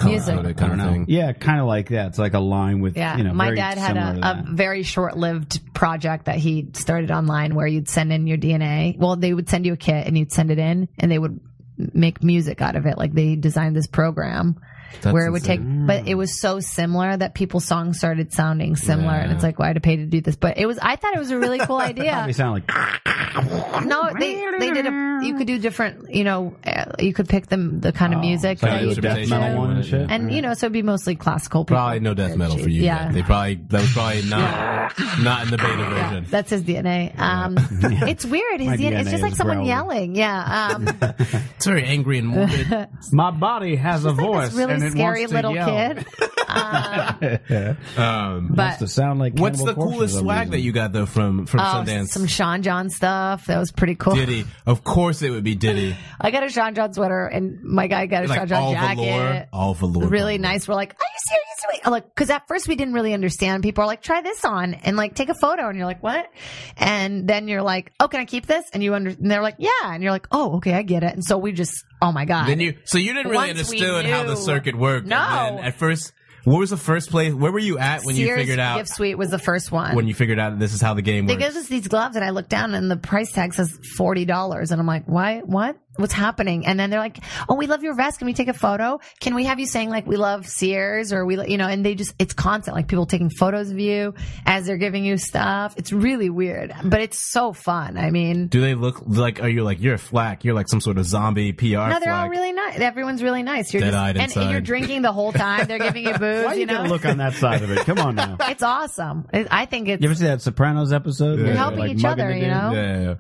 Music.
Color-coded
I don't
kind of
know,
thing?
yeah, kind of like that. It's like a line with
Yeah,
you know.
my
very
dad had
similar to
a,
that.
a very short-lived project that he started online where you'd send in your DNA. Well, they would send you a kit and you'd send it in, and they would m- make music out of it. Like they designed this program, where it would take, but it was so similar that people's songs started sounding similar, and it's like, why did I pay to do this? But it was, I thought it was a
<laughs>
really cool idea.
They sound like
No, they they did a. You could do different. You know, uh, you could pick them <laughs> the kind of music.
Oh, so
that
you
you
do a death
could do.
metal one and shit.
And you know, so it'd be mostly classical. People.
Probably no death metal for you.
Yeah.
then. They probably that was probably not not in the beta version.
That's his DNA. Um,
<laughs>
It's weird. His
My
DNA, it's
DNA
just like
is
someone
growling.
yelling. Yeah.
<laughs>
Um,
It's very angry and morbid.
My body has a
like
voice
this really
and it
scary
wants to
little
yell.
kid.
<laughs>
Uh,
um,
But
To sound like
<laughs> what's the
Cannibal Corpse for
coolest
some
swag that
reason.
you got though from from
oh,
Sundance?
some Sean John stuff. That was pretty cool.
Diddy. Of course it would be Diddy.
<laughs> I got a Sean John sweater, and my guy got a
Like
Sean
all
John
velour.
jacket.
Oh.
All velour.
Really nice. We're like, are you serious? Wait, I'm like, because at first we didn't really understand. People are like, try this on and like take a photo, and you're like, what? And then you're like, oh, can I keep this? And you under, and they're like, yeah, and you're like, oh, okay, I get it. And so we just, oh my god,
Then you so you didn't really
Once we
understand how the
knew.
circuit worked.
No.
And then at first what was the first place where were you at when you
Sears
figured out
gift suite was the first one.
when you figured out this is how the game
they
works?
gives us these gloves and I look down and the price tag says forty dollars and I'm like, why? What? What's happening? And then they're like, oh, we love your vest. Can we take a photo? Can we have you saying like we love Sears or we, lo- you know? And they just it's constant like people taking photos of you as they're giving you stuff. It's really weird, but it's so fun. I mean.
Do they look like? Are you like you're a flack? You're like some sort of zombie PR.
no, they're
flack.
all really nice. Everyone's really nice. You're
Dead-eyed
just, and, and you're
inside.
drinking the whole time.
<laughs>
They're giving you booze.
Why do
you
you
know,
gotta look on that side of it? Come on
<laughs>
now.
it's awesome. I I think it's
You ever see that Sopranos episode? You're
helping each other, you know?
Yeah, yeah.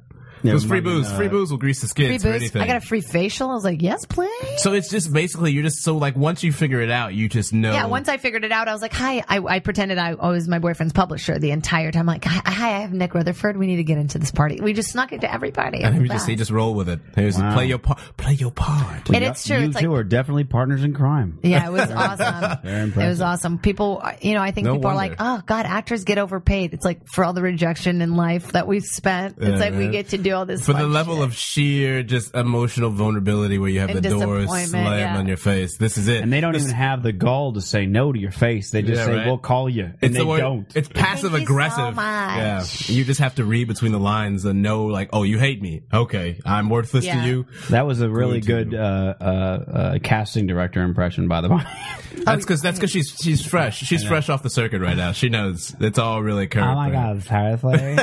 Yeah,
it was free
mugging,
booze.
uh,
free booze will grease the
Oh. free
skids for
booze.
anything.
I got a free facial. I was like, yes, please.
so it's just basically you're just so like once you figure it out, you just know.
Yeah, once I figured it out, I was like, "Hi." I, I pretended I, I was my boyfriend's publisher the entire time. Like, "Hi, hi, I have Nick Rutherford. We need to get into this party." We just snuck into every party.
and
It
he
was
just
bad.
he just roll with it. He was like,
Wow.
play your part. Play your part.
and it's true.
You
It's like,
two are definitely partners in
<laughs>
crime.
yeah, it was
<laughs>
awesome.
Very
it
impressive.
was awesome. People, you know, I think
No
people are
wonder.
like, "Oh God, actors get overpaid." It's like for all the rejection in life that we've spent. It's
Yeah,
like we
man.
get to do all this
For the
fun
level
shit.
of sheer just emotional vulnerability, where you have
And
the door
disappointment,
slammed
yeah.
on your face, this is it.
And they don't even have the gall to say no to your face. They just
Yeah,
say,
right.
we'll call you. And
It's
they
the word,
don't.
It's passive
Thank you so
aggressive.
much.
Yeah, you just have to read between the lines and know, like, oh, you hate me. Okay, I'm worthless
Yeah.
to you.
That was a really
Go to-
good uh, uh, uh, casting director impression, by the
<laughs>
way.
Oh,
That's because that's because she's she's fresh. She's fresh off the circuit right now. She knows it's all really
Oh
current.
it's terrifying.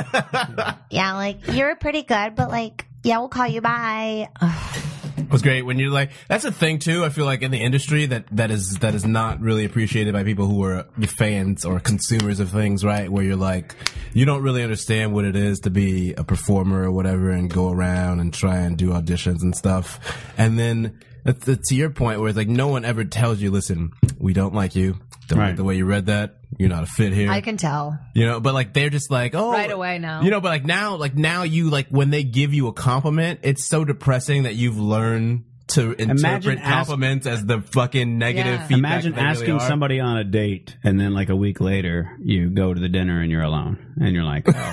yeah, like you're pretty good, but like, yeah, we'll call you. Bye.
It was great when you're like that's a thing too. I feel like in the industry that that is that is not really appreciated by people who are fans or consumers of things, right? Where you're like you don't really understand what it is to be a performer or whatever, and go around and try and do auditions and stuff, and then. that's- that's To your point, where it's like no one ever tells you, "Listen, we don't like you. Don't like
Right.
the way you read that. You're not a fit here."
I can tell.
You know, but like they're just like, oh,
Right away now.
You know, but like now, like now you like when they give you a compliment, it's so depressing that you've learned to interpret
ask-
compliments as the fucking negative
Yeah.
feedback.
<laughs> Imagine
they really
asking
are.
somebody on a date, and then like a week later, you go to the dinner and you're alone, and you're
<laughs>
like, oh,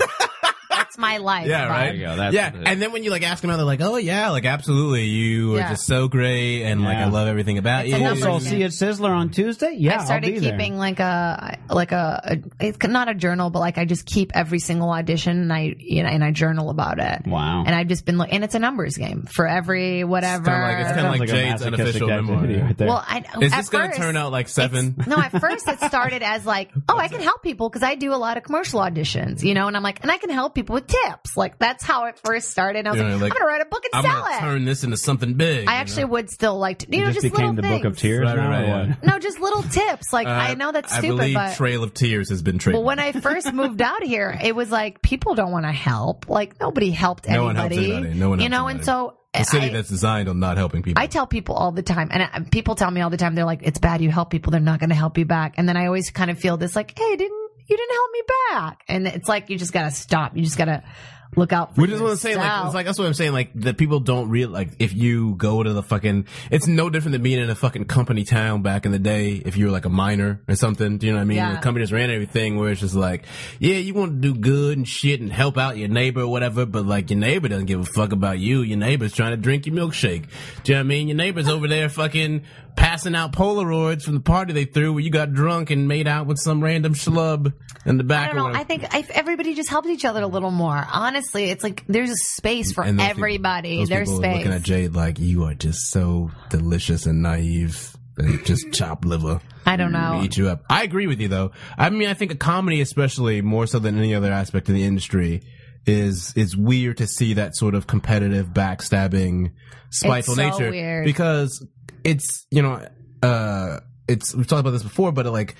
That's my life.
Yeah,
Bye.
right.
There you go. That's
yeah,
what it is.
and then when you like ask them out, they're like, "Oh yeah, like absolutely, you
Yeah.
are just so great, and like
Yeah.
I love everything about you."
It's a
cool.
numbers
So I'll
game.
see you at Sizzler on Tuesday. Yeah,
I
I'll
started
be there.
keeping like a like a, a it's not a journal, but like I just keep every single audition and I you know, and I journal about it.
Wow.
And I've just been like, and it's a numbers game for every whatever.
Kinda like- it's kinda
Sounds
like
a
Jade's
masochistic
unofficial
activity
memoir.
right there.
well, I,
Is
at
this going to
first-
turn out like seven?
<laughs> no, at first it started as like, oh, I can help people because I do a lot of commercial auditions, you know, and I'm like, and I can help people with tips. Like that's how it first started. And I was
You know,
like,
like,
I'm gonna write a book
I'm
and sell
gonna
it.
turn this into something big. Uh,
I actually would still like to, you
it
know,
just
just,
became
little
the Book of
things.
Tears.
Right,
now,
right,
or
yeah.
what?
No, just little tips. Like
Uh,
I know that's
I
stupid,
believe
but
Trail of Tears has been trademarked.
Well, when I first moved out here, it was like people don't want to help. Like nobody helped
No one helps
anybody.
anybody. No one
you
helps
know, and
anybody.
so
the city
I,
that's designed on not helping people.
I tell people all the time, and I, people tell me all the time, they're like, "It's bad. You help people, they're not going to help you back." And then I always kind of feel this like, "Hey, didn't you didn't help me back?" And it's like you just got to stop. You just got to look out. for
We just want to say, like,
yourself.
it's like that's what I'm saying. Like, that people don't real like if you go to the fucking, it's no different than being in a fucking company town back in the day. If you were like a minor or something, do you know what I mean?
Yeah.
The company just ran everything where it's just like, yeah, you want to do good and shit and help out your neighbor or whatever, but like your neighbor doesn't give a fuck about you. Your neighbor's trying to drink your milkshake. Do you know what I mean? Your neighbor's over there fucking passing out Polaroids from the party they threw where you got drunk and made out with some random schlub in the
I
back.
don't
or
know.
whatever.
I think if everybody just helps each other a little more, honestly, it's like there's a space for
And those people-
everybody.
those
There's
people are
space.
Looking at Jade like you are just so delicious and naive. and just chop liver.
I don't know.
Eat you up. I agree with you though. I mean, I think a comedy, especially more so than any other aspect of the industry, is is weird to see that sort of competitive, backstabbing, spiteful
It's so
nature
weird.
because it's you know uh it's we've talked about this before, but like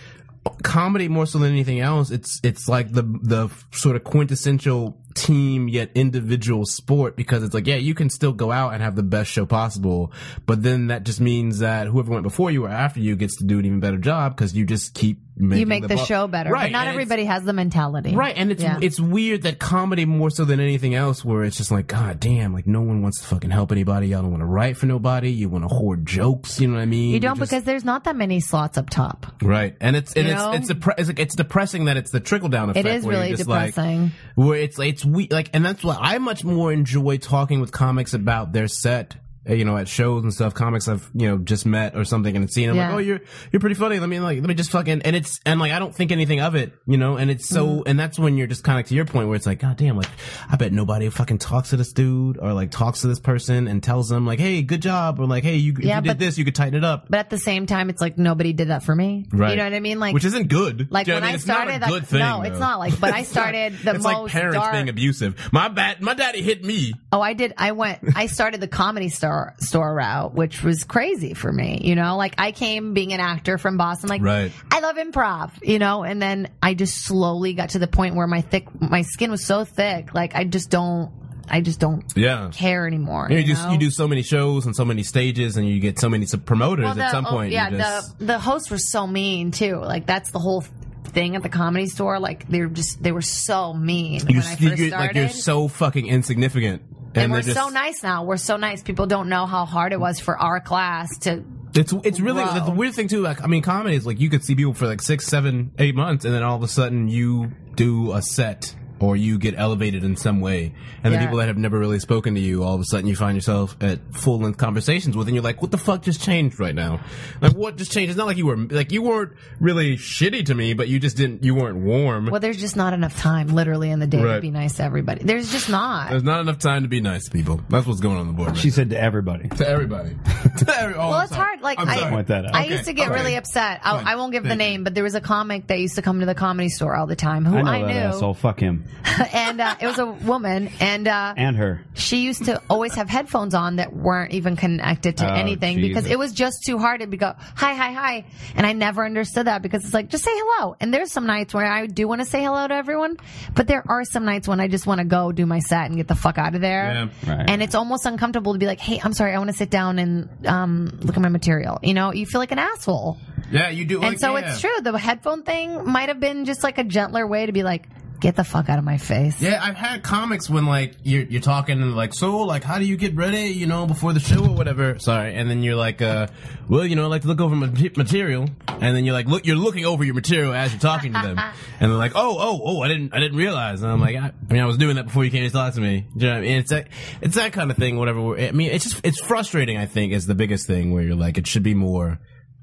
comedy more so than anything else it's it's like the the sort of quintessential team yet individual sport because it's like yeah you can still go out and have the best show possible but then that just means that whoever went before you or after you gets to do an even better job because you just keep making
You make the,
bu-
show better,
right
but not
and it's-
everybody has the mentality.
Right, and it's
Yeah.
it's weird that comedy more so than anything else, where it's just like, God damn, like no one wants to fucking help anybody. Y'all don't want to write for nobody. You want to hoard jokes. You know what I mean?
You don't
just-
because there's not that many slots up top.
right, and it's and
You
it's
know?
it's, depre- it's like- it's depressing that it's the trickle down effect.
It is
where you're
really
just like-
depressing.
where it's it's we like, and that's why I much more enjoy talking with comics about their set. uh, You know, at shows and stuff, comics I've you know just met or something and seen. I'm
Yeah.
like, oh, you're you're pretty funny. Let me like let me just fucking and it's and like I don't think anything of it, you know. And it's so
Mm-hmm.
and that's when you're just kind of to your point where it's like, god damn, like I bet nobody fucking talks to this dude or like talks to this person and tells them like, hey, good job, or like, hey, you if
Yeah,
you did
but-
this, you could tighten it up,
But at the same time, it's like nobody did that for me. You know what I mean? Like,
which isn't good.
like
Do you know
when
what
I
mean? It's not a
started, like,
good thing,
no, it's
though.
not like. But I
<laughs> It's not-
started the
it's
most
like parents
dark.
being abusive. My bad. My daddy hit me.
Oh, I did. I went. I started the comedy store store route, which was crazy for me. You know, like I came being an actor from Boston. Like,
Right.
I love improv. You know, and then I just slowly got to the point where my thick, my skin was so thick. Like I just don't. I just don't
Yeah.
care anymore.
You,
You,
just
know?
you do so many shows and so many stages, and you get so many sub- promoters
Well,
at
the-
some
oh,
point. you
yeah,
just-
the the hosts were so mean too. Like that's the whole thing at the comedy store. Like they were just they were so mean
you
when I first
you-
started.
like you're so fucking insignificant, and,
and
they're
we're
just,
so nice now. We're so nice. People don't know how hard it was for our class to.
It's it's really
Whoa.
the, the weird thing too. Like I mean, comedy is like you could see people for like six, seven, eight months, and then all of a sudden you do a set. Or you get elevated in some way, and
Yeah.
the people that have never really spoken to you, all of a sudden you find yourself at full length conversations with, and you're like, "What the fuck just changed right now? Like, what just changed? It's not like you were like you weren't really shitty to me, but you just didn't, you weren't warm.
Well, there's just not enough time, literally, in the day to
Right.
be nice to everybody. There's just not.
There's not enough time to be nice to people. That's what's going on the board. Right?
<laughs> She said to everybody.
to everybody. <laughs> to every- oh,
Well,
I'm
it's
sorry.
hard. Like
I'm
I,
sorry.
Point that out.
I
Okay,
used to get
okay.
really upset.
Fine.
I, I won't give the
Thank you.
name, but there was a comic that used to come to the comedy store all the time who
I
I,
know that
knew,
asshole. Fuck him
and uh, it was a woman, and uh,
and her.
she used to always have headphones on that weren't even connected to
Oh,
anything because
Jesus.
it was just too hard to be go hi hi hi and i never understood that because it's like just say hello and there's some nights where i do want to say hello to everyone but there are some nights when i just want to go do my set and get the fuck out of there
Yeah. Right.
and it's almost uncomfortable to be like hey i'm sorry i want to sit down and um, look at my material you know you feel like an asshole
Yeah, you do.
and so it's true the headphone thing might have been just like a gentler way to be like get the fuck out of my face
Yeah, I've had comics when like you're you're talking and like so like how do you get ready you know before the show or whatever. Sorry, and then you're like, uh, well you know I like to look over my mat- material, and then you're like look you're looking over your material as you're talking to
<laughs>
them, and they're like oh oh oh I didn't I didn't realize. And I'm like I, I mean I was doing that before you came to talk to me. Do you know what I mean? It's that it's that kind of thing. Whatever. we're- I mean it's just it's frustrating. I think is the biggest thing where you're like it should be more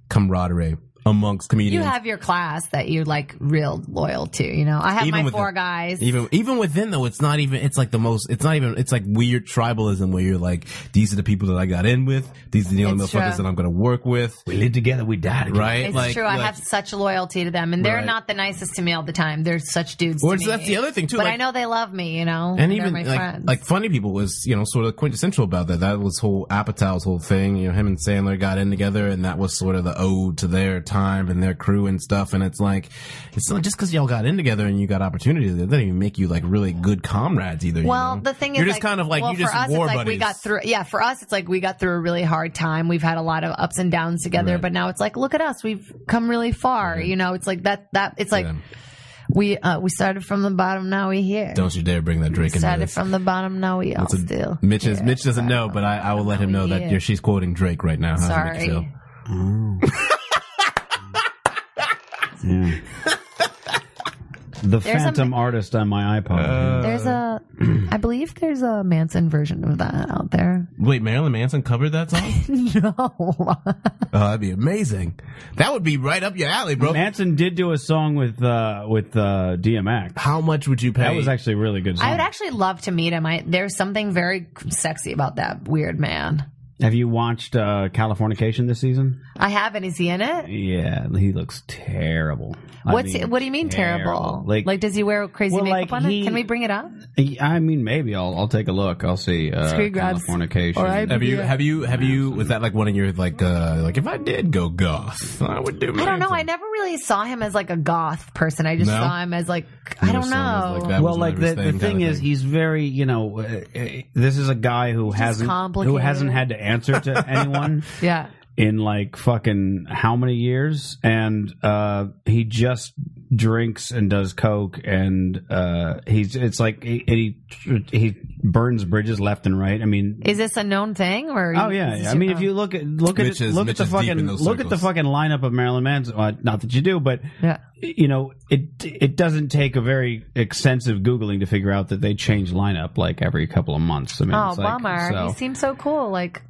camaraderie amongst
you
comedians.
have your class that you're like real loyal to, you know. I have
Even
my
with
four
the-
guys.
Even even within though, it's not even. It's like the most. It's not even. It's like weird tribalism where you're like, these are the people that I got in with. These are the only
It's
motherfuckers
true.
that I'm gonna work with.
We lived together. We died. Together.
Right?
it's
like,
true. I
like-
have such loyalty to them, and they're
Right.
not the nicest to me all the time. They're such dudes.
Well,
to
that's
me.
the other thing, too,
But
like-
I know they love me, you know.
and
they're
even
my
like,
friends.
like funny people was you know sort of quintessential about that. That was whole Apatow's whole thing. You know, him and Sandler got in together, and that was sort of the ode to their time and their crew and stuff. And it's like, it's not just because y'all got in together and you got opportunities. That doesn't even make you like really good comrades either. you
well,
know?
the thing is,
you're just
like-
kind of like
well,
you just
for us,
war
it's like
buddies.
we got through. Yeah, for us, it's like we got through a really hard time. We've had a lot of ups and downs together,
Right.
but now it's like, look at us, we've come really far. You know, it's like that. That it's like
Yeah.
we uh, we started from the bottom, now we here.
Don't you dare bring that Drake into
started
this.
from the bottom, now we all
It's a-
still.
Mitch is
here.
Mitch doesn't know, but I, I will let
Oh,
him know that
Yeah.
you're, she's quoting Drake right now. How does that make you feel?
Sorry.
Yeah. the
There's a-
Phantom Artist on my iPod.
There's a,
Uh,
I believe there's a Manson version of that out there.
<laughs>
Wait, Marilyn Manson covered that song?
No,
oh, that'd be amazing. That would be right up your alley, bro.
Manson did do a song with uh, with uh, DMX.
How much would you pay?
That was actually a really good song.
I would actually love to meet him. I there's something very sexy about that weird man.
Have you watched uh, Californication this season?
I haven't. Is he in it?
Yeah, he looks terrible. I
What's
mean,
what do you mean terrible? Like,
Like,
does he wear crazy
Well, like,
makeup on
he-
it? Can we bring
<clears throat>
it up?
I mean, maybe I'll I'll take a look. I'll see. Uh,
Screen grabs.
Californication.
Or I-
Have you have you have you was that like one of your like uh like if I did go goth I would do
I don't know. I never really saw him as like a goth person. I just
No?
saw him as like I
Never saw
don't
him as,
know.
like, that
well,
was
like
never
the,
his thing
the thing
kinda
is,
thing.
he's very you know. Uh, uh, this is a guy who hasn't who
complicated.
hasn't had to answer
<laughs>
to anyone
yeah.
in like fucking how many years, and uh, he just drinks and does coke, and uh, he's it's like he, he he burns bridges left and right. I mean,
Is this a known thing or?
Oh yeah,
is
yeah.
this
I
your-
mean, if
oh.
you look at look at
Mitch is-
look
Mitch
at
is
the
deep in
fucking
those
look at the
circles.
fucking lineup of Marilyn Manson. Well, not that you do, but
Yeah.
you know, it it doesn't take a very extensive googling to figure out that they change lineup like every couple of months. I mean,
Oh
it's like-
bummer!
so-
He seems so cool. Like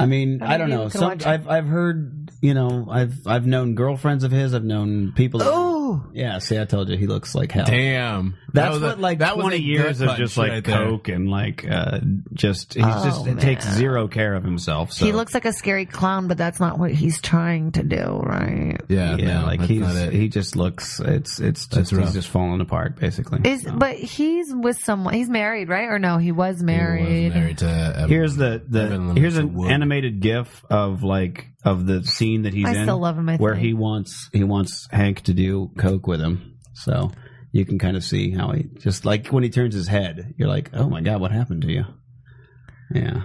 I mean, I don't
maybe
know.
we could
Some,
watch it.
I've I've heard you know I've I've known girlfriends of his. I've known people. That,
oh,
yeah. See, I told you he looks like hell.
Damn,
That's
was a-
what like
that was a
twenty years
gut
of
punch
just like
right there.
coke and like uh just he's
Oh,
just
man.
takes zero care of himself. So
he looks like a scary clown, but that's not what he's trying to do, right?
Yeah,
yeah,
no,
like
that's not
he's
it.
he just looks it's it's just he's
rough.
just falling apart basically.
Is but he's with someone. He's married, right? Or no? He was married.
He was married to Evan-
Here's the
Evan
the
Lim-
here's an
Wood.
animated GIF of like of the scene that he's
I
in.
still love him, I
where
think.
he wants he wants Hank to do coke with him. So you can kind of see how he just like when he turns his head, you're like, oh my god, what happened to you? Yeah,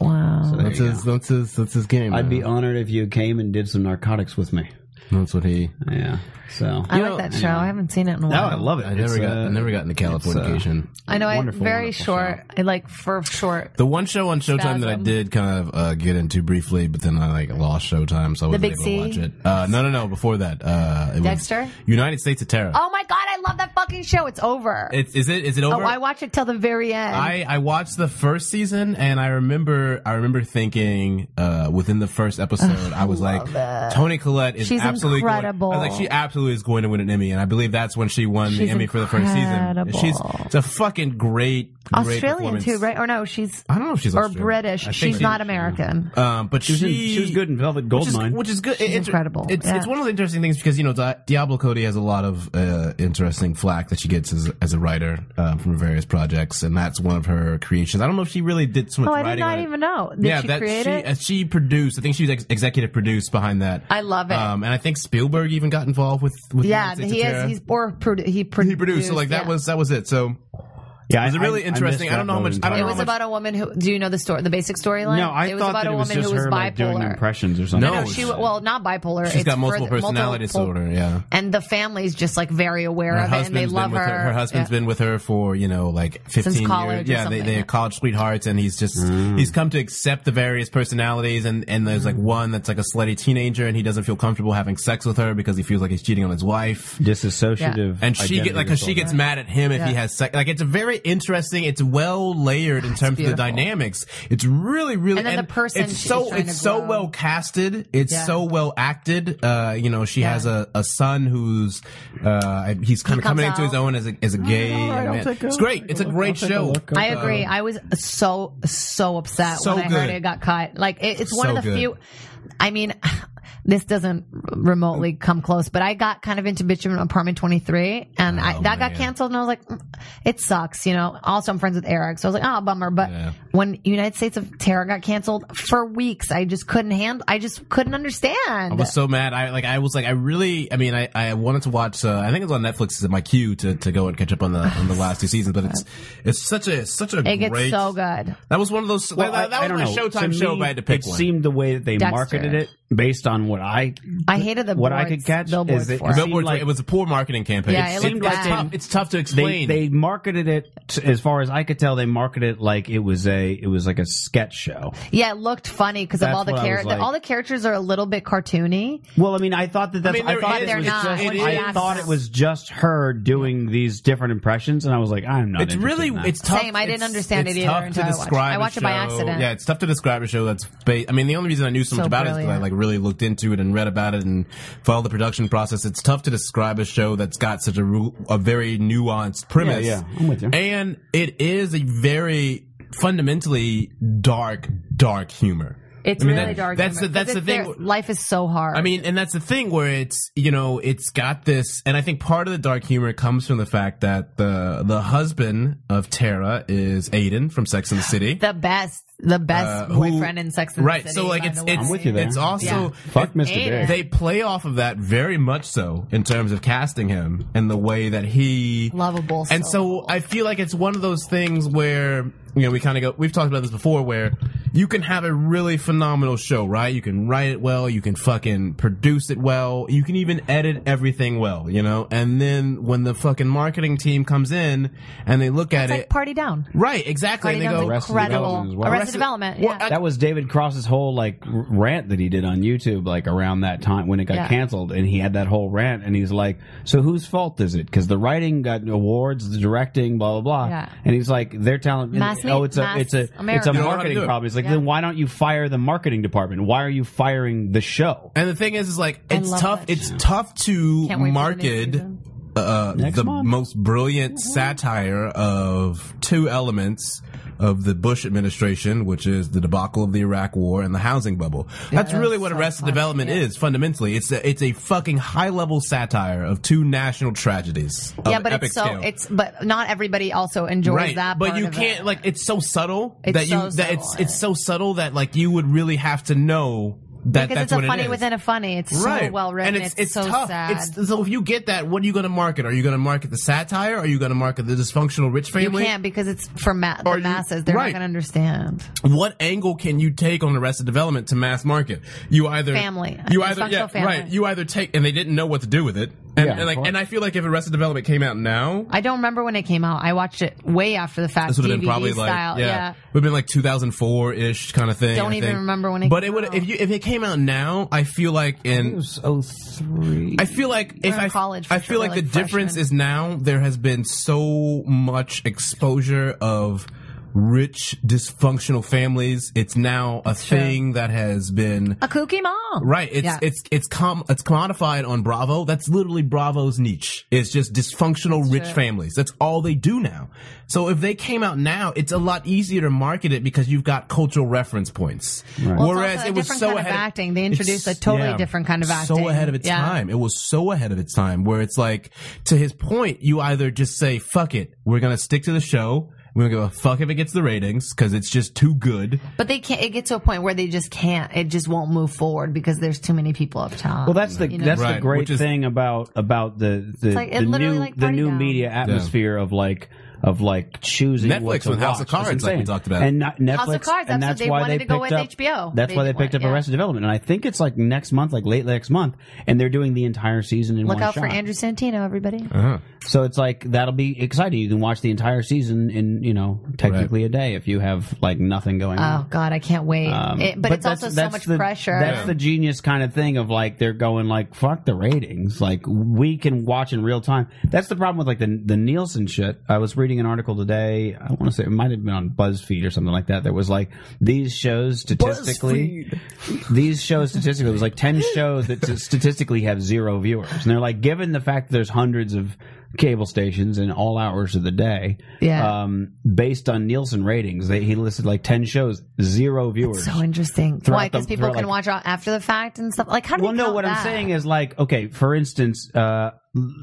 Wow.
so there
That's
you
his,
go.
that's his that's his game.
I'd be
man.
honored if you came and did some narcotics with me.
That's what he.
Yeah, so
I like that show. I haven't seen it in a while.
love
Oh, I never got I never got into Californication.
I know. I
Wonderful,
very
wonderful
short. I like for short.
uh, The one show on Showtime that I
Spasm.
did kind of uh, get into briefly, but then I like lost Showtime, so I wasn't
Big
able
C?
to watch it. Uh, no, no, no. Before that, uh, it was
Dexter?
United States of Terror.
Oh my god! I love that fucking show. It's over.
It's, is it is it
oh,
over?
I watch it till the very end.
I, I watched the first season and I remember I remember thinking uh, within the first episode I was like Tony Collette is
She's
absolutely going-
incredible.
I was like she absolutely is going to win an Emmy and I believe that's when she won
She's
the Emmy for the first season.
incredible.
She's it's a fucking great, great
Australian
performance.
too, right? Or no? She's
I don't know if she's
or
Australian.
British.
I think
She's
she-
not American.
Um, but she
She was, in, she was good in Velvet
which is,
Goldmine.
which is good. It's
incredible.
It's,
Yeah.
it's one of the interesting things because you know Di- Diablo Cody has a lot of uh, interesting flack that she gets as, as a writer um, from various projects, and that's one of her creations. I don't know if she really did so much
Oh, I did
writing.
not
on it.
even know. Did
yeah,
she
that
create
she
it?
uh, she produced. I think she was ex- executive produced behind that.
I love it.
Um, and I think Spielberg even got involved with. with
yeah,
Nancy
he
Tatera.
is. He's or produ- he produced.
he produced. So like that
yeah.
was that was it. So
yeah,
it was
I-
really
I- I
interesting.
missed
I don't
that
know how much-
vote
I don't
It
know
was
how much-
about a woman who. Do you know the story? The basic storyline.
No, I
it was
thought
about
that
a
it
woman
was just
who was
her
bipolar.
like doing impressions or something.
No,
No,
she
she-
well not bipolar.
she's
it's
got multiple
for the-
personality
multiple-
disorder. Yeah.
and the family's just like very aware
Her
of it, and they
husband's
love
been with her. Her husband's
Yeah.
been with her for you know like fifteen years.
college or
Yeah, they
something,
they're
yeah.
college sweethearts, and he's just he's come to accept the various personalities. And and there's like
Mm.
one that's like a slutty teenager, and he doesn't feel comfortable having sex with her because he feels like he's cheating on his wife.
Disassociative.
And she
identity
get like 'cause she
disorder.
gets mad at him if he
Yeah.
has sex. Like it's a very interesting. It's well layered in terms of the
beautiful.
dynamics. It's really really
And then the person
It's
she's
so
trying
it's
to
so
grow.
well casted. It's
Yeah.
so well acted. Uh, you know, she
Yeah.
has a, a son who's uh, he's kind of
comes
coming into his
out.
own as a as a gay. young man. It's great. It's a great show.
I agree. I was so so upset
So
when I heard
good.
it got cut. Like it, it's one
So
of the
good.
few. I mean, <sighs> this doesn't remotely
Oh.
come close, but I got kind of into Bitchman Apartment Twenty Three, and I,
Oh,
that got canceled, and I was like, "Mm, it sucks, you know. Also, I'm friends with Eric, so I was like, oh, bummer. But when United States of Terror got canceled for weeks, I just couldn't handle. I just couldn't understand.
I was so mad. I like. I was like. I really. I mean. I, I wanted to watch. Uh, I think it was on Netflix. It's in my queue to, to go and catch up on the on the last two seasons. But it's it's such a such a
it gets
great.
so good.
That was one of those.
Well,
that, that
I, I
was
don't
my
know.
Showtime
To
show,
me,
but I had to pick
it
one.
seemed the way that they
Dexter.
marketed it based on what I
I hated the
what I
boards,
could catch
billboards
is it-
for it.
seemed
Billboards,
like-
it was a poor marketing campaign.
Yeah, it
seemed
looked
like
bad.
tough. It's tough to
they
explain.
they marketed it t- as far as I could tell. They marketed it like it was a it was like a sketch show.
Yeah, it looked funny because of
That's
all the
what I was
characters.
like.
All the characters are a little bit cartoony.
Well, I mean, I thought that that's, I,
mean, there
thought
is-
it was
They're not.
just
It
I
is.
thought it was just her doing these different impressions, and I was like, I'm not.
it's
interested
really
in that.
it's tough.
Same, I didn't
it's-
understand
it's
it either
tough to
until I watched it.
describe
I
a
watched it by
show-
accident.
Yeah, it's tough to describe a show that's. Ba- I mean, the only reason I knew so,
So
much about it is because I
brilliant.
like really looked into it and read about it and followed the production process. It's tough to describe a show that's got such a ru- a very nuanced premise.
yeah, I'm with you.
And it is a very fundamentally dark, dark humor.
It's
I mean,
really
that-
dark.
that's
humor.
the- that's
But
the
there-
thing.
Life is so hard.
I mean, and that's the thing where it's you know it's got this, and I think part of the dark humor comes from the fact that the the husband of Tara is Aiden from Sex and the City.
the best, the
Uh,
best
who-
boyfriend in Sex and the
Right,
City.
so like
by
it's
the way.
it's
with you there.
it's also
Yeah.
Fuck Mr.
Hey,
Dick.
they play off of that very much so in terms of casting him and the way that he
lovable.
and so I feel like it's one of those things where you know we kind of go. We've talked about this before, where you can have a really phenomenal show, right? You can write it well, you can fucking produce it well, you can even edit everything well, you know. And then when the fucking marketing team comes in and they look at
it's like
it,
party down.
right? Exactly,
Party
and they
down's
go,
Arrested
incredible.
Development as well.
Arrested
Arrested-
Development.
Well,
Yeah.
I-
that was David Cross's whole like r- rant that he did on YouTube, like around that time when it got
Yeah.
canceled, and he had that whole rant, and he's like, "So whose fault is it? Because the writing got awards, the directing, blah blah blah."
Yeah.
And he's like, "They're telling,
Mass
oh,
media-
it's a
mass
it's a it's
America.
a
You don't
to
know how
do
marketing
it.
problem." He's like,
Yeah.
"Then why don't you fire the marketing department? Why are you firing the show?"
and the thing is, is like
I
it's
love
tough.
that
It's tough to
Can't wait for the next
market.
season. Mm-hmm.
uh,
Next
the
month.
most brilliant satire of two elements of the Bush administration, which is the debacle of the Iraq War and the housing bubble. That's
that
really
was
what
so
Arrested
funny,
Development
yeah.
is fundamentally. It's a, it's a fucking high level satire of two national tragedies. of
yeah, but
epic
it's so
scale.
it's but not everybody also enjoys
Right,
that.
but
part
you
of
can't
it.
like it's so subtle
It's
that you
so
that
subtle,
it's
yeah.
it's so subtle that like you would really have to know that
because
that's
it's a
what
funny
it is
within a funny. It's so well written.
and it's, it's,
so
tough.
sad.
It's, so if you get that, what are you going to market? Are you going to market the satire? Are you going to market the dysfunctional rich
you
family?
can't because it's for ma- the
Or you-
masses. They're
right.
not going to understand.
What angle can you take on Arrested Development to mass market? You either
Family.
you either yeah,
Dysfunctional family.
right. You either take, and they didn't know what to do with it. And,
Yeah,
and like,
of course.
and I feel like if Arrested Development came out now.
I don't remember when it came out. I watched it way after the fact.
This would have been
DVD
probably
style.
like yeah, would have been like 2004 ish kind of thing.
Don't
I
even
think.
remember when it
But
came
it would
out.
if you if it came out now, I feel like in
Oh three.
I feel like if
in
I,
college for
I
sure,
feel like,
like
the difference
freshmen.
is now there has been so much exposure of rich dysfunctional families. It's now a
true.
thing that has been
A kooky mom.
right. It's
Yeah.
it's it's com it's commodified on Bravo. That's literally Bravo's niche. It's just dysfunctional rich families. That's all they do now. So if they came out now, it's a lot easier to market it because you've got cultural reference points.
Well, it's
Whereas
also a
it was
different
so
kind of
ahead
acting. They introduced
it's-
a totally
yeah.
different kind of acting.
So ahead of its
Yeah.
time. It was so ahead of its time where it's like, to his point, you either just say, fuck it, we're going to stick to the show. We're going to give a fuck if it gets the ratings because it's just too good.
But they can't. It gets to a point where they just can't. It just won't move forward because there's too many people up top.
Well, that's the
You know?
that's the
Right,
great
which is-
thing about about the the,
like- it
the
literally
new
like
the
Party
new
Down.
media atmosphere of like of like choosing
Netflix
what to
with House
watch.
of Cards,
That's what I'm
like we
saying.
talked about.
and not, Netflix,
House of Cards,
and
that's
that's
what they
why
wanted
they
to go
picked
with
up,
HBO.
That's
They
why they
didn't
picked up
want- yeah.
Arrested Development, and I think it's like next month, like late next month, and they're doing the entire season in
Look
one
out for
shot. Uh,
Andrew Santino, everybody.
So it's like that'll be exciting. You can watch the entire season in you know technically a day if you have like nothing going on.
Oh God, I can't wait.
Um,
it, but, it's
that's-
also so
that's
much
the-
pressure.
That's the genius kind of thing of like they're going like fuck the ratings. Like we can watch in real time. That's the problem with like the the Nielsen shit. I was reading an article today. I want to say it might have been on BuzzFeed or something like that. That was like these shows statistically, these shows statistically it was like ten shows that statistically have zero viewers. And they're like, given the fact that there's hundreds of cable stations in all hours of the day,
Yeah.
um, based on Nielsen ratings, they, he listed like ten shows, zero viewers.
so interesting.
Throughout
Why? Because
the-
people
throughout,
can
like-
watch out after the fact and stuff. Like, how do
Well,
you
no,
count
what I'm
that?
saying is like, okay, for instance, uh,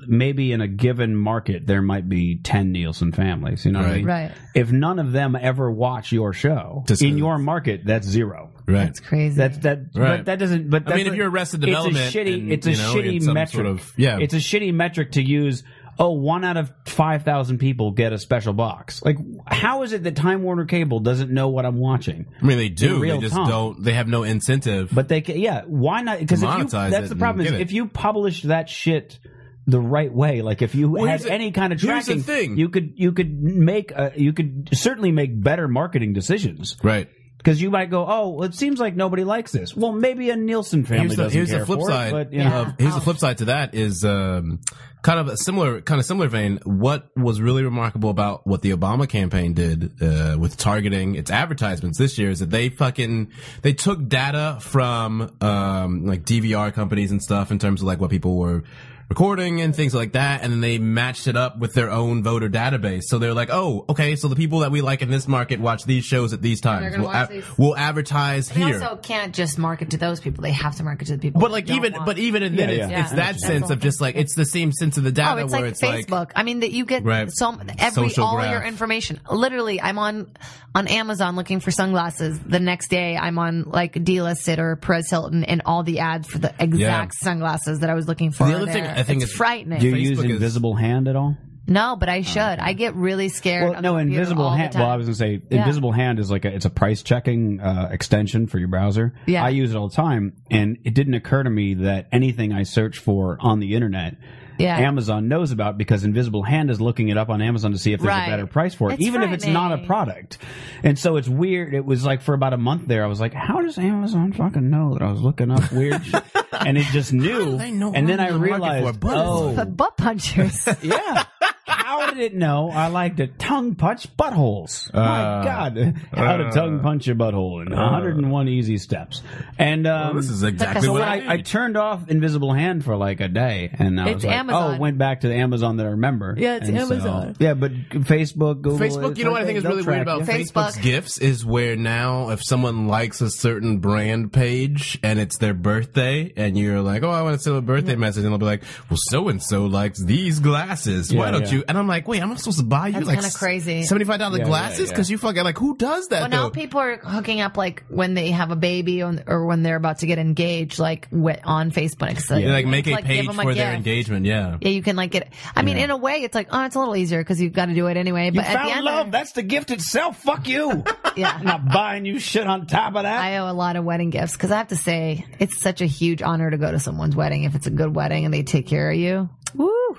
maybe in a given market there might be ten Nielsen families. You know what I mean?
Right.
If none of them ever watch your show
Just-
in your market, that's zero.
Right.
it's crazy.
That's that,
Right.
but that doesn't. But
I mean,
that's
if
a-
you're Arrested
it's
Development
a shitty.
and,
it's a
you know,
shitty
it's some
metric.
sort of- yeah.
it's a shitty metric to use. Oh, one out of five thousand people get a special box. Like, how is it that Time Warner Cable doesn't know what I'm watching?
I mean, they do.
In
They
real
just
time.
don't, they have no incentive.
But they can, yeah. Why not? Because
Monetize
that's
it
the problem.
and
Is
get it.
if you publish that shit the right way, like if you
Well,
had
here's the-
any kind of
here's the
tracking,
thing.
you could you could make a, you could certainly make better marketing decisions.
right.
Because you might go, oh, well, it seems like nobody likes this. Well, maybe a Nielsen family
Here's the,
doesn't
here's
care
the flip
for
side.
it. But, you
<laughs>
Yeah.
know,
of- here's the flip side to that is um, kind of a similar kind of similar vein. What was really remarkable about what the Obama campaign did uh, with targeting its advertisements this year is that they fucking they took data from um, like DVR companies and stuff in terms of like what people were recording and things like that. And then they matched it up with their own voter database. So they're like, oh, okay, so the people that we like in this market watch these shows at these times.
gonna
We'll,
watch these.
we'll advertise
They
here.
also can't just market to those people. They have to market to the people.
but
they
like
don't
even
want.
but even in then
Yeah,
it's,
yeah.
it's
Yeah.
that
That's
sense
all.
of just like it's the same sense of the
Oh,
data
it's
where
like
it's
Facebook.
like
I mean, that you get
Right.
so every
Social
all
graph.
your information. Literally, I'm on on Amazon looking for sunglasses. The next day, I'm on like delisted or Perez Hilton, and all the ads for the exact sunglasses that I was looking for.
The
are
other thing
there.
I think
it's
is-
frightening.
Do you use
Facebook is-
invisible hand at all?
no, but I
Oh.
should. I get really scared.
Well,
on
no,
the computer
invisible
all the
hand.
time.
Well, I was gonna say
Yeah.
invisible hand is like a, it's a price checking uh, extension for your browser.
Yeah.
I use it all the time, and it didn't occur to me that anything I search for on the internet.
Yeah.
Amazon knows about because Invisible Hand is looking it up on Amazon to see if there's
Right.
a better price for it,
It's
even if it's not a
frightening.
product. And so it's weird. It was like for about a month there, I was like, "How does Amazon fucking know that I was looking up weird?"
<laughs>
shit?" and it just knew.
they know
and then
what
I
I'm in the market
realized,
for? But it's-
oh,
But butt
<laughs>
punchers.
yeah. How did it know I like to tongue punch buttholes? My
Uh,
God. How to tongue punch your butthole in 101 easy steps. And um,
this is exactly
so
what
when
I,
I, I turned off Invisible Hand for like a day, and I
It's
was like,
Amazon.
"Oh, went back to the Amazon that I remember."
Yeah, it's
And so-
Amazon.
yeah, but Facebook,
<laughs>
Google,
Facebook,
it's
you know what
like
I think is
they'll
really weird about
track you.
Facebook's
Facebook.
gifts is where now if someone likes a certain brand page and it's their birthday and you're like, oh, I want to send a birthday message, and they'll be like, well, so and so likes these glasses. Why
Yeah,
don't
yeah.
you? And I'm like, wait, I'm not supposed to buy you
That's
like
kinda
s-
crazy.
seventy-five dollar
Yeah, yeah,
glasses
yeah.
because you fucking like who does that?
Well,
though?
now people are hooking up like when they have a baby on, or when they're about to get engaged, like wi- on Facebook. It's
they like make
it's
a
like, give
page
them
for their
gift.
engagement. Yeah.
Yeah, you can like get. I mean, in a way, it's like oh, it's a little easier because you've got to do it anyway.
You
But at the
found
end,
love.
of-
That's the gift itself.
<laughs>
Fuck you. <laughs> I'm
yeah,
not buying you shit on top of that.
I owe a lot of wedding gifts because I have to say it's such a huge honor to go to someone's wedding if it's a good wedding and they take care of you. Woo!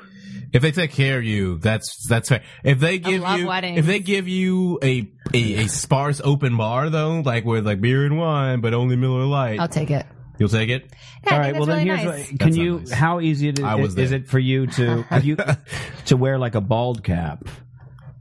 If they take care of you, that's that's fair. If they give
love
you,
weddings.
if they give you a, a a sparse open bar though, like with like beer and wine, but only Miller Lite,
I'll take it.
you'll take it.
Yeah,
All
I
right.
think
Well,
that's
then
really
here's
nice.
what, can
That's not
you?
nice.
How easy it is
I was
is
there.
it for you to
<laughs>
have you to wear like a bald cap?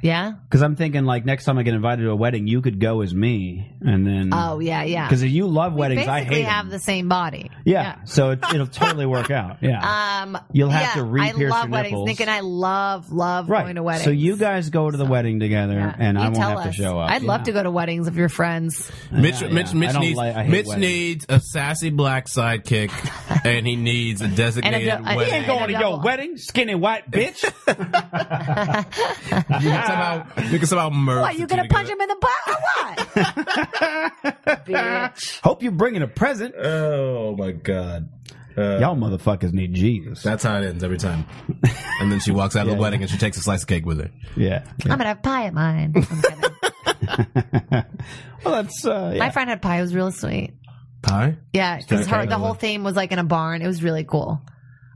Yeah.
Because I'm thinking like next time I get invited to a wedding, you could go as me, and then
Oh yeah, yeah.
because you love weddings,
basically
I hate.
have
'em.
the same body.
yeah, so it, it'll totally work out. <laughs> Uh, Yeah,
Um,
You'll have to
I
re-pierce
love
your
weddings.
nipples.
Nick and I love love
right.
going to weddings.
So you guys go to the wedding together,
Yeah.
and I
You
won't
tell
have to
us.
show up.
I'd love to go to weddings of your friends.
Mitch,
Yeah,
Mitch,
yeah. I
Mitch
don't
needs
like- I hate
Mitch
weddings.
needs a sassy black sidekick,
<laughs>
and he needs a designated
And a- a-
wedding.
He ain't going to your
wedding, skinny <laughs> white bitch.
you can somehow, you can somehow merge.
What, you gonna punch him in the butt or
<laughs>
what? Bitch.
Hope you're bringing a present.
Oh my god,
Y'all motherfuckers need Jesus.
that's how it ends every
<laughs>
time. And then she walks out of the wedding and she takes a slice of cake with her.
Yeah.
I'm gonna have pie at mine. I'm kidding.
Well, that's uh, yeah.
My friend had pie. It was real sweet.
Pie.
Yeah, because
Okay.
the whole theme was like in a barn. It was really cool.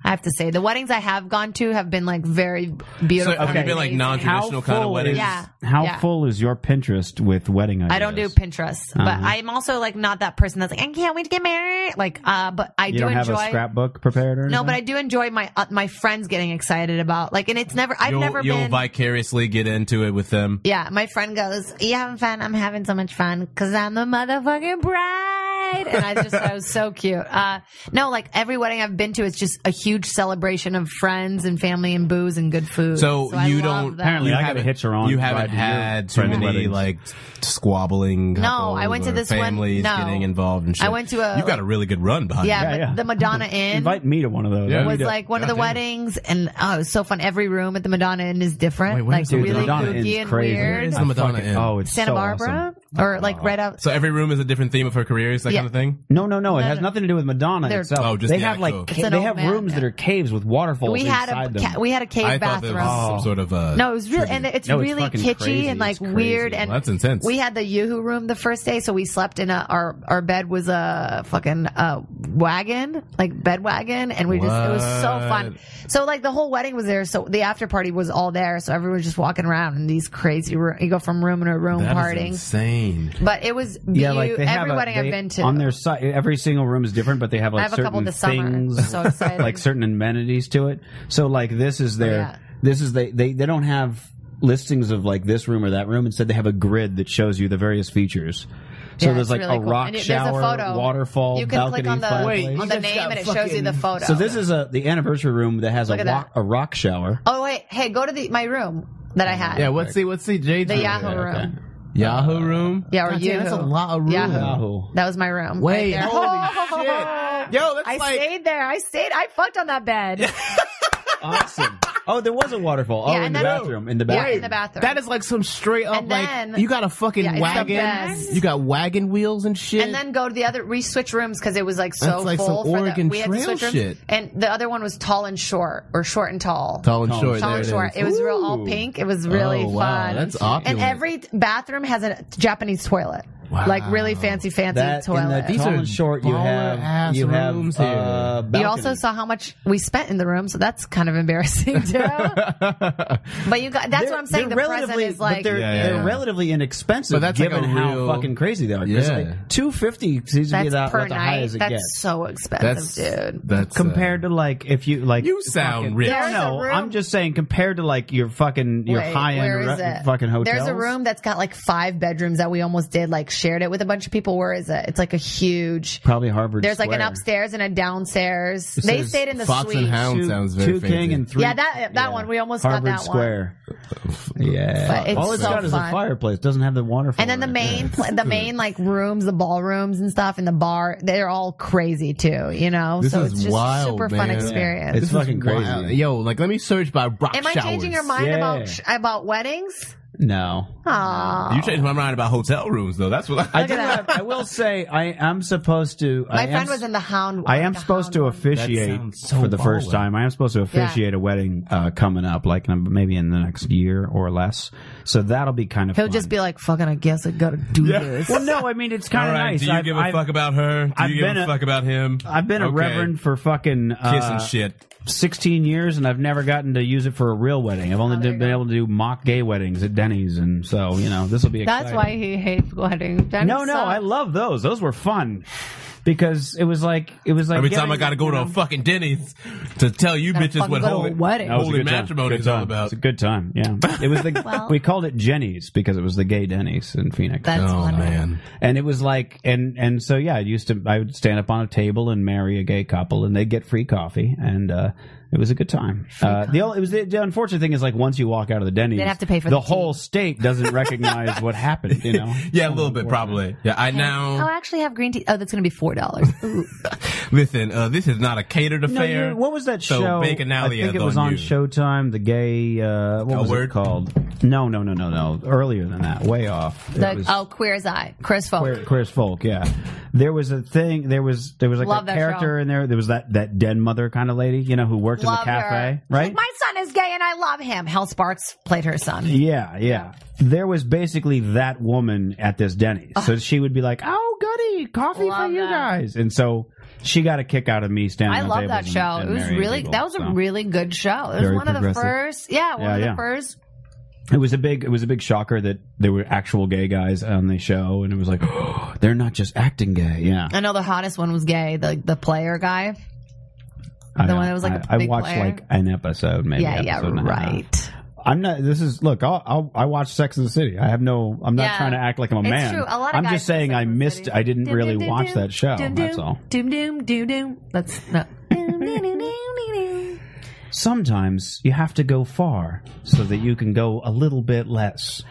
I have to say, the weddings I have gone to have been like very
So
beautiful.
have you been like
amazing.
non-traditional kind of
full
weddings?
is-
Yeah.
How
Yeah.
full is your Pinterest with wedding ideas?
I don't do Pinterest, but I'm also like not that person that's like I can't wait to get married. Like, uh, but I
You
do
don't have
enjoy.
a scrapbook prepared or
no, but I
anything?
do enjoy my uh, my friends getting excited about like, and it's never I've
You'll,
never
you'll
been
vicariously get into it with them.
Yeah, my friend goes, "You having fun? I'm having so much fun because I'm the motherfucking bride." And I just thought it was so cute. Uh, no, like every wedding I've been to, it's just a huge celebration of friends and family and booze and good food.
So,
I
you
love
don't
that.
Apparently,
you
I gotta
haven't-
hitch her on
You
to
haven't
ride to your
had too
friend's
many
weddings.
like squabbling.
No, I went
couples
to
or
this one-
families
no.
getting involved and shit.
I went to a-
You got a really good run behind.
yeah,
you.
but
yeah.
the Madonna Inn.
Invite me to one of those.
Yeah.
I
was
need to-
like one of the
God damn it.
weddings, and oh, it was so fun. Every room at the Madonna Inn is different,
Wait, where
like
is the
really
Madonna
kooky
Inn's
and
crazy.
weird.
It's the Madonna
Fucking-
Inn.
Oh, it's
Santa
so
Barbara,
awesome. Oh,
or like right out.
So every room is a different theme of her career, is that
Yeah.
kind of thing.
No, no, no. It
No,
has
no.
nothing to do with Madonna
They're-
itself.
Oh, just
they
the
have like
actual-
ca-
It's an
they
old
have
man,
rooms
yeah.
that are caves with waterfalls
we had
inside
a
them.
ca- we had a cave
I thought there
bathroom.
was some sort of uh,
No, it was really,
tribute.
and it's
No, it's
really
fucking
kitschy
crazy.
and like
It's crazy.
weird. And
Well, that's intense.
We had the YooHoo room the first day, so we slept in a our our bed was a fucking uh, wagon, like bed wagon, and we just it was so fun. So like the whole wedding was there, so the after party was all there, so everyone was just walking around in these crazy room. You go from room to room
That is
partying,
insane.
but it was
yeah, like they
every
have a-
wedding
they-
I've been to
on their side. Every single room is different, but they have like
I have a
certain
couple this summer.
things,
So excited.
like certain amenities to it. So like this is their,
yeah.
this is they, they they don't have listings of like this room or that room. Instead, they have a grid that shows you the various features. So
Yeah,
there's
it's
like
really
a
cool.
rock
And it- there's a
shower,
photo.
waterfall,
You can click
balcony,
on the,
fireplace.
on the name and it shows you the photo.
So this is a the anniversary room that has a
Look at
rock,
that.
a rock shower.
Oh wait, hey, go to the my room that I had.
Yeah, let's see, let's see, Jade.
the Yahoo
okay.
room.
Yahoo room.
Yeah, or
God damn,
Yahoo.
That's a lot of room.
Yahoo.
Yahoo.
That was my room.
Wait,
right there. <laughs>
holy shit. Yo, that's
I
like
stayed there. I stayed. I fucked on that bed. Yeah,
awesome. Oh, there was a waterfall. Oh,
Yeah,
in
and
the
then-
bathroom. In the bathroom.
in the bathroom.
that is like some straight up
And then-
like you got a fucking
Yeah, it's the best.
wagon. You got wagon wheels and shit.
and then go to the other. We switch rooms because it was like so
That's like some
full. for
Oregon
the, we had to
Trail
switch rooms.
shit.
And the other one was tall and short, or short and tall.
tall and short.
Tall
there
and
it
short.
is.
It, was real all
Ooh.
pink. It was really
Oh,
fun.
wow, that's opulent.
And every bathroom has a Japanese toilet. Like really fancy, fancy
that in the
toilet.
tall
are
and short, you have
baller-ass
you have
rooms here.
uh,
You
balcony.
also saw how much we spent in the room, so that's kind of embarrassing
<laughs>
too. but you got that's what I'm saying. The
They're
present is
but
like
they're,
Yeah, yeah,
they're
yeah.
relatively inexpensive
But that's like
given
a
how
real-
fucking crazy they are. 'Cause,
Yeah.
Like, two fifty seems to be
that's
about
per
about the
night.
highest it
That's
gets.
so expensive, dude.
That's uh,
compared to like if you like
You sound
fucking-
rich.
No,
There's
no,
a room-
I'm just saying compared to like your fucking your
Wait,
high
where
end
is it?
fucking hotels.
There's a room that's got like five bedrooms that we almost did, like shared it with a bunch of people. Where is it? It's like a huge.
probably Harvard.
There's like an
Square.
upstairs and a downstairs. they
says
stayed in the
Fox and
suite.
Hound.
Two,
Sounds very
two king
fancy.
and three.
Yeah, that that one we almost
Harvard
got that one.
Square. yeah,
But it's
all it's
so
got is a
fun.
fireplace. Doesn't have the waterfall.
And then the
in it.
main, pla- the main like rooms, the ballrooms and stuff, and the bar, they're all crazy too, you know.
This
so
is
it's just
wild,
a super fun
man.
experience.
It's fucking crazy.
Wow. Yo, like let me search by rock
Am I
showers.
changing your mind
Yeah.
about sh- about weddings?
No,
Aww.
You changed my mind about hotel rooms though. That's what I.
I do. Have, I will say I am supposed to.
My
I
friend
am,
was in the hound.
I am
the
supposed
hound
to
one.
That
officiate
sounds so
for the first
baller.
time. I am supposed to officiate a wedding uh, coming up, like in- maybe in the next year or less. So that'll be kind of.
He'll
fun.
just be like, "Fucking, I guess I gotta do this."
Well, no, I mean it's kind of nice.
Do you
I've,
give a
I've-
fuck about her? Do
I've
you give
been
a,
a-
fuck about him?
I've been a
Okay.
reverend for fucking uh,
Kiss and shit.
16 years, and I've never gotten to use it for a real wedding. I've
Oh,
only been able to do mock gay weddings at Denny's, and so you know this will be.
That's
exciting.
why he hates weddings. That
No, no,
sucks.
I love those. Those were fun because it was like it was like
Every
getting,
time I got to go
you
to a
know,
fucking Denny's to tell you
Gotta
bitches
fucking
what
go to
holy
a wedding.
That was a
holy
good time.
matrimony
Good
is all
time.
about.
It's a good time.
<laughs>
Yeah, it was the
Well-
we called it Jenny's because it was the gay Denny's in Phoenix.
That's
Oh
funny.
man,
and it was like and and so yeah, I used to I would stand up on a table and marry a gay couple and they would get free coffee and uh it was a good time. Uh, the only, it was the, the unfortunate thing is like once you walk out of the Denny's,
They'd have to pay for
the,
the tea.
whole state doesn't recognize what happened.
<laughs>
You know,
yeah, a little bit probably. Yeah, I
Oh,
now
I actually have green tea. Oh, that's gonna be
<laughs>
four dollars.
listen. Uh, this is not a catered
No,
affair.
you- what was that
So
show?
Bacon Alley
I think
is
it was
on
on
you.
Showtime. The gay. Uh, what
A
was
word?
it called? No, no, no, no, no. Earlier than that, way off. It
the,
was
oh, queer's eye, Chris Folk.
Queer- Queer's folk. Yeah, there was a thing. There was there was like
Love
a
that
character
show.
in there. There was that that den mother kind of lady, you know, who worked
love
in the cafe,
her.
right?
Like, my son is gay and I love him. Hal Sparks played her son.
Yeah, yeah. There was basically that woman at this Denny's. So she would be like, "Oh, goody, coffee
Love
for you
that.
guys," and so she got a kick out of me standing.
I
on
love that
tables
show.
and- and
it was
marrying
really
people,
that was a
so.
really good show. It was
Very
one of the
progressive.
first. Yeah, one
Yeah,
of the
yeah.
first.
it was a big it was a big shocker that there were actual gay guys on the show and it was like <gasps> they're not just acting gay yeah
I know the hottest one was gay, the the player guy.
I
the
know.
one that was like a
I, I
big
watched
player?
like an episode maybe
yeah, yeah,
episode and a half.
right.
i'm not this is look I'll, I'll, i watch sex in the city i have no i'm not
Yeah.
trying to act like i'm a
It's
man
true. A lot of
i'm
guys
just
watch
saying
Sex
i
and the
missed
City.
i didn't
Doom,
really
doom, doom,
watch
doom.
that show
Doom,
that's
doom,
all
Doom doom doom doom. That's
<laughs>
no. Doom, doom, doom, doom, doom.
sometimes you have to go far so that you can go a little bit
<laughs>
less.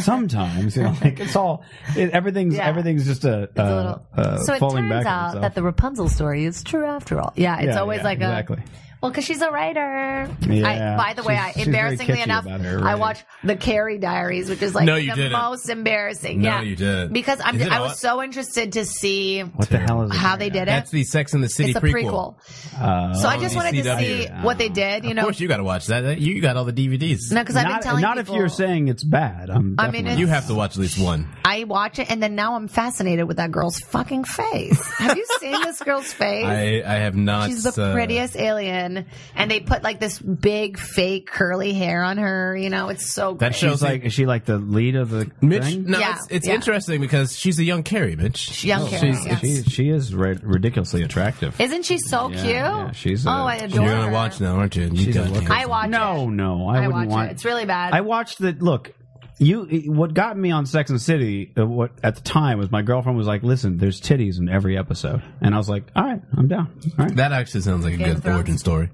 Sometimes, you know, like it's all it, everything's
Yeah.
everything's just a,
It's a
uh,
little-
uh,
so it
falling
turns
back. on
out
itself.
that the Rapunzel story is true after all. Yeah, it's
Yeah,
always
yeah,
like
exactly.
a well, because she's a writer.
Yeah.
I, by the way,
She's-
I,
she's very
embarrassingly
kitschy
enough,
about her
I
writing.
watched the Carrie Diaries, which is like
No, you
the
didn't.
most embarrassing.
No,
yeah,
you didn't.
because I'm,
Is it
I
a
was
lot-
so interested to see
what the hell is
how they did
that's
it.
the Sex and the City
It's a prequel,
Uh,
so I just
on
wanted to
CW.
see what they did. You
Of
know,
course, you got to watch that. You got all the DVDs.
no, because I've been
not,
telling
not
people,
if you're saying it's bad. I'm
I mean,
definitely
it's-
You have to watch at least one.
I watch it, and then now I'm fascinated with that girl's fucking face. Have you seen this girl's face?
I, I have not.
She's the
uh,
prettiest alien, and they put like this big fake curly hair on her. You know, it's so
That
great.
shows
She's like,
like
is she like the lead of the
Mitch.
thing?
No,
Yeah,
it's, it's
yeah.
interesting because she's a young Carrie, Mitch.
Oh,
young Carrie.
she's-
yeah.
She she is ri- ridiculously attractive.
Isn't she so
Yeah,
cute?
yeah, she's
oh,
a-
I
You're
adore.
You're gonna
her.
watch now, aren't you? you
She's a
got-
looker.
I watch.
no,
it.
no, I,
I,
wouldn't
watch
want.
it. It's really bad.
I watched the look. you what got me on Sex and the City uh, what at the time was my girlfriend was like, "Listen, there's titties in every episode," and I was like, "All right, I'm down." All right,
That actually sounds like a
Game of
good
Thrones.
origin story.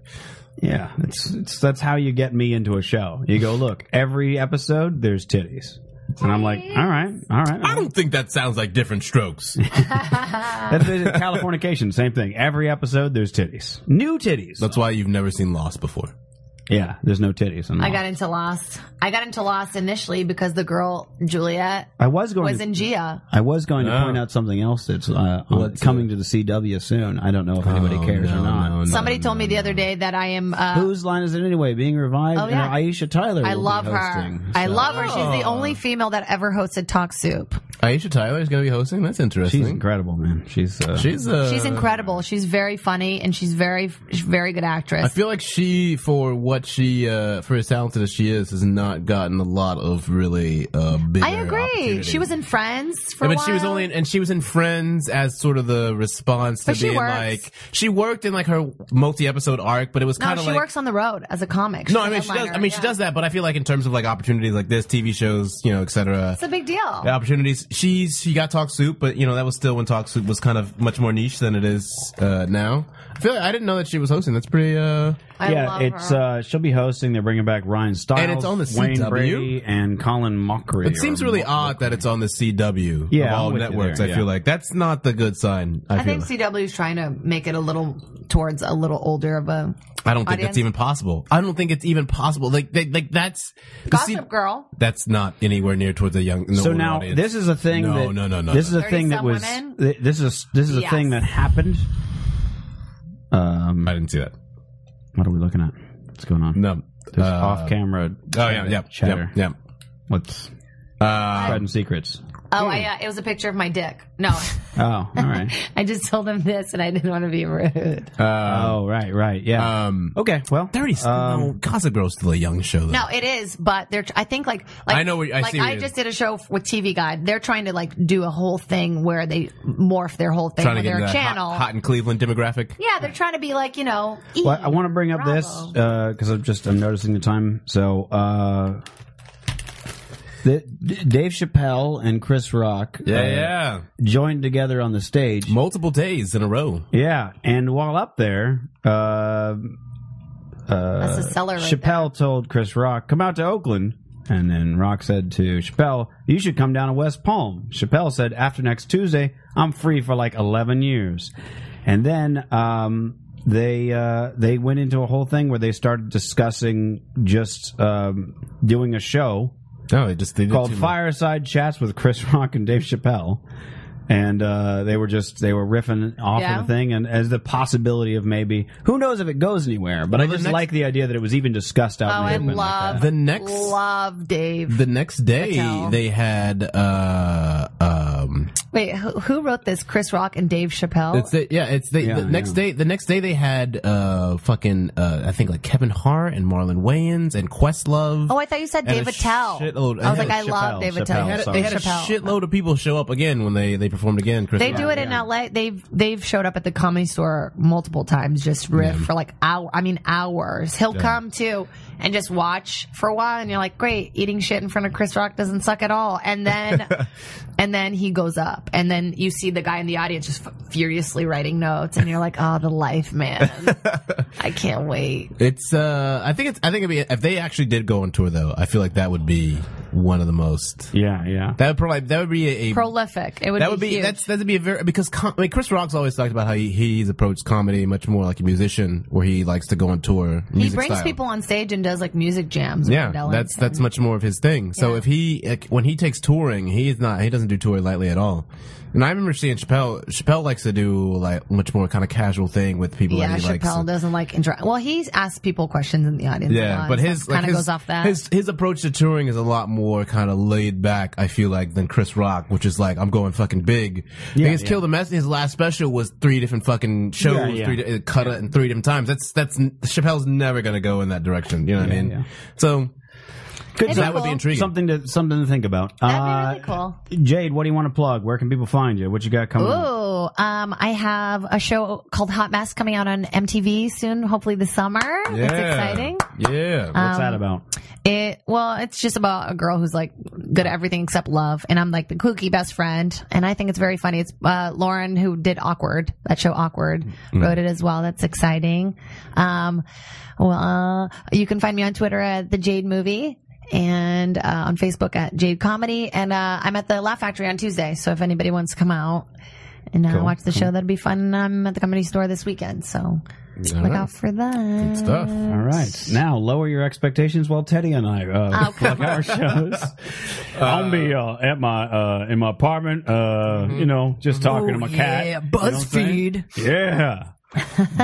yeah, it's, it's that's how you get me into a show. You go, "Look, every episode there's titties," and I'm like, "All right, all right."
I don't think that sounds like different
<laughs>
strokes.
That's it. Californication, same thing. Every episode there's titties, new titties.
That's why you've never seen Lost before.
yeah, there's no titties. in
I
Lost.
got into Lost. I got into Lost initially because the girl Juliet
I was going.
was
to-
in Gia.
I was going to
Oh.
point out something else that's uh, on,
What's Oh,
coming to the CW soon. I don't know if anybody
Oh,
cares or not.
Somebody told me the other day that I am. Uh,
Whose line is it anyway? Being revived?
Oh, yeah.
And Aisha Tyler.
I
will be
love her.
hosting,
I
so-
love her. She's the only female that ever hosted Talk Soup.
Aisha Tyler is going to be hosting. That's interesting.
She's incredible, man. She's uh,
She's uh,
She's incredible. She's very funny and she's very, she's a very good
I
actress.
feel like she, for what she, uh, for as talented as she is, has not gotten a lot of really uh, big.
I agree. She was in Friends for
Yeah,
a
but
while.
she was only, in, and she was in Friends as sort of the response to
But she
being
works.
like she worked in like her multi-episode arc, but it was
No,
kind
she
of like
works on the road as a comic. She's
no,
a
I mean she does. I
headliner,
mean
yeah.
she does that, but I feel like in terms of like opportunities like this, TV shows, you know, etc.
It's a big deal.
The opportunities she's she got Talk Soup, but you know that was still when Talk Soup was kind of much more niche than it is uh, now. I feel like I didn't know that she was hosting. That's pretty. uh
I
yeah,
love
it's
her.
uh, she'll be hosting. They're bringing back Ryan Stiles,
And it's on the
Wayne
CW?
Brady, and Colin Mockery.
It seems
or
really
Mo-
odd that it's on the CW
Yeah,
of all
I'm with you
networks.
there,
I
yeah.
feel like that's not the good sign. I,
I
feel
think
like.
CW is trying to make it a little towards a little older of a
I don't think
Audience?
that's even possible. I don't think it's even possible. Like, they, like that's the
Gossip
C-
Girl.
That's not anywhere near towards a young. an
So
older
now
audience.
this is a thing.
No,
that,
no, no, no,
This
no.
is a thing that
30-some
was.
women?
th- This is this is a
Yes.
thing that happened. Um,
I didn't see that.
what are we looking at? What's going on?
No.
There's
Uh,
off camera.
Oh yeah, yeah, yeah,
chatter.
yeah.
What's
Uh,
Pride and Secrets?
Oh,
Hmm.
I, uh, it was a picture of my dick.
<laughs>
No,
Oh, all right.
I just told him this, and I didn't want to be rude.
oh, right, right. Yeah.
Uh, um,
okay. Well, um,
thirty. no, Gossip Girl's still a young show. Though.
No, it is, but they're. tr- I think like, like
I know what- I
like
see what
I
you-
just did a show f- with TV Guide. They're trying to like do a whole thing where they morph their whole thing
trying to
with
get
their
into that
channel.
hot, hot in Cleveland demographic.
Yeah, they're trying to be like you know. E!
Well, I want to bring up
Bravo.
this because I'm just I'm noticing the time. So, uh, the, D- Dave Chappelle and Chris Rock, uh,
Yeah, yeah.
joined together on the stage.
Multiple days in a row.
yeah, and while up there, uh,
That's a seller. Right there.
Chappelle told Chris Rock, "Come out to Oakland." And then Rock said to Chappelle, "You should come down to West Palm." Chappelle said, "After next Tuesday, I'm free for like 11 years." And then um, they uh, they went into a whole thing where they started discussing just um, doing a show
No, it just they did
called
too much.
Fireside Chats with Chris <laughs> Rock and Dave Chappelle. And uh, they were just they were riffing off
Yeah.
of the thing, and as the possibility of maybe who knows if it goes anywhere. But I
the
just
next-
like the idea that it was even discussed out.
Oh,
in the
I
open like that.
love
The next-
love Dave.
The next day,
Patel.
they had uh um.
Wait, who, who wrote this? Chris Rock and Dave Chappelle.
It's the, yeah, it's the,
Yeah,
the next
yeah.
day. The next day they had uh fucking uh I think like Kevin Hart and Marlon Wayans and Questlove.
oh, I thought you said
And
Dave
a
Attell.
shitload-
I was
they
like, I
had
love
Chappelle,
Dave
Chappelle,
Attell.
they had, a, they
sorry.
had a
Chappelle.
shitload of people show up again when they they performed again. Chris
They
Rock.
do it in LA. They've they've showed up at the comedy store multiple times, just riff for like hour. I mean hours. He'll come too and just watch for a while, and you're like, great, eating shit in front of Chris Rock doesn't suck at all. And then, and then he goes up, and then you see the guy in the audience just f- furiously writing notes, and you're like, oh, the life, man. I can't wait.
It's uh I think it's I think it'd be if they actually did go on tour though I feel like that would be one of the most
Yeah, yeah.
that would probably that would be a, a
Prolific. It would
that
be,
would be
huge.
that's that'd be a very because com- I mean, Chris Rock's always talked about how he, he's approached comedy much more like a musician where he likes to go on tour.
he
music
brings
style.
people on stage and does like music jams.
Yeah,
Mandela and
that's
stuff.
that's much more of his thing. So
Yeah.
if he like, when he takes touring, he's not he doesn't do touring lightly at all. And I remember seeing Chappelle. Chappelle likes to do like much more kind of casual thing with people.
Yeah,
that he
Chappelle
likes.
doesn't like interact. Well, he asks people questions in the audience. a
Yeah,
lot,
but
so
his
kind
like
of
his,
goes off that.
his his approach to touring is a lot more kind of laid back. I feel like than Chris Rock, which is like I'm going fucking big. Yeah, his Kill the Mess, his last special was three different fucking shows,
Yeah, yeah.
three di- cut it in three different times. That's that's Chappelle's never gonna go in that direction. You know what I mean?
yeah.
So
That'd
so
be
that would be
cool.
intriguing.
Something to something to think about. Uh,
That'd be really cool.
Jade, what do you want to plug? Where can people find you? What you got coming? up?
Ooh, So, um, I have a show called Hot Mess coming out on MTV soon, hopefully this summer. It's exciting. Uh,
Yeah.
What's
um,
that about?
It well, it's just about a girl who's like good at everything except love, and I'm like the kooky best friend, and I think it's very funny. It's uh, Lauren who did Awkward, that show Awkward,
Mm-hmm.
wrote it as well. That's exciting. Um, well, uh, you can find me on Twitter at the Jade Movie and uh, on Facebook at Jade Comedy, and uh, I'm at the Laugh Factory on Tuesday. So if anybody wants to come out and uh, watch the show, that'd be fun. I'm at the Comedy Store this weekend, so look out for that.
Good stuff. Uh,
All right. Now lower your expectations while Teddy and I uh,
Oh, come
plug our shows. <laughs> I'll be uh, at my uh, in my apartment, uh, you know, just talking to my cat.
yeah,
you know what I'm saying?
BuzzFeed.
<laughs> yeah.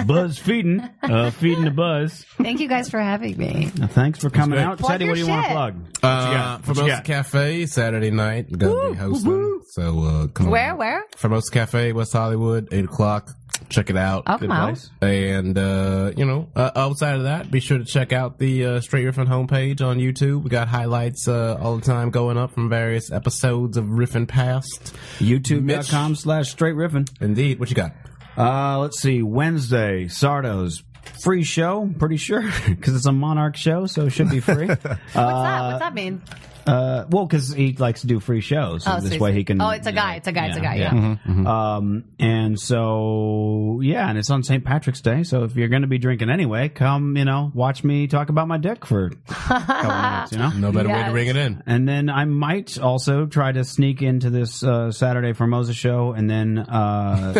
Buzz feeding, uh, feeding the buzz.
Thank you guys for having me.
Now, <laughs> thanks for coming
great.
out,
Plug
Teddy.
your
What do you want to
shit.
plug?
Uh,
got? What you
Formosa
got?
Cafe Saturday night. Gonna be hosting. So uh, come on.
Where, where?
Formosa Cafe, West Hollywood, eight o'clock. Check it out.
I'll come out.
place.
And uh, you know, uh, outside of that, be sure to check out the uh, Straight Riffin homepage on YouTube. We got highlights uh, all the time going up from various episodes of Riffin Past.
YouTube.com slash straight riffin.
Indeed, what you got?
Uh, let's see. Wednesday, Sardo's free show. Pretty sure <laughs> because it's a Monarch show, so it should be free. <laughs>
What's that? What's
Um,
that mean?
uh, well, because he likes to do free shows, so
Oh, so
this
he's-
way he can.
Oh, it's a
you know,
guy. It's a guy. It's a guy. Yeah.
Um, and so yeah, and it's on St. Patrick's Day, so if you're going to be drinking anyway, come you know watch me talk about my dick for a couple minutes, you know.
No better way
Yes.
to ring it in.
And then I might also try to sneak into this uh, Saturday Formosa show, and then uh,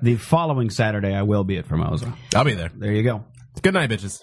the following Saturday I will be at Formosa.
I'll be there.
There you go.
Good night, bitches.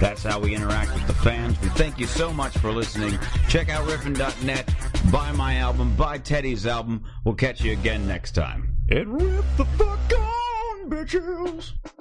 That's how we interact with the fans. We thank you so much for listening. Check out riffin.net, buy my album, buy Teddy's album. We'll catch you again next time. It ripped the fuck on, bitches!